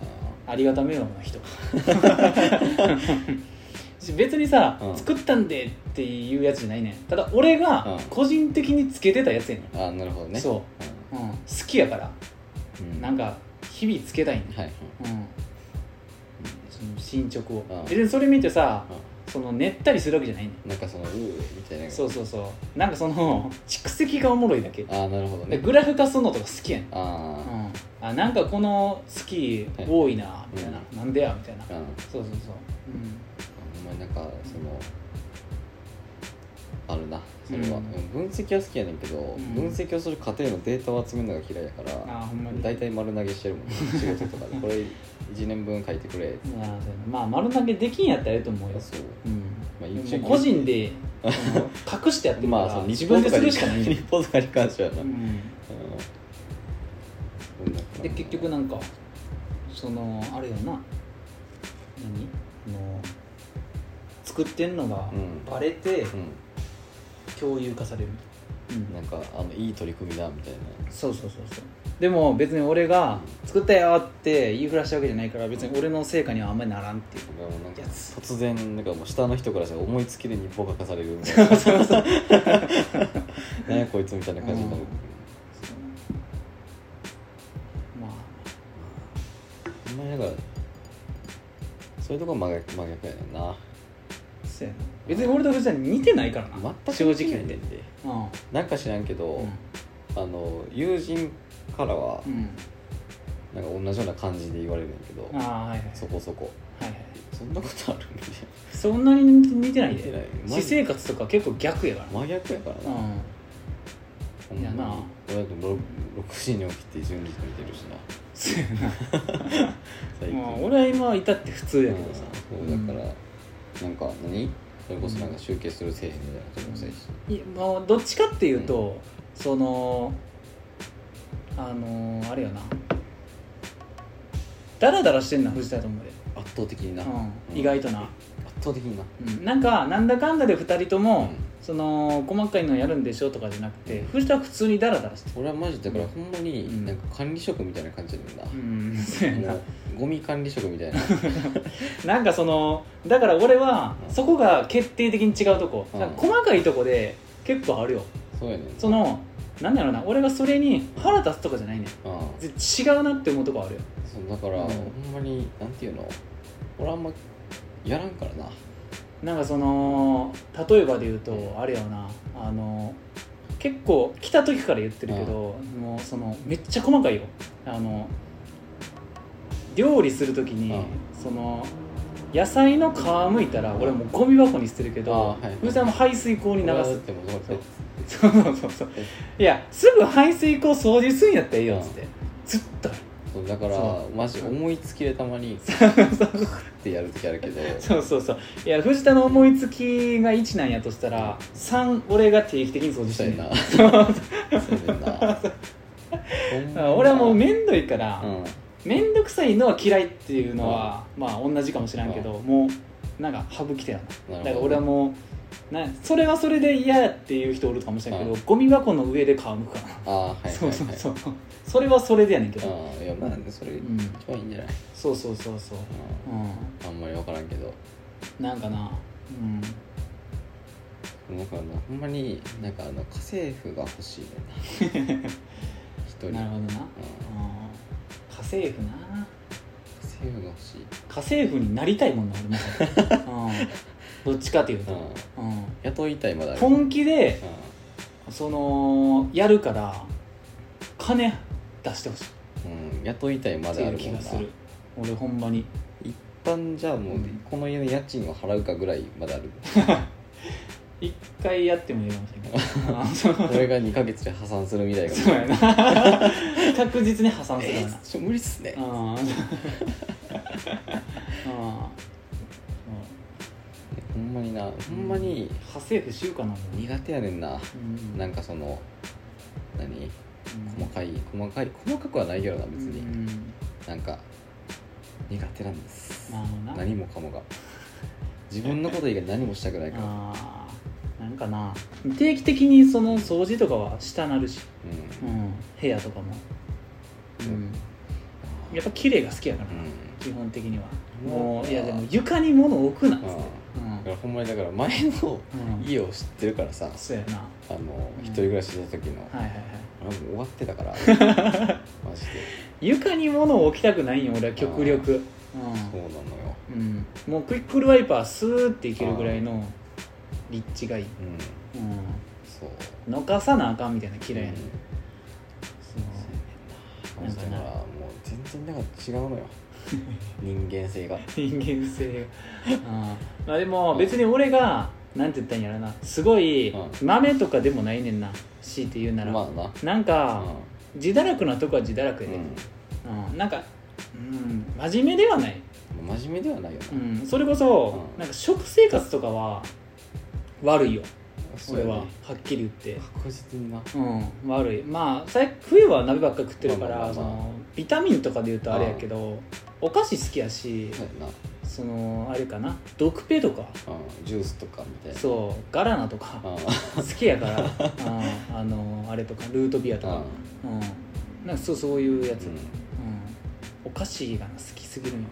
Speaker 1: ありがた迷惑な 人別にさ、
Speaker 2: うん
Speaker 1: 作ったんでっていうやつじゃないねんただ俺が
Speaker 2: うん
Speaker 1: 個人的につけてたやつやね
Speaker 2: あああなるほど
Speaker 1: ん、
Speaker 2: ね
Speaker 1: そう、うん、好きやから
Speaker 2: う、うん、
Speaker 1: なんか日々つけたいねん、
Speaker 2: はい
Speaker 1: うん、その進捗を、
Speaker 2: うん
Speaker 1: 別にそれ見てさ
Speaker 2: うん、
Speaker 1: その練ったりするわけじゃないねん
Speaker 2: うん、なんかそのうーみたいな
Speaker 1: そううそうそうなんかその蓄積がおもろいだけ
Speaker 2: ああなるほど
Speaker 1: で
Speaker 2: ね
Speaker 1: グラフ化するのとか好きやねん、
Speaker 2: あ
Speaker 1: うん、あなんかこの月多いなみたいな、
Speaker 2: う
Speaker 1: なんでやみたいな
Speaker 2: あうん
Speaker 1: そうそうそう、うん、
Speaker 2: お前なんかそのあるなそれは、
Speaker 1: う
Speaker 2: うんん分析は好きやねんけど、
Speaker 1: ん
Speaker 2: 分析をする過程のデータを集めるのが嫌いやから
Speaker 1: あーほんまに
Speaker 2: 大体丸投げして るもん、ね、仕事とかでこれ1年分書いてくれって
Speaker 1: まあそうやなまあ丸投げできんやったらええと思うよ、
Speaker 2: そう
Speaker 1: うん
Speaker 2: まあ
Speaker 1: でも個人であの隠してやってるから、
Speaker 2: まあその
Speaker 1: 自分でするしかない、
Speaker 2: 日本とかに関してはな、
Speaker 1: う
Speaker 2: うん
Speaker 1: ん、
Speaker 2: そんな感じ
Speaker 1: で結局なんかそのあれよな何あの作ってんのが
Speaker 2: うん
Speaker 1: バレて
Speaker 2: う
Speaker 1: 共有化される、うん
Speaker 2: んなんかあのいい取り組みだみたいな
Speaker 1: そうそうそうそうでも別に俺が作ったよって言いふらしたわけじゃないから別に俺の成果にはあんまりならんっていう
Speaker 2: もうなんか
Speaker 1: やつ
Speaker 2: 突然なんかもう下の人からしたら思いつきで日報書かされるみたいな 何やこいつみたいな感じになる、
Speaker 1: うんまあ
Speaker 2: ほんまになんかそういうとこ真逆真逆やねんな
Speaker 1: そうやな別に俺と藤田に似てないからな
Speaker 2: 全く
Speaker 1: 正直言っ
Speaker 2: 言っ
Speaker 1: てて
Speaker 2: んで
Speaker 1: うん
Speaker 2: なんか知らんけど、あの友人からは
Speaker 1: うん
Speaker 2: なんか同じような感じで言われるんやけど、
Speaker 1: ああはいはい
Speaker 2: そこそこ
Speaker 1: はいはい
Speaker 2: そんなことあるみたいな
Speaker 1: そんなに似てない
Speaker 2: 似てない
Speaker 1: で
Speaker 2: マジ
Speaker 1: 私生活とか結構逆やから
Speaker 2: 真逆やからな、
Speaker 1: う
Speaker 2: ほんまに
Speaker 1: いやな
Speaker 2: 俺だってろ 6, 時に起きて12時に寝てるしな最
Speaker 1: ん、まあ、俺は今いたって普通やけどさ、
Speaker 2: うんそうだから、なんか何それこそなんか集計する製品みたいなとこもそうやし
Speaker 1: いやまあ、どっちかっていうと、そのあのーあれよなダラダラしてんな藤田と思うで、
Speaker 2: 圧倒的にな、
Speaker 1: う
Speaker 2: うん
Speaker 1: ん、意外とな、
Speaker 2: 圧倒的にな
Speaker 1: うん、なんかなんだかんだで2人とも、
Speaker 2: うん
Speaker 1: その細かいのやるんでしょとかじゃなくて藤田は普通にダラダラしてる
Speaker 2: 俺はマジだから
Speaker 1: うん
Speaker 2: ほんま
Speaker 1: うん
Speaker 2: になんか管理職みたいな感じなんだ、
Speaker 1: うんそうやな
Speaker 2: もうゴミ管理職み たいな
Speaker 1: なんかそのだから俺は
Speaker 2: うん
Speaker 1: そこが決定的に違うとこ、
Speaker 2: うん
Speaker 1: なんか細かいとこで結構あるよ
Speaker 2: そうやねん
Speaker 1: そのなんだろうな俺がそれに腹立つとかじゃないねん
Speaker 2: ああ
Speaker 1: ぜ違うなって思うとこあるよ
Speaker 2: そうだから、
Speaker 1: うん
Speaker 2: ほんまになんていうの俺あんまやらんからな
Speaker 1: なんかその例えばで言うとあれやなあの結構来た時から言ってるけど、もうそのめっちゃ細かいよあの料理する時に、
Speaker 2: うん
Speaker 1: その野菜の皮むいたら俺もうゴミ箱に捨てるけ
Speaker 2: あ
Speaker 1: ど
Speaker 2: はいはい
Speaker 1: 藤沢も排水口に流
Speaker 2: 俺はだ
Speaker 1: す
Speaker 2: ってもう
Speaker 1: そうそうそうそうそういやすぐ排水口掃除すんやったらいいよっつってずっと
Speaker 2: そうだから
Speaker 1: そ
Speaker 2: マジ思いつきでたま にってやる時あるけど
Speaker 1: そうそうそういや藤田の思いつきが1なんやとしたら3俺が定期的に掃除し
Speaker 2: そ
Speaker 1: て
Speaker 2: うや
Speaker 1: る
Speaker 2: な
Speaker 1: な
Speaker 2: そうやなほんまに
Speaker 1: 俺はもうめんどいか
Speaker 2: う
Speaker 1: ら
Speaker 2: ん
Speaker 1: めんどくさいのは嫌いっていうのはまあ同じかもしらんけどもうなんか省きたよ
Speaker 2: な
Speaker 1: な
Speaker 2: るほど
Speaker 1: だから俺はもうなそれはそれで嫌やっていう人おるかもしれんけど
Speaker 2: う
Speaker 1: ゴミ箱の上で皮むくか
Speaker 2: ああはいはいは
Speaker 1: ら
Speaker 2: い
Speaker 1: そうそうそうそれはそれでやねんけど
Speaker 2: ああいやまあねそれ
Speaker 1: う
Speaker 2: 一
Speaker 1: ん
Speaker 2: 番いいんじゃない、
Speaker 1: そうそうそうそうう
Speaker 2: うん、あんまり分からんけど
Speaker 1: んなんかなうん
Speaker 2: なんかあのほんまになんかあの家政婦が欲しいねんな一人
Speaker 1: なる
Speaker 2: うん、
Speaker 1: ほどなうん家政婦な
Speaker 2: 家政婦が欲しい、
Speaker 1: 家政婦になりたいもんな俺も うんどっちかという
Speaker 2: う
Speaker 1: と、
Speaker 2: ん、
Speaker 1: うん、
Speaker 2: 雇いたいまだある
Speaker 1: 本気で
Speaker 2: うん
Speaker 1: そのやるから金出してほしい
Speaker 2: うん、雇いたいま
Speaker 1: って
Speaker 2: だあ
Speaker 1: いう
Speaker 2: る
Speaker 1: 気
Speaker 2: もん
Speaker 1: が
Speaker 2: な
Speaker 1: する俺ほんまに
Speaker 2: 一旦じゃあもう
Speaker 1: うん
Speaker 2: この家の家賃を払うかぐらいま だある
Speaker 1: 一回やってもいいかもしれないあそう
Speaker 2: これが2ヶ月で破産するみたいな
Speaker 1: そうやな 確実に破産する
Speaker 2: え
Speaker 1: よな
Speaker 2: ー、ちょ無理っすね
Speaker 1: うん うん
Speaker 2: ほんまになほんまに
Speaker 1: 家政婦しようかなもう
Speaker 2: 苦手やねんな
Speaker 1: うん
Speaker 2: なんかその何
Speaker 1: うん
Speaker 2: 細かい細かい細かくはないけどな別に、
Speaker 1: うん
Speaker 2: なんか苦手なんです
Speaker 1: まあまあな
Speaker 2: 何もかもが自分のこと以外何もしたくないから
Speaker 1: あーなんかな定期的にその掃除とかはしたなるし、
Speaker 2: う
Speaker 1: うん、部屋とかも、う
Speaker 2: うん
Speaker 1: ん、やっぱ綺麗が好きやから
Speaker 2: ん、う
Speaker 1: な、
Speaker 2: ん
Speaker 1: 基本的には
Speaker 2: うん
Speaker 1: もういやでも床に物置くなっつって
Speaker 2: だからほんまにだから前
Speaker 1: う
Speaker 2: の
Speaker 1: ん、うん、
Speaker 2: 家を知ってるからさ
Speaker 1: そうやなは
Speaker 2: あの
Speaker 1: うん
Speaker 2: 一人暮らしした時の、
Speaker 1: いはいはい
Speaker 2: あれもう終わっ てたからマジで
Speaker 1: 床に物を置きたくないんよ俺は極力
Speaker 2: そうなのよ
Speaker 1: うん、うん、もうクイックルワイパースーっていけるぐらいの立地がいい、
Speaker 2: うん
Speaker 1: う、
Speaker 2: そうん
Speaker 1: のかさなあかんみたいな嫌いやね、
Speaker 2: うん
Speaker 1: そう
Speaker 2: マジだからもう全然だから違うの よ人間性が
Speaker 1: 人間性があー まあでも別に俺がなんて言ったんやろなすごい
Speaker 2: うん
Speaker 1: 豆とかでもないねんな強いて言うなら、
Speaker 2: まあな
Speaker 1: なん
Speaker 2: う
Speaker 1: か、自堕落なとこは自堕落やで、
Speaker 2: ん
Speaker 1: うんなんか、うん、真面目ではない、
Speaker 2: うん、真面目ではないよ
Speaker 1: う
Speaker 2: な、
Speaker 1: ん、それこそ、
Speaker 2: うん
Speaker 1: なんか食生活とかは悪いよ
Speaker 2: そ
Speaker 1: 俺
Speaker 2: れ
Speaker 1: はは
Speaker 2: ね、
Speaker 1: っきり言って、
Speaker 2: 確実にな
Speaker 1: うん、悪いまあ最冬は鍋ばっか食ってるか
Speaker 2: まあまあま
Speaker 1: ら
Speaker 2: あ
Speaker 1: そのビタミンとかで言うとあれやけどお菓子好きやし
Speaker 2: そうやな、
Speaker 1: そのあれかな毒ペとか
Speaker 2: うん、ジュースとかみたいな
Speaker 1: そうガラナとか
Speaker 2: うん
Speaker 1: 好きやからうんあのあれとかルートビアと かうんなんかそうそういうやつ、う
Speaker 2: う
Speaker 1: ん
Speaker 2: ん
Speaker 1: お菓子がな好きすぎるのよ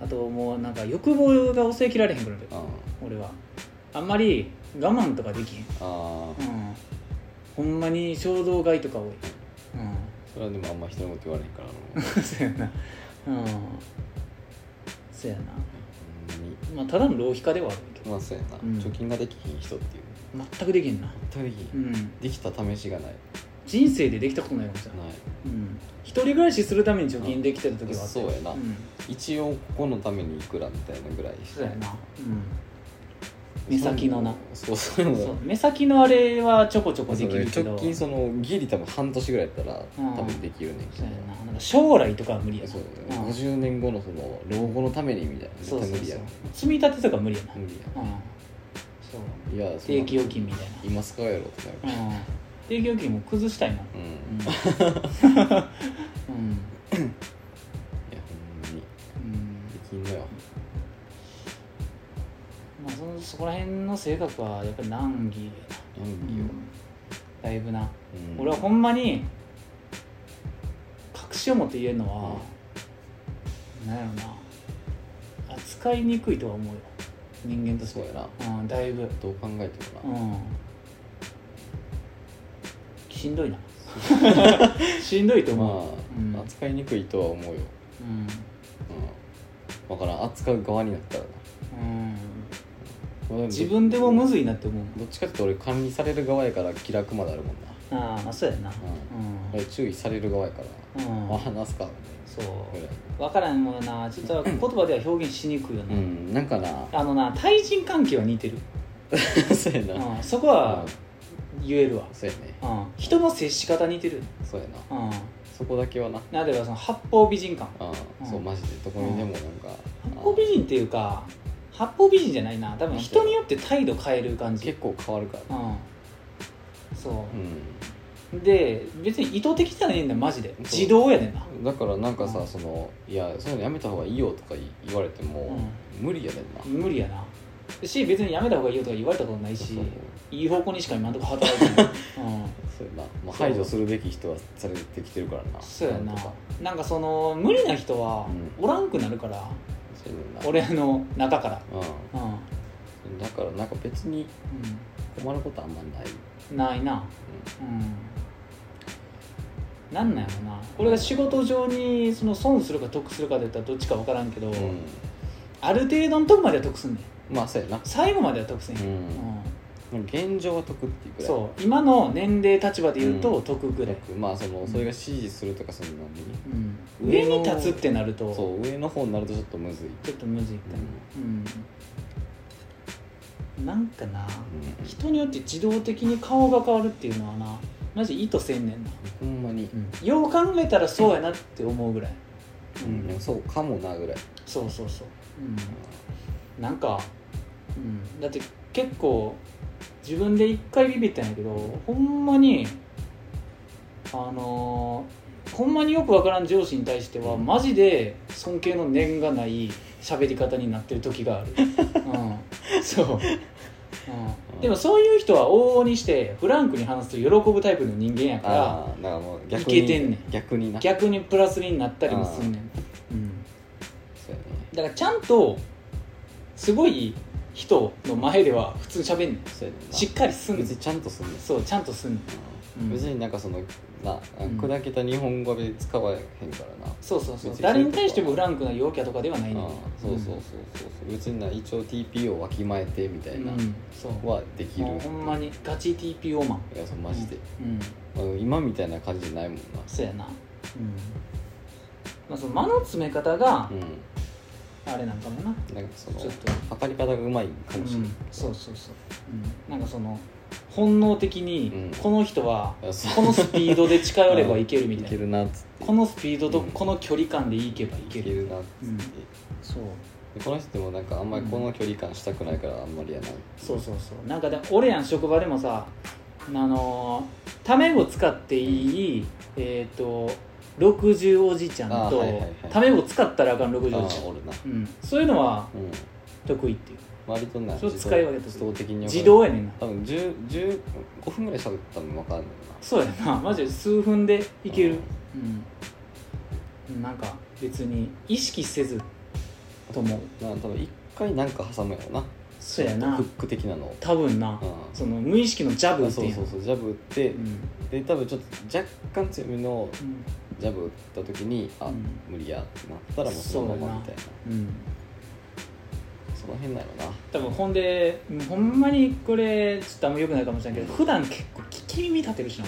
Speaker 1: な、うん、あともうなんか欲望が抑えきられへんくなる
Speaker 2: うんうん
Speaker 1: 俺はあんまり我慢とかできへん、
Speaker 2: ああ
Speaker 1: うん、ほんまに衝動買いとか多い、
Speaker 2: それはでもあんま人のこと言われへんか
Speaker 1: うん、
Speaker 2: らな
Speaker 1: そうやなうんそうやな
Speaker 2: ほんまに
Speaker 1: まあただの浪費家ではあるけ
Speaker 2: まあそうやな、
Speaker 1: うん
Speaker 2: 貯金ができひん人っていう
Speaker 1: ど全くできへんな
Speaker 2: 全くできひん
Speaker 1: うん
Speaker 2: できた試しがない
Speaker 1: 人生でできたことないかもしれない、
Speaker 2: な
Speaker 1: うん、一人暮らしするために貯金できてた時
Speaker 2: い
Speaker 1: はあった
Speaker 2: そう
Speaker 1: よ
Speaker 2: やな、
Speaker 1: うん、
Speaker 2: 一応ここのためにいくらみたいなぐらい
Speaker 1: そうやな、目先のな
Speaker 2: そうそう
Speaker 1: う
Speaker 2: い
Speaker 1: ん、
Speaker 2: う
Speaker 1: そう
Speaker 2: の
Speaker 1: 目先のあれはちょこちょこ
Speaker 2: そ
Speaker 1: で
Speaker 2: う
Speaker 1: きるけど
Speaker 2: 直近そのギリ多分半年ぐらいやったら
Speaker 1: うん
Speaker 2: 多分できるねんけ
Speaker 1: そ
Speaker 2: ど
Speaker 1: うやななんか将来とかは無理やな
Speaker 2: そう
Speaker 1: うん
Speaker 2: 50年後のその老後のためにみたいな
Speaker 1: そうそうそう
Speaker 2: 無理や
Speaker 1: 積み立てとか無理やな、
Speaker 2: 無理
Speaker 1: うんそう
Speaker 2: やいやその
Speaker 1: 定期預金みたい
Speaker 2: 今使うやろってなる
Speaker 1: な、うん、定期預金も崩したいな
Speaker 2: うん、い
Speaker 1: うん、うん
Speaker 2: やほんまに
Speaker 1: うん
Speaker 2: できんのよ
Speaker 1: まあ、そのそこら辺の性格はやっぱり難儀や
Speaker 2: 演
Speaker 1: な、
Speaker 2: 技を、
Speaker 1: だいぶな
Speaker 2: うん
Speaker 1: 俺はほんまに確信を持って言えるのは、なんやろな扱いにくいとは思うよ人間として
Speaker 2: そうやな
Speaker 1: うんだいぶ
Speaker 2: どう考えて
Speaker 1: う
Speaker 2: もな、
Speaker 1: んしんどい なしんどいと思う、
Speaker 2: まあ、
Speaker 1: うん
Speaker 2: 扱いにくいとは思う
Speaker 1: う
Speaker 2: よ、
Speaker 1: ん
Speaker 2: うん、分からん扱う側になったらな
Speaker 1: うん、
Speaker 2: まあも
Speaker 1: 自分でもむずいなって思う
Speaker 2: どっちかっていうと俺管理される側やから気楽まであるもんな、
Speaker 1: ああまあそうやな
Speaker 2: う
Speaker 1: うん
Speaker 2: ん、俺注意される側やから、
Speaker 1: うん、
Speaker 2: あ話すか
Speaker 1: そう
Speaker 2: みたいな
Speaker 1: 分からんもんなちょっと言葉では表現しにくいよ
Speaker 2: ぐ
Speaker 1: な、
Speaker 2: らいうんなん かな
Speaker 1: あのな対人関係は似てる、
Speaker 2: そうやな、うん
Speaker 1: うん、そこは言えるわ、
Speaker 2: そうやね
Speaker 1: うん、人の接し方似てる、
Speaker 2: そうやな
Speaker 1: うん、
Speaker 2: そこだけはな
Speaker 1: な例えばその八方美人感
Speaker 2: あ
Speaker 1: うん
Speaker 2: そうマジでどこにでもなんか
Speaker 1: 八方美人っていうか八方美人じゃないな多分人によって態度変える感
Speaker 2: あ
Speaker 1: じ
Speaker 2: 結構変わるからな
Speaker 1: うんそ
Speaker 2: うん
Speaker 1: うで別に意図的じゃないんだよマジで
Speaker 2: そう
Speaker 1: 自動やねんな
Speaker 2: だからなんか
Speaker 1: う
Speaker 2: さ
Speaker 1: ん
Speaker 2: そのいやそういうのやめた方がいいよとかい言われても無理やねんな
Speaker 1: 無理やなし別にやめた方がいいよとか言われたことないし
Speaker 2: そう
Speaker 1: いい方向にしか今んとこ働いて ない、うん、
Speaker 2: そうやな、まあ、
Speaker 1: そう
Speaker 2: 排除するべき人はされてきてるからな
Speaker 1: そうやなん
Speaker 2: とか
Speaker 1: なんかその無理な人は
Speaker 2: う
Speaker 1: おらんくなるから、
Speaker 2: そうやねんな
Speaker 1: 俺の中から
Speaker 2: う
Speaker 1: うん、
Speaker 2: んだからなんか別に困ることあんまない、
Speaker 1: うん、ないなうんなんなんやろなこれが仕事上にその損するか得するかで言ったらどっちか分からんけど、
Speaker 2: うん
Speaker 1: ある程度のとこまでは得すんねん
Speaker 2: まあそうやな、
Speaker 1: 最後までは得せん、
Speaker 2: う
Speaker 1: うん
Speaker 2: ん現状は得っていうくらい
Speaker 1: そう今の年齢立場で言う
Speaker 2: う
Speaker 1: と
Speaker 2: ん
Speaker 1: 得ぐらい、
Speaker 2: 得まあそのそれが支持するとかその何、
Speaker 1: うん上
Speaker 2: 上の
Speaker 1: に立つってなると
Speaker 2: そう上の方になるとちょっとむずい、
Speaker 1: ちょっとむずいかなうんなんかな
Speaker 2: うん
Speaker 1: 人によって自動的に顔が変わるっていうのはなマジ意図せんねんな、
Speaker 2: ほんまに、
Speaker 1: よう考えたらそうやなって思うぐらい、う
Speaker 2: うんんでもそうかもなぐらい、
Speaker 1: そうそうそう、うん、なんか、うん、だって結構自分で一回ビビったんやけどほんまにあのーほんまによくわからん上司に対してはマジで尊敬の念がない喋り方になってる時があ る、うん、そう、うん、でもそういう人は往々にしてフランクに話すと喜ぶタイプの人間やから
Speaker 2: ああだからもう
Speaker 1: い
Speaker 2: 逆
Speaker 1: けてんね
Speaker 2: に
Speaker 1: ん
Speaker 2: 逆にな
Speaker 1: 逆にプラスになったりもすんねん、うん、
Speaker 2: そうやね
Speaker 1: だからちゃんとすごい人の前では普通に喋んねん
Speaker 2: そうやね
Speaker 1: しっかりすんね
Speaker 2: 別に
Speaker 1: ん
Speaker 2: ちゃんとすんねん
Speaker 1: そうちゃんとすんねんうん
Speaker 2: 別になんかそのな
Speaker 1: うん
Speaker 2: 砕けた日本語で使わへんからな
Speaker 1: そうそうそう
Speaker 2: 別に
Speaker 1: 誰に対してもフランクな陽キャとかではないねん
Speaker 2: あそうそうそうそうそう別にな一応 TP をわきまえてみた
Speaker 1: う
Speaker 2: い
Speaker 1: ん
Speaker 2: な
Speaker 1: うんそう
Speaker 2: はできる
Speaker 1: もうほんまにガチ TPO マン
Speaker 2: いやそうマジで
Speaker 1: うん
Speaker 2: あの今みたいな感じじゃないもんな
Speaker 1: そうやなうんまあその間の詰め方が
Speaker 2: うん
Speaker 1: あれなんかもな
Speaker 2: なんかその
Speaker 1: ちょっと
Speaker 2: 測り方がうまいかもしれ
Speaker 1: うんそうそうそううんなんかその本能的
Speaker 2: うん
Speaker 1: にこの人は
Speaker 2: ないそう
Speaker 1: このスピードで近寄ればいけるみ
Speaker 2: い
Speaker 1: た
Speaker 2: け
Speaker 1: いな
Speaker 2: るなっつって
Speaker 1: このスピードと
Speaker 2: うん
Speaker 1: この距離感でいけばいけ
Speaker 2: いけ
Speaker 1: る
Speaker 2: るなっつって
Speaker 1: そう
Speaker 2: でこの人もなんかあんまりこの距離感したくないからあんまりやない
Speaker 1: そうそうそうなんかで俺やん職場でもさあのータメ語使っていい、えっ、と60おじちゃん
Speaker 2: あー
Speaker 1: と、
Speaker 2: はいはいはい
Speaker 1: タメ語使ったらあかん60
Speaker 2: あ
Speaker 1: おじちゃん、
Speaker 2: 俺な
Speaker 1: うん、そういうのは
Speaker 2: うん
Speaker 1: 得意っていう
Speaker 2: 割とな
Speaker 1: それ
Speaker 2: 自動
Speaker 1: 使い分けと
Speaker 2: 自動的に
Speaker 1: 自動やねんな
Speaker 2: 多分10 15分ぐらい喋ったの分かんない
Speaker 1: そうやなマジで数分でいける
Speaker 2: うん
Speaker 1: うん、なんか別に意識せずとも
Speaker 2: なな多分一回なんか挟むやろな
Speaker 1: そうやな
Speaker 2: フック的なのを
Speaker 1: 多分な
Speaker 2: うん
Speaker 1: その無意識のジャブ
Speaker 2: あ
Speaker 1: って
Speaker 2: そう
Speaker 1: いう
Speaker 2: そうそうジャブ打って、
Speaker 1: うん
Speaker 2: で多分ちょっと若干強めの
Speaker 1: うん
Speaker 2: ジャブ打った時にあ、
Speaker 1: うん
Speaker 2: 無理やってなったらもうそのままみたいな
Speaker 1: うん
Speaker 2: その辺なのな
Speaker 1: 多分ほんでほんまにこれちょっとあんまよくないかもしれないけど普段結構聞き耳立てるしな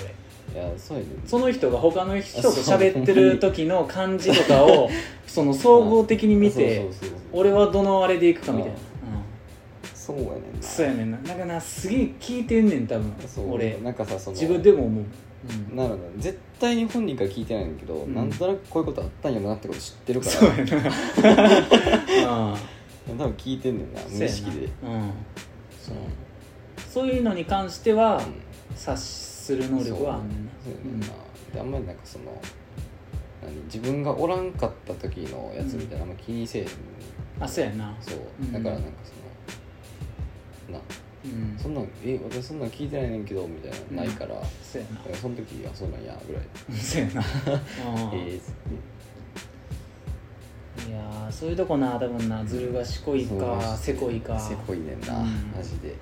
Speaker 1: 俺
Speaker 2: いやそうやね
Speaker 1: その人が他の人と喋ってる時の感じとか をその総合的に見て
Speaker 2: そうそうそうそう
Speaker 1: 俺はどのあれでいくかみたいな、
Speaker 2: そうやねん
Speaker 1: うん、
Speaker 2: な
Speaker 1: そうやねんななんかなすげえ聞いてんねん多分
Speaker 2: そう
Speaker 1: 俺
Speaker 2: なんかさその
Speaker 1: 自分でも思う、うん
Speaker 2: なるほど絶対に本人から聞いてないんだけど、
Speaker 1: ん
Speaker 2: なんとなくこういうことあったんやろなってこと知ってるか
Speaker 1: そう
Speaker 2: ら
Speaker 1: やなうん
Speaker 2: 多分聞いてんねんな
Speaker 1: そう
Speaker 2: 無
Speaker 1: や
Speaker 2: 意識で
Speaker 1: なうんそう
Speaker 2: うん
Speaker 1: そういうのに関しては
Speaker 2: うん
Speaker 1: 察する能力はあんねんな
Speaker 2: そうやねんな、であんまりなんかその何自分がおらんかった時のやつみたいなあんま気にせえへん、
Speaker 1: うんあそうやな
Speaker 2: そう
Speaker 1: うん
Speaker 2: だからなんか
Speaker 1: うん
Speaker 2: その、なそんなんえ私そんなん聞いてないねんけどみたいなないから、
Speaker 1: そうやな
Speaker 2: だからその時あそうなんやぐらい
Speaker 1: そうやなうん
Speaker 2: ええ
Speaker 1: いやーそういうとこな多分なずる賢いかせこいか
Speaker 2: せこいねんな、
Speaker 1: うん
Speaker 2: マジで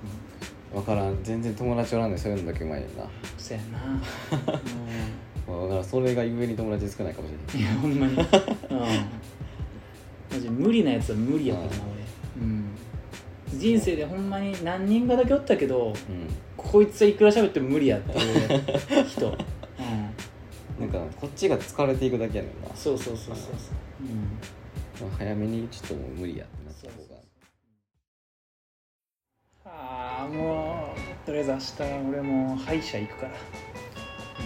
Speaker 2: 分からん全然友達おらんねんそういうのだけうまいねんな
Speaker 1: そうやな、
Speaker 2: まあ、だからそれが故に友達少ないかもし
Speaker 1: うん、 いやほんまに、うん、マジ無理なやつは無理やからな俺、うん、人生でほんまに何人かだけおったけど
Speaker 2: れない、
Speaker 1: こいつはいくら喋っても無理やっていう 人、うん、
Speaker 2: うん、なんかこっちが疲れていくだけやねんな
Speaker 1: そうそうそうそうそう、うん
Speaker 2: 早めにちょっともう無理やってなった方
Speaker 1: そうそう
Speaker 2: が
Speaker 1: ああもうとりあえず明日俺もう歯医者行くから、うん、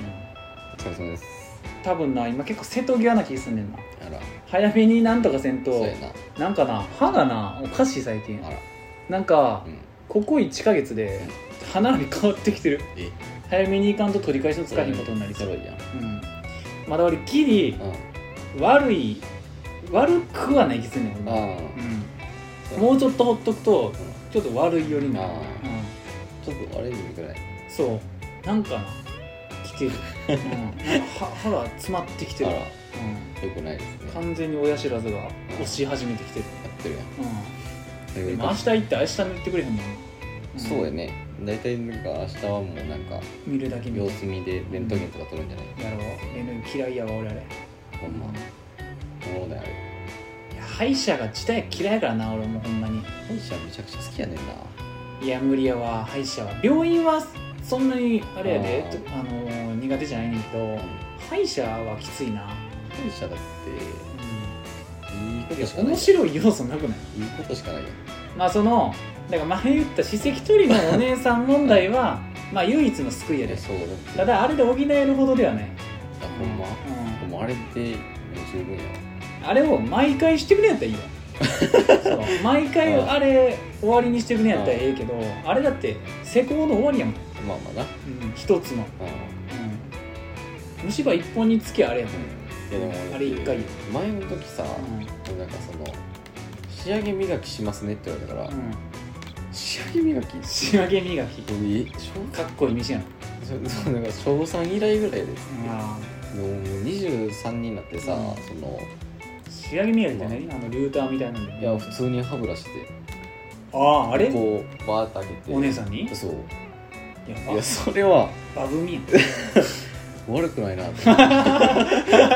Speaker 2: お疲れ様です
Speaker 1: 多分な今結構瀬戸際な気すんねんな
Speaker 2: あら
Speaker 1: 早めになんとかせん
Speaker 2: そう
Speaker 1: と
Speaker 2: やな
Speaker 1: なんかな歯がなおかしい最近
Speaker 2: あら
Speaker 1: なんか
Speaker 2: うん
Speaker 1: ここ1ヶ月で歯並び変わってきてる
Speaker 2: え
Speaker 1: 早めに行かんと取り返しのつかへんことになりそ、
Speaker 2: そうろ
Speaker 1: う
Speaker 2: いやんうん
Speaker 1: ん、まだ俺ギリ悪い悪くはない気すんねん俺、
Speaker 2: ああ
Speaker 1: うん、もうちょっとほっとくと
Speaker 2: うん
Speaker 1: ちょっと悪いよりな
Speaker 2: あ
Speaker 1: る、
Speaker 2: ー
Speaker 1: うん
Speaker 2: ちょっとあれにぐらい
Speaker 1: そうなんかな来てる、うん、なんか歯歯が詰まってきて
Speaker 2: あ
Speaker 1: る
Speaker 2: ら、
Speaker 1: う
Speaker 2: よくないです
Speaker 1: ん、
Speaker 2: ね
Speaker 1: 完全に親知らずが押し始めてきてる、
Speaker 2: やってるやん
Speaker 1: う
Speaker 2: だ
Speaker 1: ん、
Speaker 2: け
Speaker 1: で
Speaker 2: ど
Speaker 1: も明日行って明日塗ってくれへんもん、ん、
Speaker 2: そうやね大体なんか明日はもうなんか
Speaker 1: 見るだけ見
Speaker 2: 様
Speaker 1: る
Speaker 2: 子見でレントゲンとか撮るんじゃない
Speaker 1: やろうレントゲン嫌いやわ俺あれ
Speaker 2: ほんまおもろないあれ
Speaker 1: いや歯医者が自体嫌いやからな俺もほんまに
Speaker 2: 歯医者めちゃくちゃ好きやねんない
Speaker 1: や無理やわ歯医者は病院はそんなにあれやで
Speaker 2: あ
Speaker 1: と
Speaker 2: ー
Speaker 1: あのー苦手じゃないねんけど歯医者はきついな、
Speaker 2: 歯医者だっていい
Speaker 1: う
Speaker 2: こ
Speaker 1: ん、
Speaker 2: としかない
Speaker 1: 面白い要素なくない
Speaker 2: いいことしかないよ
Speaker 1: まあそのだから前言った歯石取りのお姉さん問題 はまあ唯一の救いや
Speaker 2: いや
Speaker 1: で
Speaker 2: そうだって
Speaker 1: ただあれで補えるほどではない
Speaker 2: あほんま
Speaker 1: うん
Speaker 2: もうあれって十分や
Speaker 1: あれを毎回してくれんやった らいいよそう毎回
Speaker 2: うん
Speaker 1: あれ終わりにしてくれんやったらええけどあれだって施工の終わりやもん、
Speaker 2: まあまあな
Speaker 1: うん、一つの、
Speaker 2: うん
Speaker 1: うん、虫歯一本につきあれやもん、
Speaker 2: いやでも
Speaker 1: あれ一回
Speaker 2: 前の時さ、
Speaker 1: うん
Speaker 2: なんかその仕上げ磨きしますねって言われたから、
Speaker 1: うん、
Speaker 2: 仕上げ磨き
Speaker 1: 仕上げ磨き
Speaker 2: え小
Speaker 1: かっこいい店やな
Speaker 2: そうそうなんか小3以来ぐらいです
Speaker 1: あ
Speaker 2: もう23になってさ、
Speaker 1: うん
Speaker 2: その
Speaker 1: ー仕上げ磨きって何あのルーターみたいなんで
Speaker 2: いや普通に歯ブラシで
Speaker 1: あああれ
Speaker 2: こうバーッと開けて
Speaker 1: お姉さんに
Speaker 2: そう
Speaker 1: いや
Speaker 2: いや
Speaker 1: ば
Speaker 2: それは
Speaker 1: バブミやん
Speaker 2: 悪 くないなってで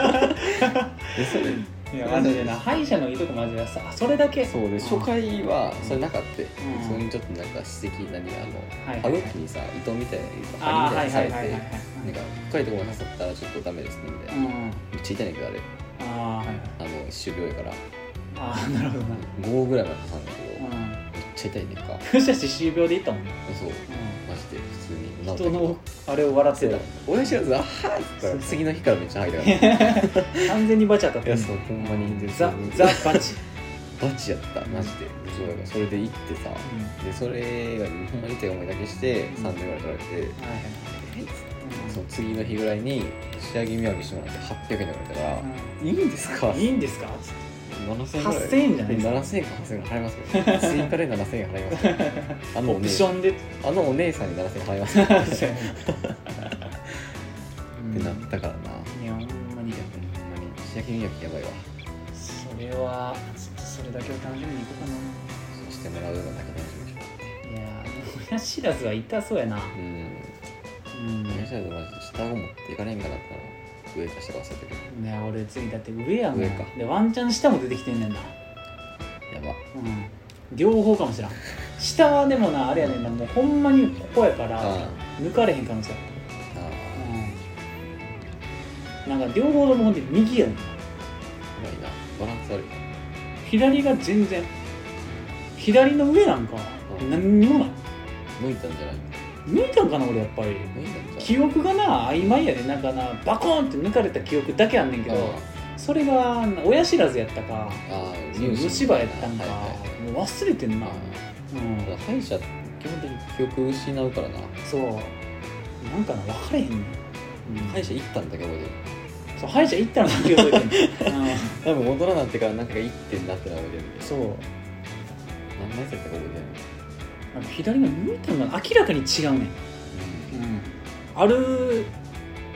Speaker 2: それ
Speaker 1: いやマジでな歯医者のいいとこマジでさそれだけ
Speaker 2: そうで
Speaker 1: ん
Speaker 2: 初回はそれなかった、
Speaker 1: ん
Speaker 2: それにちょっとなんか指摘何あの
Speaker 1: はい
Speaker 2: 歯
Speaker 1: はいはい
Speaker 2: 茎にさ糸みたいな
Speaker 1: あ
Speaker 2: 針
Speaker 1: あ
Speaker 2: みた
Speaker 1: はいい
Speaker 2: にさ
Speaker 1: は
Speaker 2: れ
Speaker 1: いはいはいはい
Speaker 2: てなんか深いところに刺さったらちょっとダメですねみたい
Speaker 1: う
Speaker 2: な、
Speaker 1: んうん
Speaker 2: めっちゃ痛いねんけどあれ
Speaker 1: ああはいはい
Speaker 2: あの一種病やから
Speaker 1: ああなるほどな
Speaker 2: 5ぐらいまで刺さんだけど、
Speaker 1: う
Speaker 2: めっ
Speaker 1: ん
Speaker 2: ちゃ痛いねんか
Speaker 1: 私たち歯周病で行ったもんね
Speaker 2: そう
Speaker 1: うん
Speaker 2: マジで普通に治ったけ
Speaker 1: 人
Speaker 2: ど
Speaker 1: のあれを笑っ
Speaker 2: して
Speaker 1: て
Speaker 2: た親知らずあはーっつったら次の日からめっちゃ吐いたか ら
Speaker 1: た完全にバチ当たっ
Speaker 2: い
Speaker 1: て
Speaker 2: や
Speaker 1: る
Speaker 2: そうほんまに
Speaker 1: ザザバチ
Speaker 2: バチやったマジでそうだからそれで行ってさ
Speaker 1: うん
Speaker 2: でそれがほんまに痛い思いだけして
Speaker 1: うん
Speaker 2: 3年ぐらい取られて、
Speaker 1: はいはい
Speaker 2: その次の日ぐらいに仕上げ磨きしてもらって800円でもらったから、いいんですか
Speaker 1: うんいいんですかつって
Speaker 2: 7000円ぐらい
Speaker 1: 8000円じゃないですか
Speaker 2: 7000円か8000円払います けど追加で7000円払いますけどあの
Speaker 1: オ
Speaker 2: お
Speaker 1: プ
Speaker 2: 姉
Speaker 1: シ
Speaker 2: さ
Speaker 1: ョ ンで
Speaker 2: んあのお姉さんに7000円払い ますけどってなったからな、
Speaker 1: いやほんまに
Speaker 2: いやほんまに仕上げ磨きやばいわ
Speaker 1: それはちょっとそれだけを楽しみに行こ
Speaker 2: そうしてもらうのだけ楽しみにしましょ
Speaker 1: うかないやー親知らずは痛そうやな
Speaker 2: ううん
Speaker 1: うん
Speaker 2: 親知らずマジで下を持っていかれへんかなったら上か下か忘れたけ
Speaker 1: ね俺次だって上やもん
Speaker 2: 上か
Speaker 1: でワンチャン下も出てきてんねんな
Speaker 2: どやば
Speaker 1: うん両方かもしらん下はでもなあれやねんなもうほんまにここやから
Speaker 2: あ
Speaker 1: 抜かれへん可能性ある
Speaker 2: あ
Speaker 1: う
Speaker 2: あ
Speaker 1: んなんか両方ともほんで右やねん
Speaker 2: あやばいなバランス悪い
Speaker 1: 左が全然左の上なんか
Speaker 2: うん
Speaker 1: 何にもない
Speaker 2: 向いたんじゃない
Speaker 1: 抜いたんかな俺やっぱり
Speaker 2: 向いたんじゃ
Speaker 1: 記憶がな曖昧やでなんかなバコーンって抜かれた記憶だけあんねんけ
Speaker 2: ない
Speaker 1: どそれが親知らずやったか
Speaker 2: ああああ
Speaker 1: 虫歯やったんか
Speaker 2: はいはいはい
Speaker 1: もう忘れてんなうん
Speaker 2: ああ歯医者って基本的に記憶失うからな
Speaker 1: そうなんかな分かれへんねん
Speaker 2: 歯医者行ったんだけどで
Speaker 1: そう歯医者行ったら何て覚えてんの うん
Speaker 2: 多分大人になってからなんか行ってんなってな覚えてるんで
Speaker 1: そう
Speaker 2: 何年生やったか覚えてる
Speaker 1: なんか左の抜いたのが明らかに違うねん、うん、ある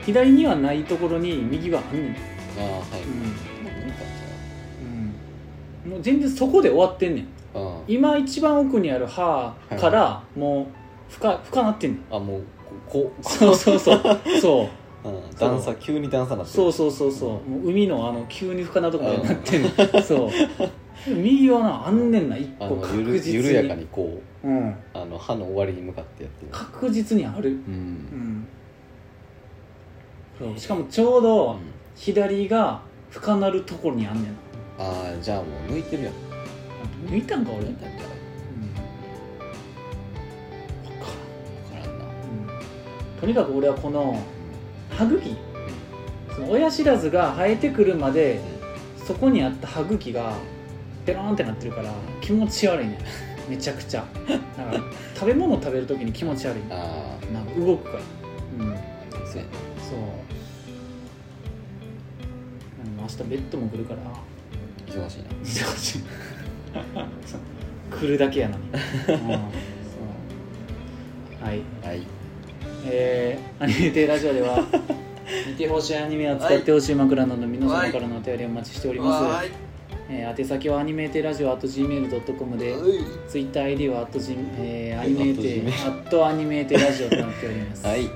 Speaker 1: 左にはないところに右はあんねん
Speaker 2: ああはい、なんか向いたん
Speaker 1: うん、もう全然そこで終わってんねん
Speaker 2: じゃないあ
Speaker 1: 今一番奥にある歯からもう深深なってんねん
Speaker 2: ああもうここ
Speaker 1: そうそうそうそう
Speaker 2: う、うん、段差急に段差なってる
Speaker 1: そうそうそうそうもう海のあの急に深なとこまでなってんのそう右はなあんねんな一
Speaker 2: あ
Speaker 1: 個
Speaker 2: の
Speaker 1: 確
Speaker 2: ゆる
Speaker 1: 実に
Speaker 2: 緩やかにこう
Speaker 1: うん、
Speaker 2: あの歯の終わりに向かってやってる
Speaker 1: 確実にある
Speaker 2: う、
Speaker 1: うんんそうしかもちょうど左が深なるところにあんねんな
Speaker 2: ああじゃあもう抜いてるやん
Speaker 1: 抜いたんか俺
Speaker 2: 抜いたんじゃない
Speaker 1: 分か
Speaker 2: 分からんな
Speaker 1: らん、うん、とにかく俺はこの歯茎その親知らずが生えてくるまでそこにあった歯茎がペローンってなってるから気持ち悪いね めちゃくちゃなんか食べ物食べるときに気持ち悪いね
Speaker 2: あ
Speaker 1: なんか動くからうん
Speaker 2: あそうやね
Speaker 1: そううん明日ベッドも来るから
Speaker 2: 忙しいな
Speaker 1: 忙しい来るだけやのに、うんそうはい
Speaker 2: はい
Speaker 1: えー、アニメテラジオで は見てほしいアニメを使ってほしい枕など皆様からのお便りをお待ちしております、
Speaker 2: い
Speaker 1: えー宛先はアニメーテラジオ at gmail.com でツイッター ID は at ジ、えー、アニメーテ at アニメーテラジオとなっております
Speaker 2: はいちょ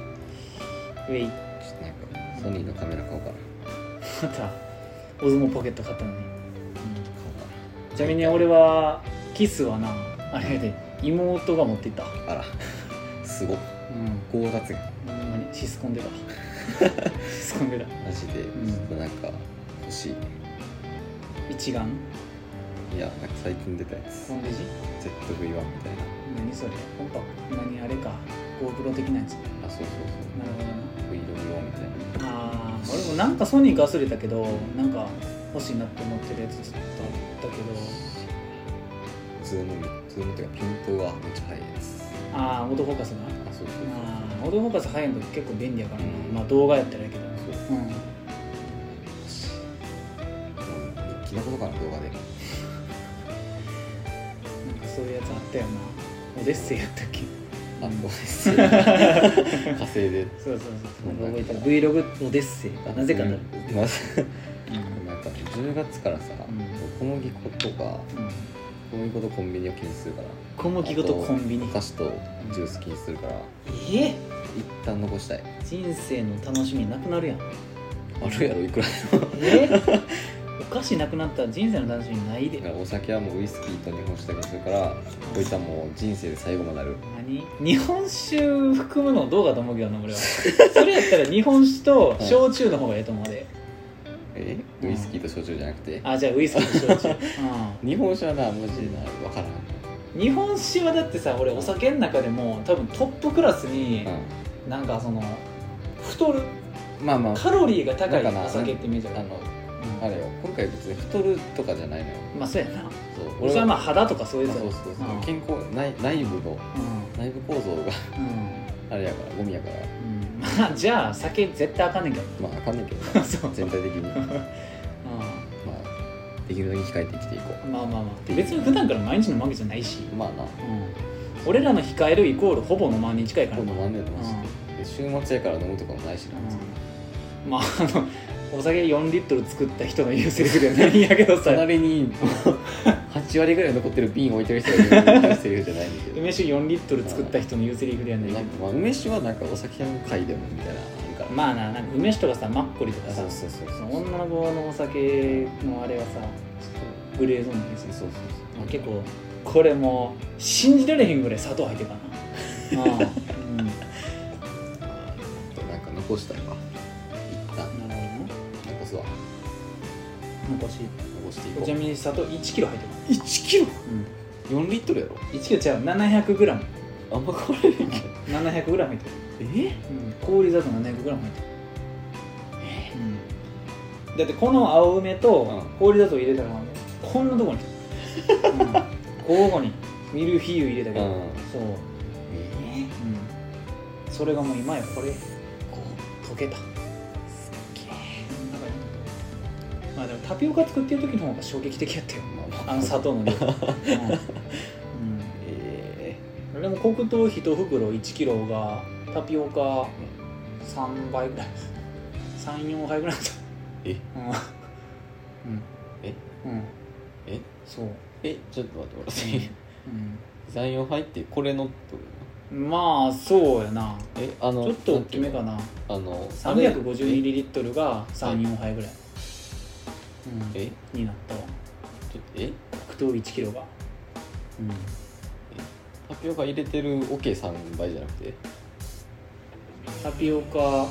Speaker 1: ウェイ
Speaker 2: っとなんかソニーのカメラ買おうかな
Speaker 1: またオズモポケット買ったのに、うんちなみに俺はキスはなあれやで妹が持っていった
Speaker 2: あらすごっ
Speaker 1: うん
Speaker 2: 強奪が
Speaker 1: ほんまにシスコン でたシスコンでた
Speaker 2: マジで
Speaker 1: うん
Speaker 2: ちょっとなんか欲しい
Speaker 1: 一眼
Speaker 2: いやなんか最近出たやつ
Speaker 1: コンデジ
Speaker 2: ZV-1 みたい
Speaker 1: 何それコンパクト何あれか GoPro 的なやつなる
Speaker 2: なあそうそう
Speaker 1: ほどな
Speaker 2: そう V-1 みたいな
Speaker 1: ああ俺もなんかソニーか忘れたけどなんか欲しいなって思ってるやつずっとあったけど
Speaker 2: ズームズームっていうかピントがめっちゃ速いやつ
Speaker 1: ああオートフォーカスな
Speaker 2: あそうそう
Speaker 1: あーオートフォーカス早いの結構便利やからな、まあ動画やったらいいけど
Speaker 2: そうそう
Speaker 1: うん
Speaker 2: 日記のことかな動画で
Speaker 1: そういうやつあったよなオデッセイやったっけ
Speaker 2: あ
Speaker 1: うん
Speaker 2: そうです稼いで
Speaker 1: そうそうそうなんか覚えた Vlog オデッセイなぜかな
Speaker 2: な
Speaker 1: る、
Speaker 2: まあなんか10月からさ、
Speaker 1: うん
Speaker 2: 小麦粉とか
Speaker 1: うんうん
Speaker 2: 小麦粉とコンビニを禁止するから
Speaker 1: 小麦粉とコンビニ
Speaker 2: お菓子とジュース禁止するから
Speaker 1: ええ
Speaker 2: 一旦残したい
Speaker 1: 人生の楽しみなくなるやん
Speaker 2: あるやろいくら
Speaker 1: え お菓子なくなったら人生の楽しみないで
Speaker 2: でもお酒はもうウイスキーと日本酒だけするからこいつはもう人生で最後までなる
Speaker 1: 何日本酒含むのどうかと思うけどな 俺はそれやったら日本酒と焼酎の方がええと思うで
Speaker 2: えウイスキーと焼酎じゃなくて
Speaker 1: あじゃあウイスキーと焼酎、 う
Speaker 2: 日本酒はなマジでな分からん
Speaker 1: ん、日本酒はだってさ俺お酒の中でも多分トップクラスに
Speaker 2: う
Speaker 1: なんかその太る
Speaker 2: んまあまあ
Speaker 1: カロリーが高い
Speaker 2: なんかな
Speaker 1: お酒ってイメージある
Speaker 2: あの
Speaker 1: うん
Speaker 2: あれよ今回別に太るとかじゃないのよ
Speaker 1: まあそうやな
Speaker 2: そう
Speaker 1: 俺はまあ肌とかそういう
Speaker 2: ま
Speaker 1: や
Speaker 2: あ
Speaker 1: つや
Speaker 2: そ
Speaker 1: ろ
Speaker 2: うそうそう
Speaker 1: うん
Speaker 2: 健康内内部の内部構
Speaker 1: う
Speaker 2: 造が
Speaker 1: ん
Speaker 2: あれやからゴミやから
Speaker 1: うんうんまあじゃあ酒絶対あかんねん けど
Speaker 2: まああかんねんけど な
Speaker 1: そう
Speaker 2: 全体的 にま
Speaker 1: う
Speaker 2: あできるだけ控えて生きていこ
Speaker 1: んまあまあまあ別に普段から毎日飲むわけじゃないし、
Speaker 2: うまあな
Speaker 1: うん、俺らの控えるイコールほぼ飲まんに近いから
Speaker 2: 今
Speaker 1: な
Speaker 2: 度何年と
Speaker 1: う
Speaker 2: マ
Speaker 1: ん
Speaker 2: ジで週末やから飲むとかもないしな
Speaker 1: まああのお酒4リットル作った人の言うセリフではないんやけどさ
Speaker 2: 隣にもう8割ぐらい残ってる瓶置いてる人がいるセリフじゃないんだけど
Speaker 1: 梅酒4リットル作った人の言うセリフではないけ
Speaker 2: な
Speaker 1: ど
Speaker 2: んかまあ梅酒はなんかお酒の会でもみたいなあるから
Speaker 1: まあななんか梅酒とかさマッコリとかさ
Speaker 2: そうそうそうそう
Speaker 1: その女の子のお酒のあれはさグレーゾーンなんです
Speaker 2: そう
Speaker 1: よ
Speaker 2: そうそう
Speaker 1: 結構これもう信じられへんぐらい砂糖入ってたなああ うん
Speaker 2: となんか残したいわ一旦
Speaker 1: なるほどな
Speaker 2: 残すわ
Speaker 1: 残し
Speaker 2: 残してい
Speaker 1: ち
Speaker 2: こ
Speaker 1: なみに砂糖1キロ入ってます
Speaker 2: う1キロ4リットルやろ
Speaker 1: 1キロ違う 700g700g
Speaker 2: あんま変われへんけど
Speaker 1: 入ってる、
Speaker 2: え
Speaker 1: うん、氷砂糖 700g 入ってる、うん、だってこの青梅と
Speaker 2: うん
Speaker 1: 氷砂糖入れたらこんなとこに、うん、交互にミルフィーユ入れたけど、
Speaker 2: うん
Speaker 1: そう、
Speaker 2: え
Speaker 1: うん、それがもう今やこれこう溶けたすっげえまあでもタピオカ作ってる時の方が衝撃的やったよあの砂糖 の量、うん
Speaker 2: え
Speaker 1: うん、でも黒糖1袋1キロがタピオカ3倍ぐらい34杯ぐらいだった
Speaker 2: え
Speaker 1: うんうん
Speaker 2: え
Speaker 1: うん
Speaker 2: え
Speaker 1: そう、
Speaker 2: えちょっと待って待 って34入ってこれのってこと
Speaker 1: うん、まあそうやな
Speaker 2: えあの
Speaker 1: ちょっと大きめか
Speaker 2: な
Speaker 1: なん
Speaker 2: ていうのあのえ
Speaker 1: 350ml が34杯ぐらい、
Speaker 2: え
Speaker 1: うん、になったわ
Speaker 2: ちょえ
Speaker 1: 黒糖 1kg が、うん、
Speaker 2: タピオカ入れてるオケさん倍じゃなくて
Speaker 1: タピオカ
Speaker 2: わ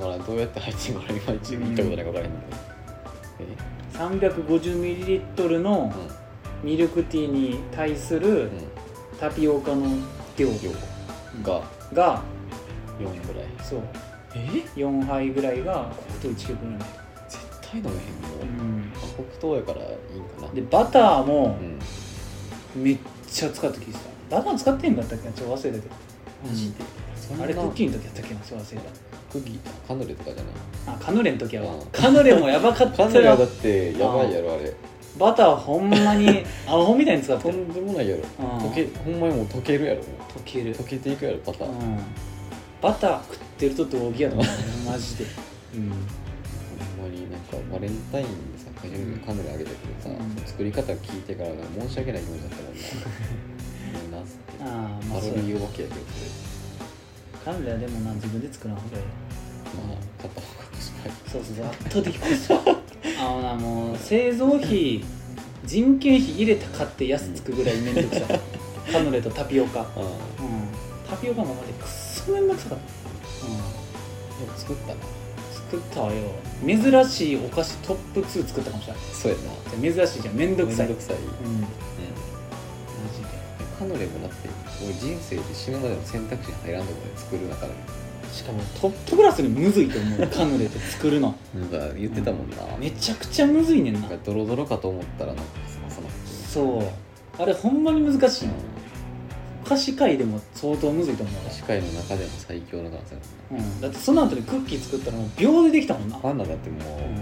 Speaker 2: からんどうやって入ってんのかいまいち行ったことないから分からへんけどえ
Speaker 1: 350ml のミルクティーに対する
Speaker 2: うんうん
Speaker 1: タピオカの量
Speaker 2: 量が
Speaker 1: が
Speaker 2: 4ぐらい
Speaker 1: そう
Speaker 2: え
Speaker 1: 4杯ぐらいが黒糖 1kg ぐらいになっ
Speaker 2: 絶対飲めへん
Speaker 1: た、
Speaker 2: よ、
Speaker 1: うん
Speaker 2: あ黒糖やからいいんかな
Speaker 1: でバターも
Speaker 2: うん
Speaker 1: めっちゃ使ってきてたバター使ってへんかったっけなちょっと忘れたけど
Speaker 2: マジでそんな
Speaker 1: あれクッキーの時やったっけなちょっと忘れた
Speaker 2: クッキーカヌレとかじゃない
Speaker 1: あカヌレの時は
Speaker 2: うん
Speaker 1: カヌレもやばかった
Speaker 2: カヌレはだ
Speaker 1: よ
Speaker 2: ってやばいやろあれ
Speaker 1: バターほんま にアホみたいに使って
Speaker 2: と
Speaker 1: る
Speaker 2: んでもないやろ
Speaker 1: うん
Speaker 2: 溶けほんまにもう溶けるやろ
Speaker 1: 溶ける
Speaker 2: 溶けていくやろパターン、
Speaker 1: うんバター食ってると同義やと思うねマジでうん
Speaker 2: ほんまになんかバレンタインでさ初めにカヌレあげたけどさ、
Speaker 1: うん
Speaker 2: 作り方聞いてからなんか申し訳ない気持ちだったから なもうなすっ
Speaker 1: ああま
Speaker 2: てカ
Speaker 1: あそう
Speaker 2: ロリーお化けやけど
Speaker 1: カヌレはでもな自分で作らんほうがいい
Speaker 2: まあ買った方が失敗
Speaker 1: そうそうそう圧倒的コスパ あのなもう製造費人件費入れたかって安つくぐらい面倒くさ いカヌレとタピオカ、うん、
Speaker 2: あ
Speaker 1: タピオカもマジでくっそ面倒くさかった、うん
Speaker 2: あでも作ったな
Speaker 1: 作ったわよ珍しいお菓子トップ2作ったかもしれな
Speaker 2: そうやない
Speaker 1: 珍しいじゃんめんどくさい
Speaker 2: めんどくさい、
Speaker 1: うんマ
Speaker 2: うん
Speaker 1: ジで
Speaker 2: カヌレもだって俺人生で死ぬまでの選択肢に入らんとこで作る中で
Speaker 1: しかもトップクラスにむずいと 思うカヌレって作るの
Speaker 2: なんか言ってたもんな、
Speaker 1: めちゃくちゃむずいねんな
Speaker 2: なんかドロドロかと思ったらなんかサマサマ
Speaker 1: そうあれほんまに難しいのお菓子界でも相当むずいと思う
Speaker 2: 社会の中でも最強のダンスやも
Speaker 1: 俺、うん、だってその後にクッキー作ったらもう秒でできたもんな、
Speaker 2: んなファンナだってもう、
Speaker 1: うん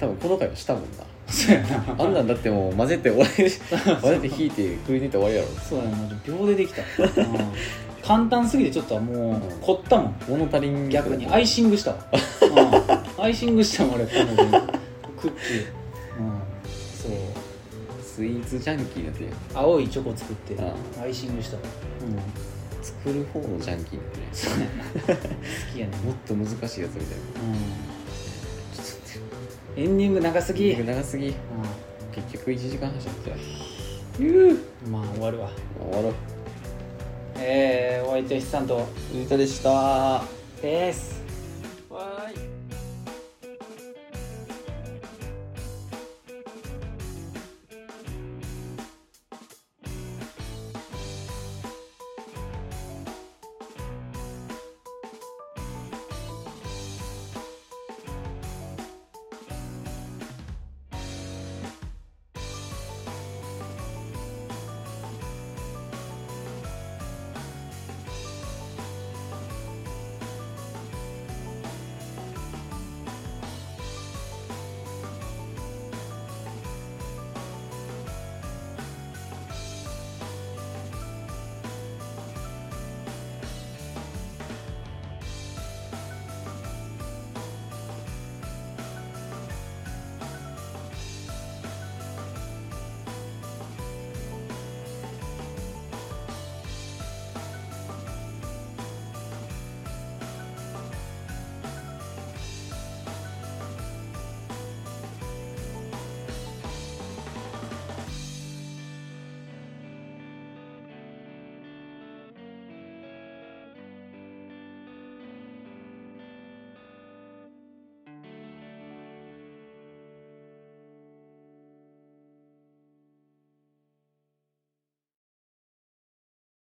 Speaker 2: 多分この回はしたもんな
Speaker 1: そうやな
Speaker 2: あんなんだってもう混ぜて終わり混ぜて引いてくり抜いて終わりやろ
Speaker 1: そうやな秒ででき た、うん簡単すぎてちょっともう凝ったもん
Speaker 2: 物足りんけど
Speaker 1: 逆にアイシングしたわ、うんアイシングしたもん俺彼女にクッキー、うん、そう
Speaker 2: スイーツジャンキーなってるやん
Speaker 1: 青いチョコ作って
Speaker 2: う
Speaker 1: アイシングしたわ、うん、好
Speaker 2: 作る方のジャンキーなってるやん
Speaker 1: きやね
Speaker 2: もっと難しいやつみたい
Speaker 1: う
Speaker 2: な
Speaker 1: んエンディング長すぎ、うん、
Speaker 2: 長すぎ結局1時間半しゃってた
Speaker 1: ゆうまあ終わるわ
Speaker 2: 終わろう
Speaker 1: えー、お相手は筆さんと
Speaker 2: 藤田でした
Speaker 1: です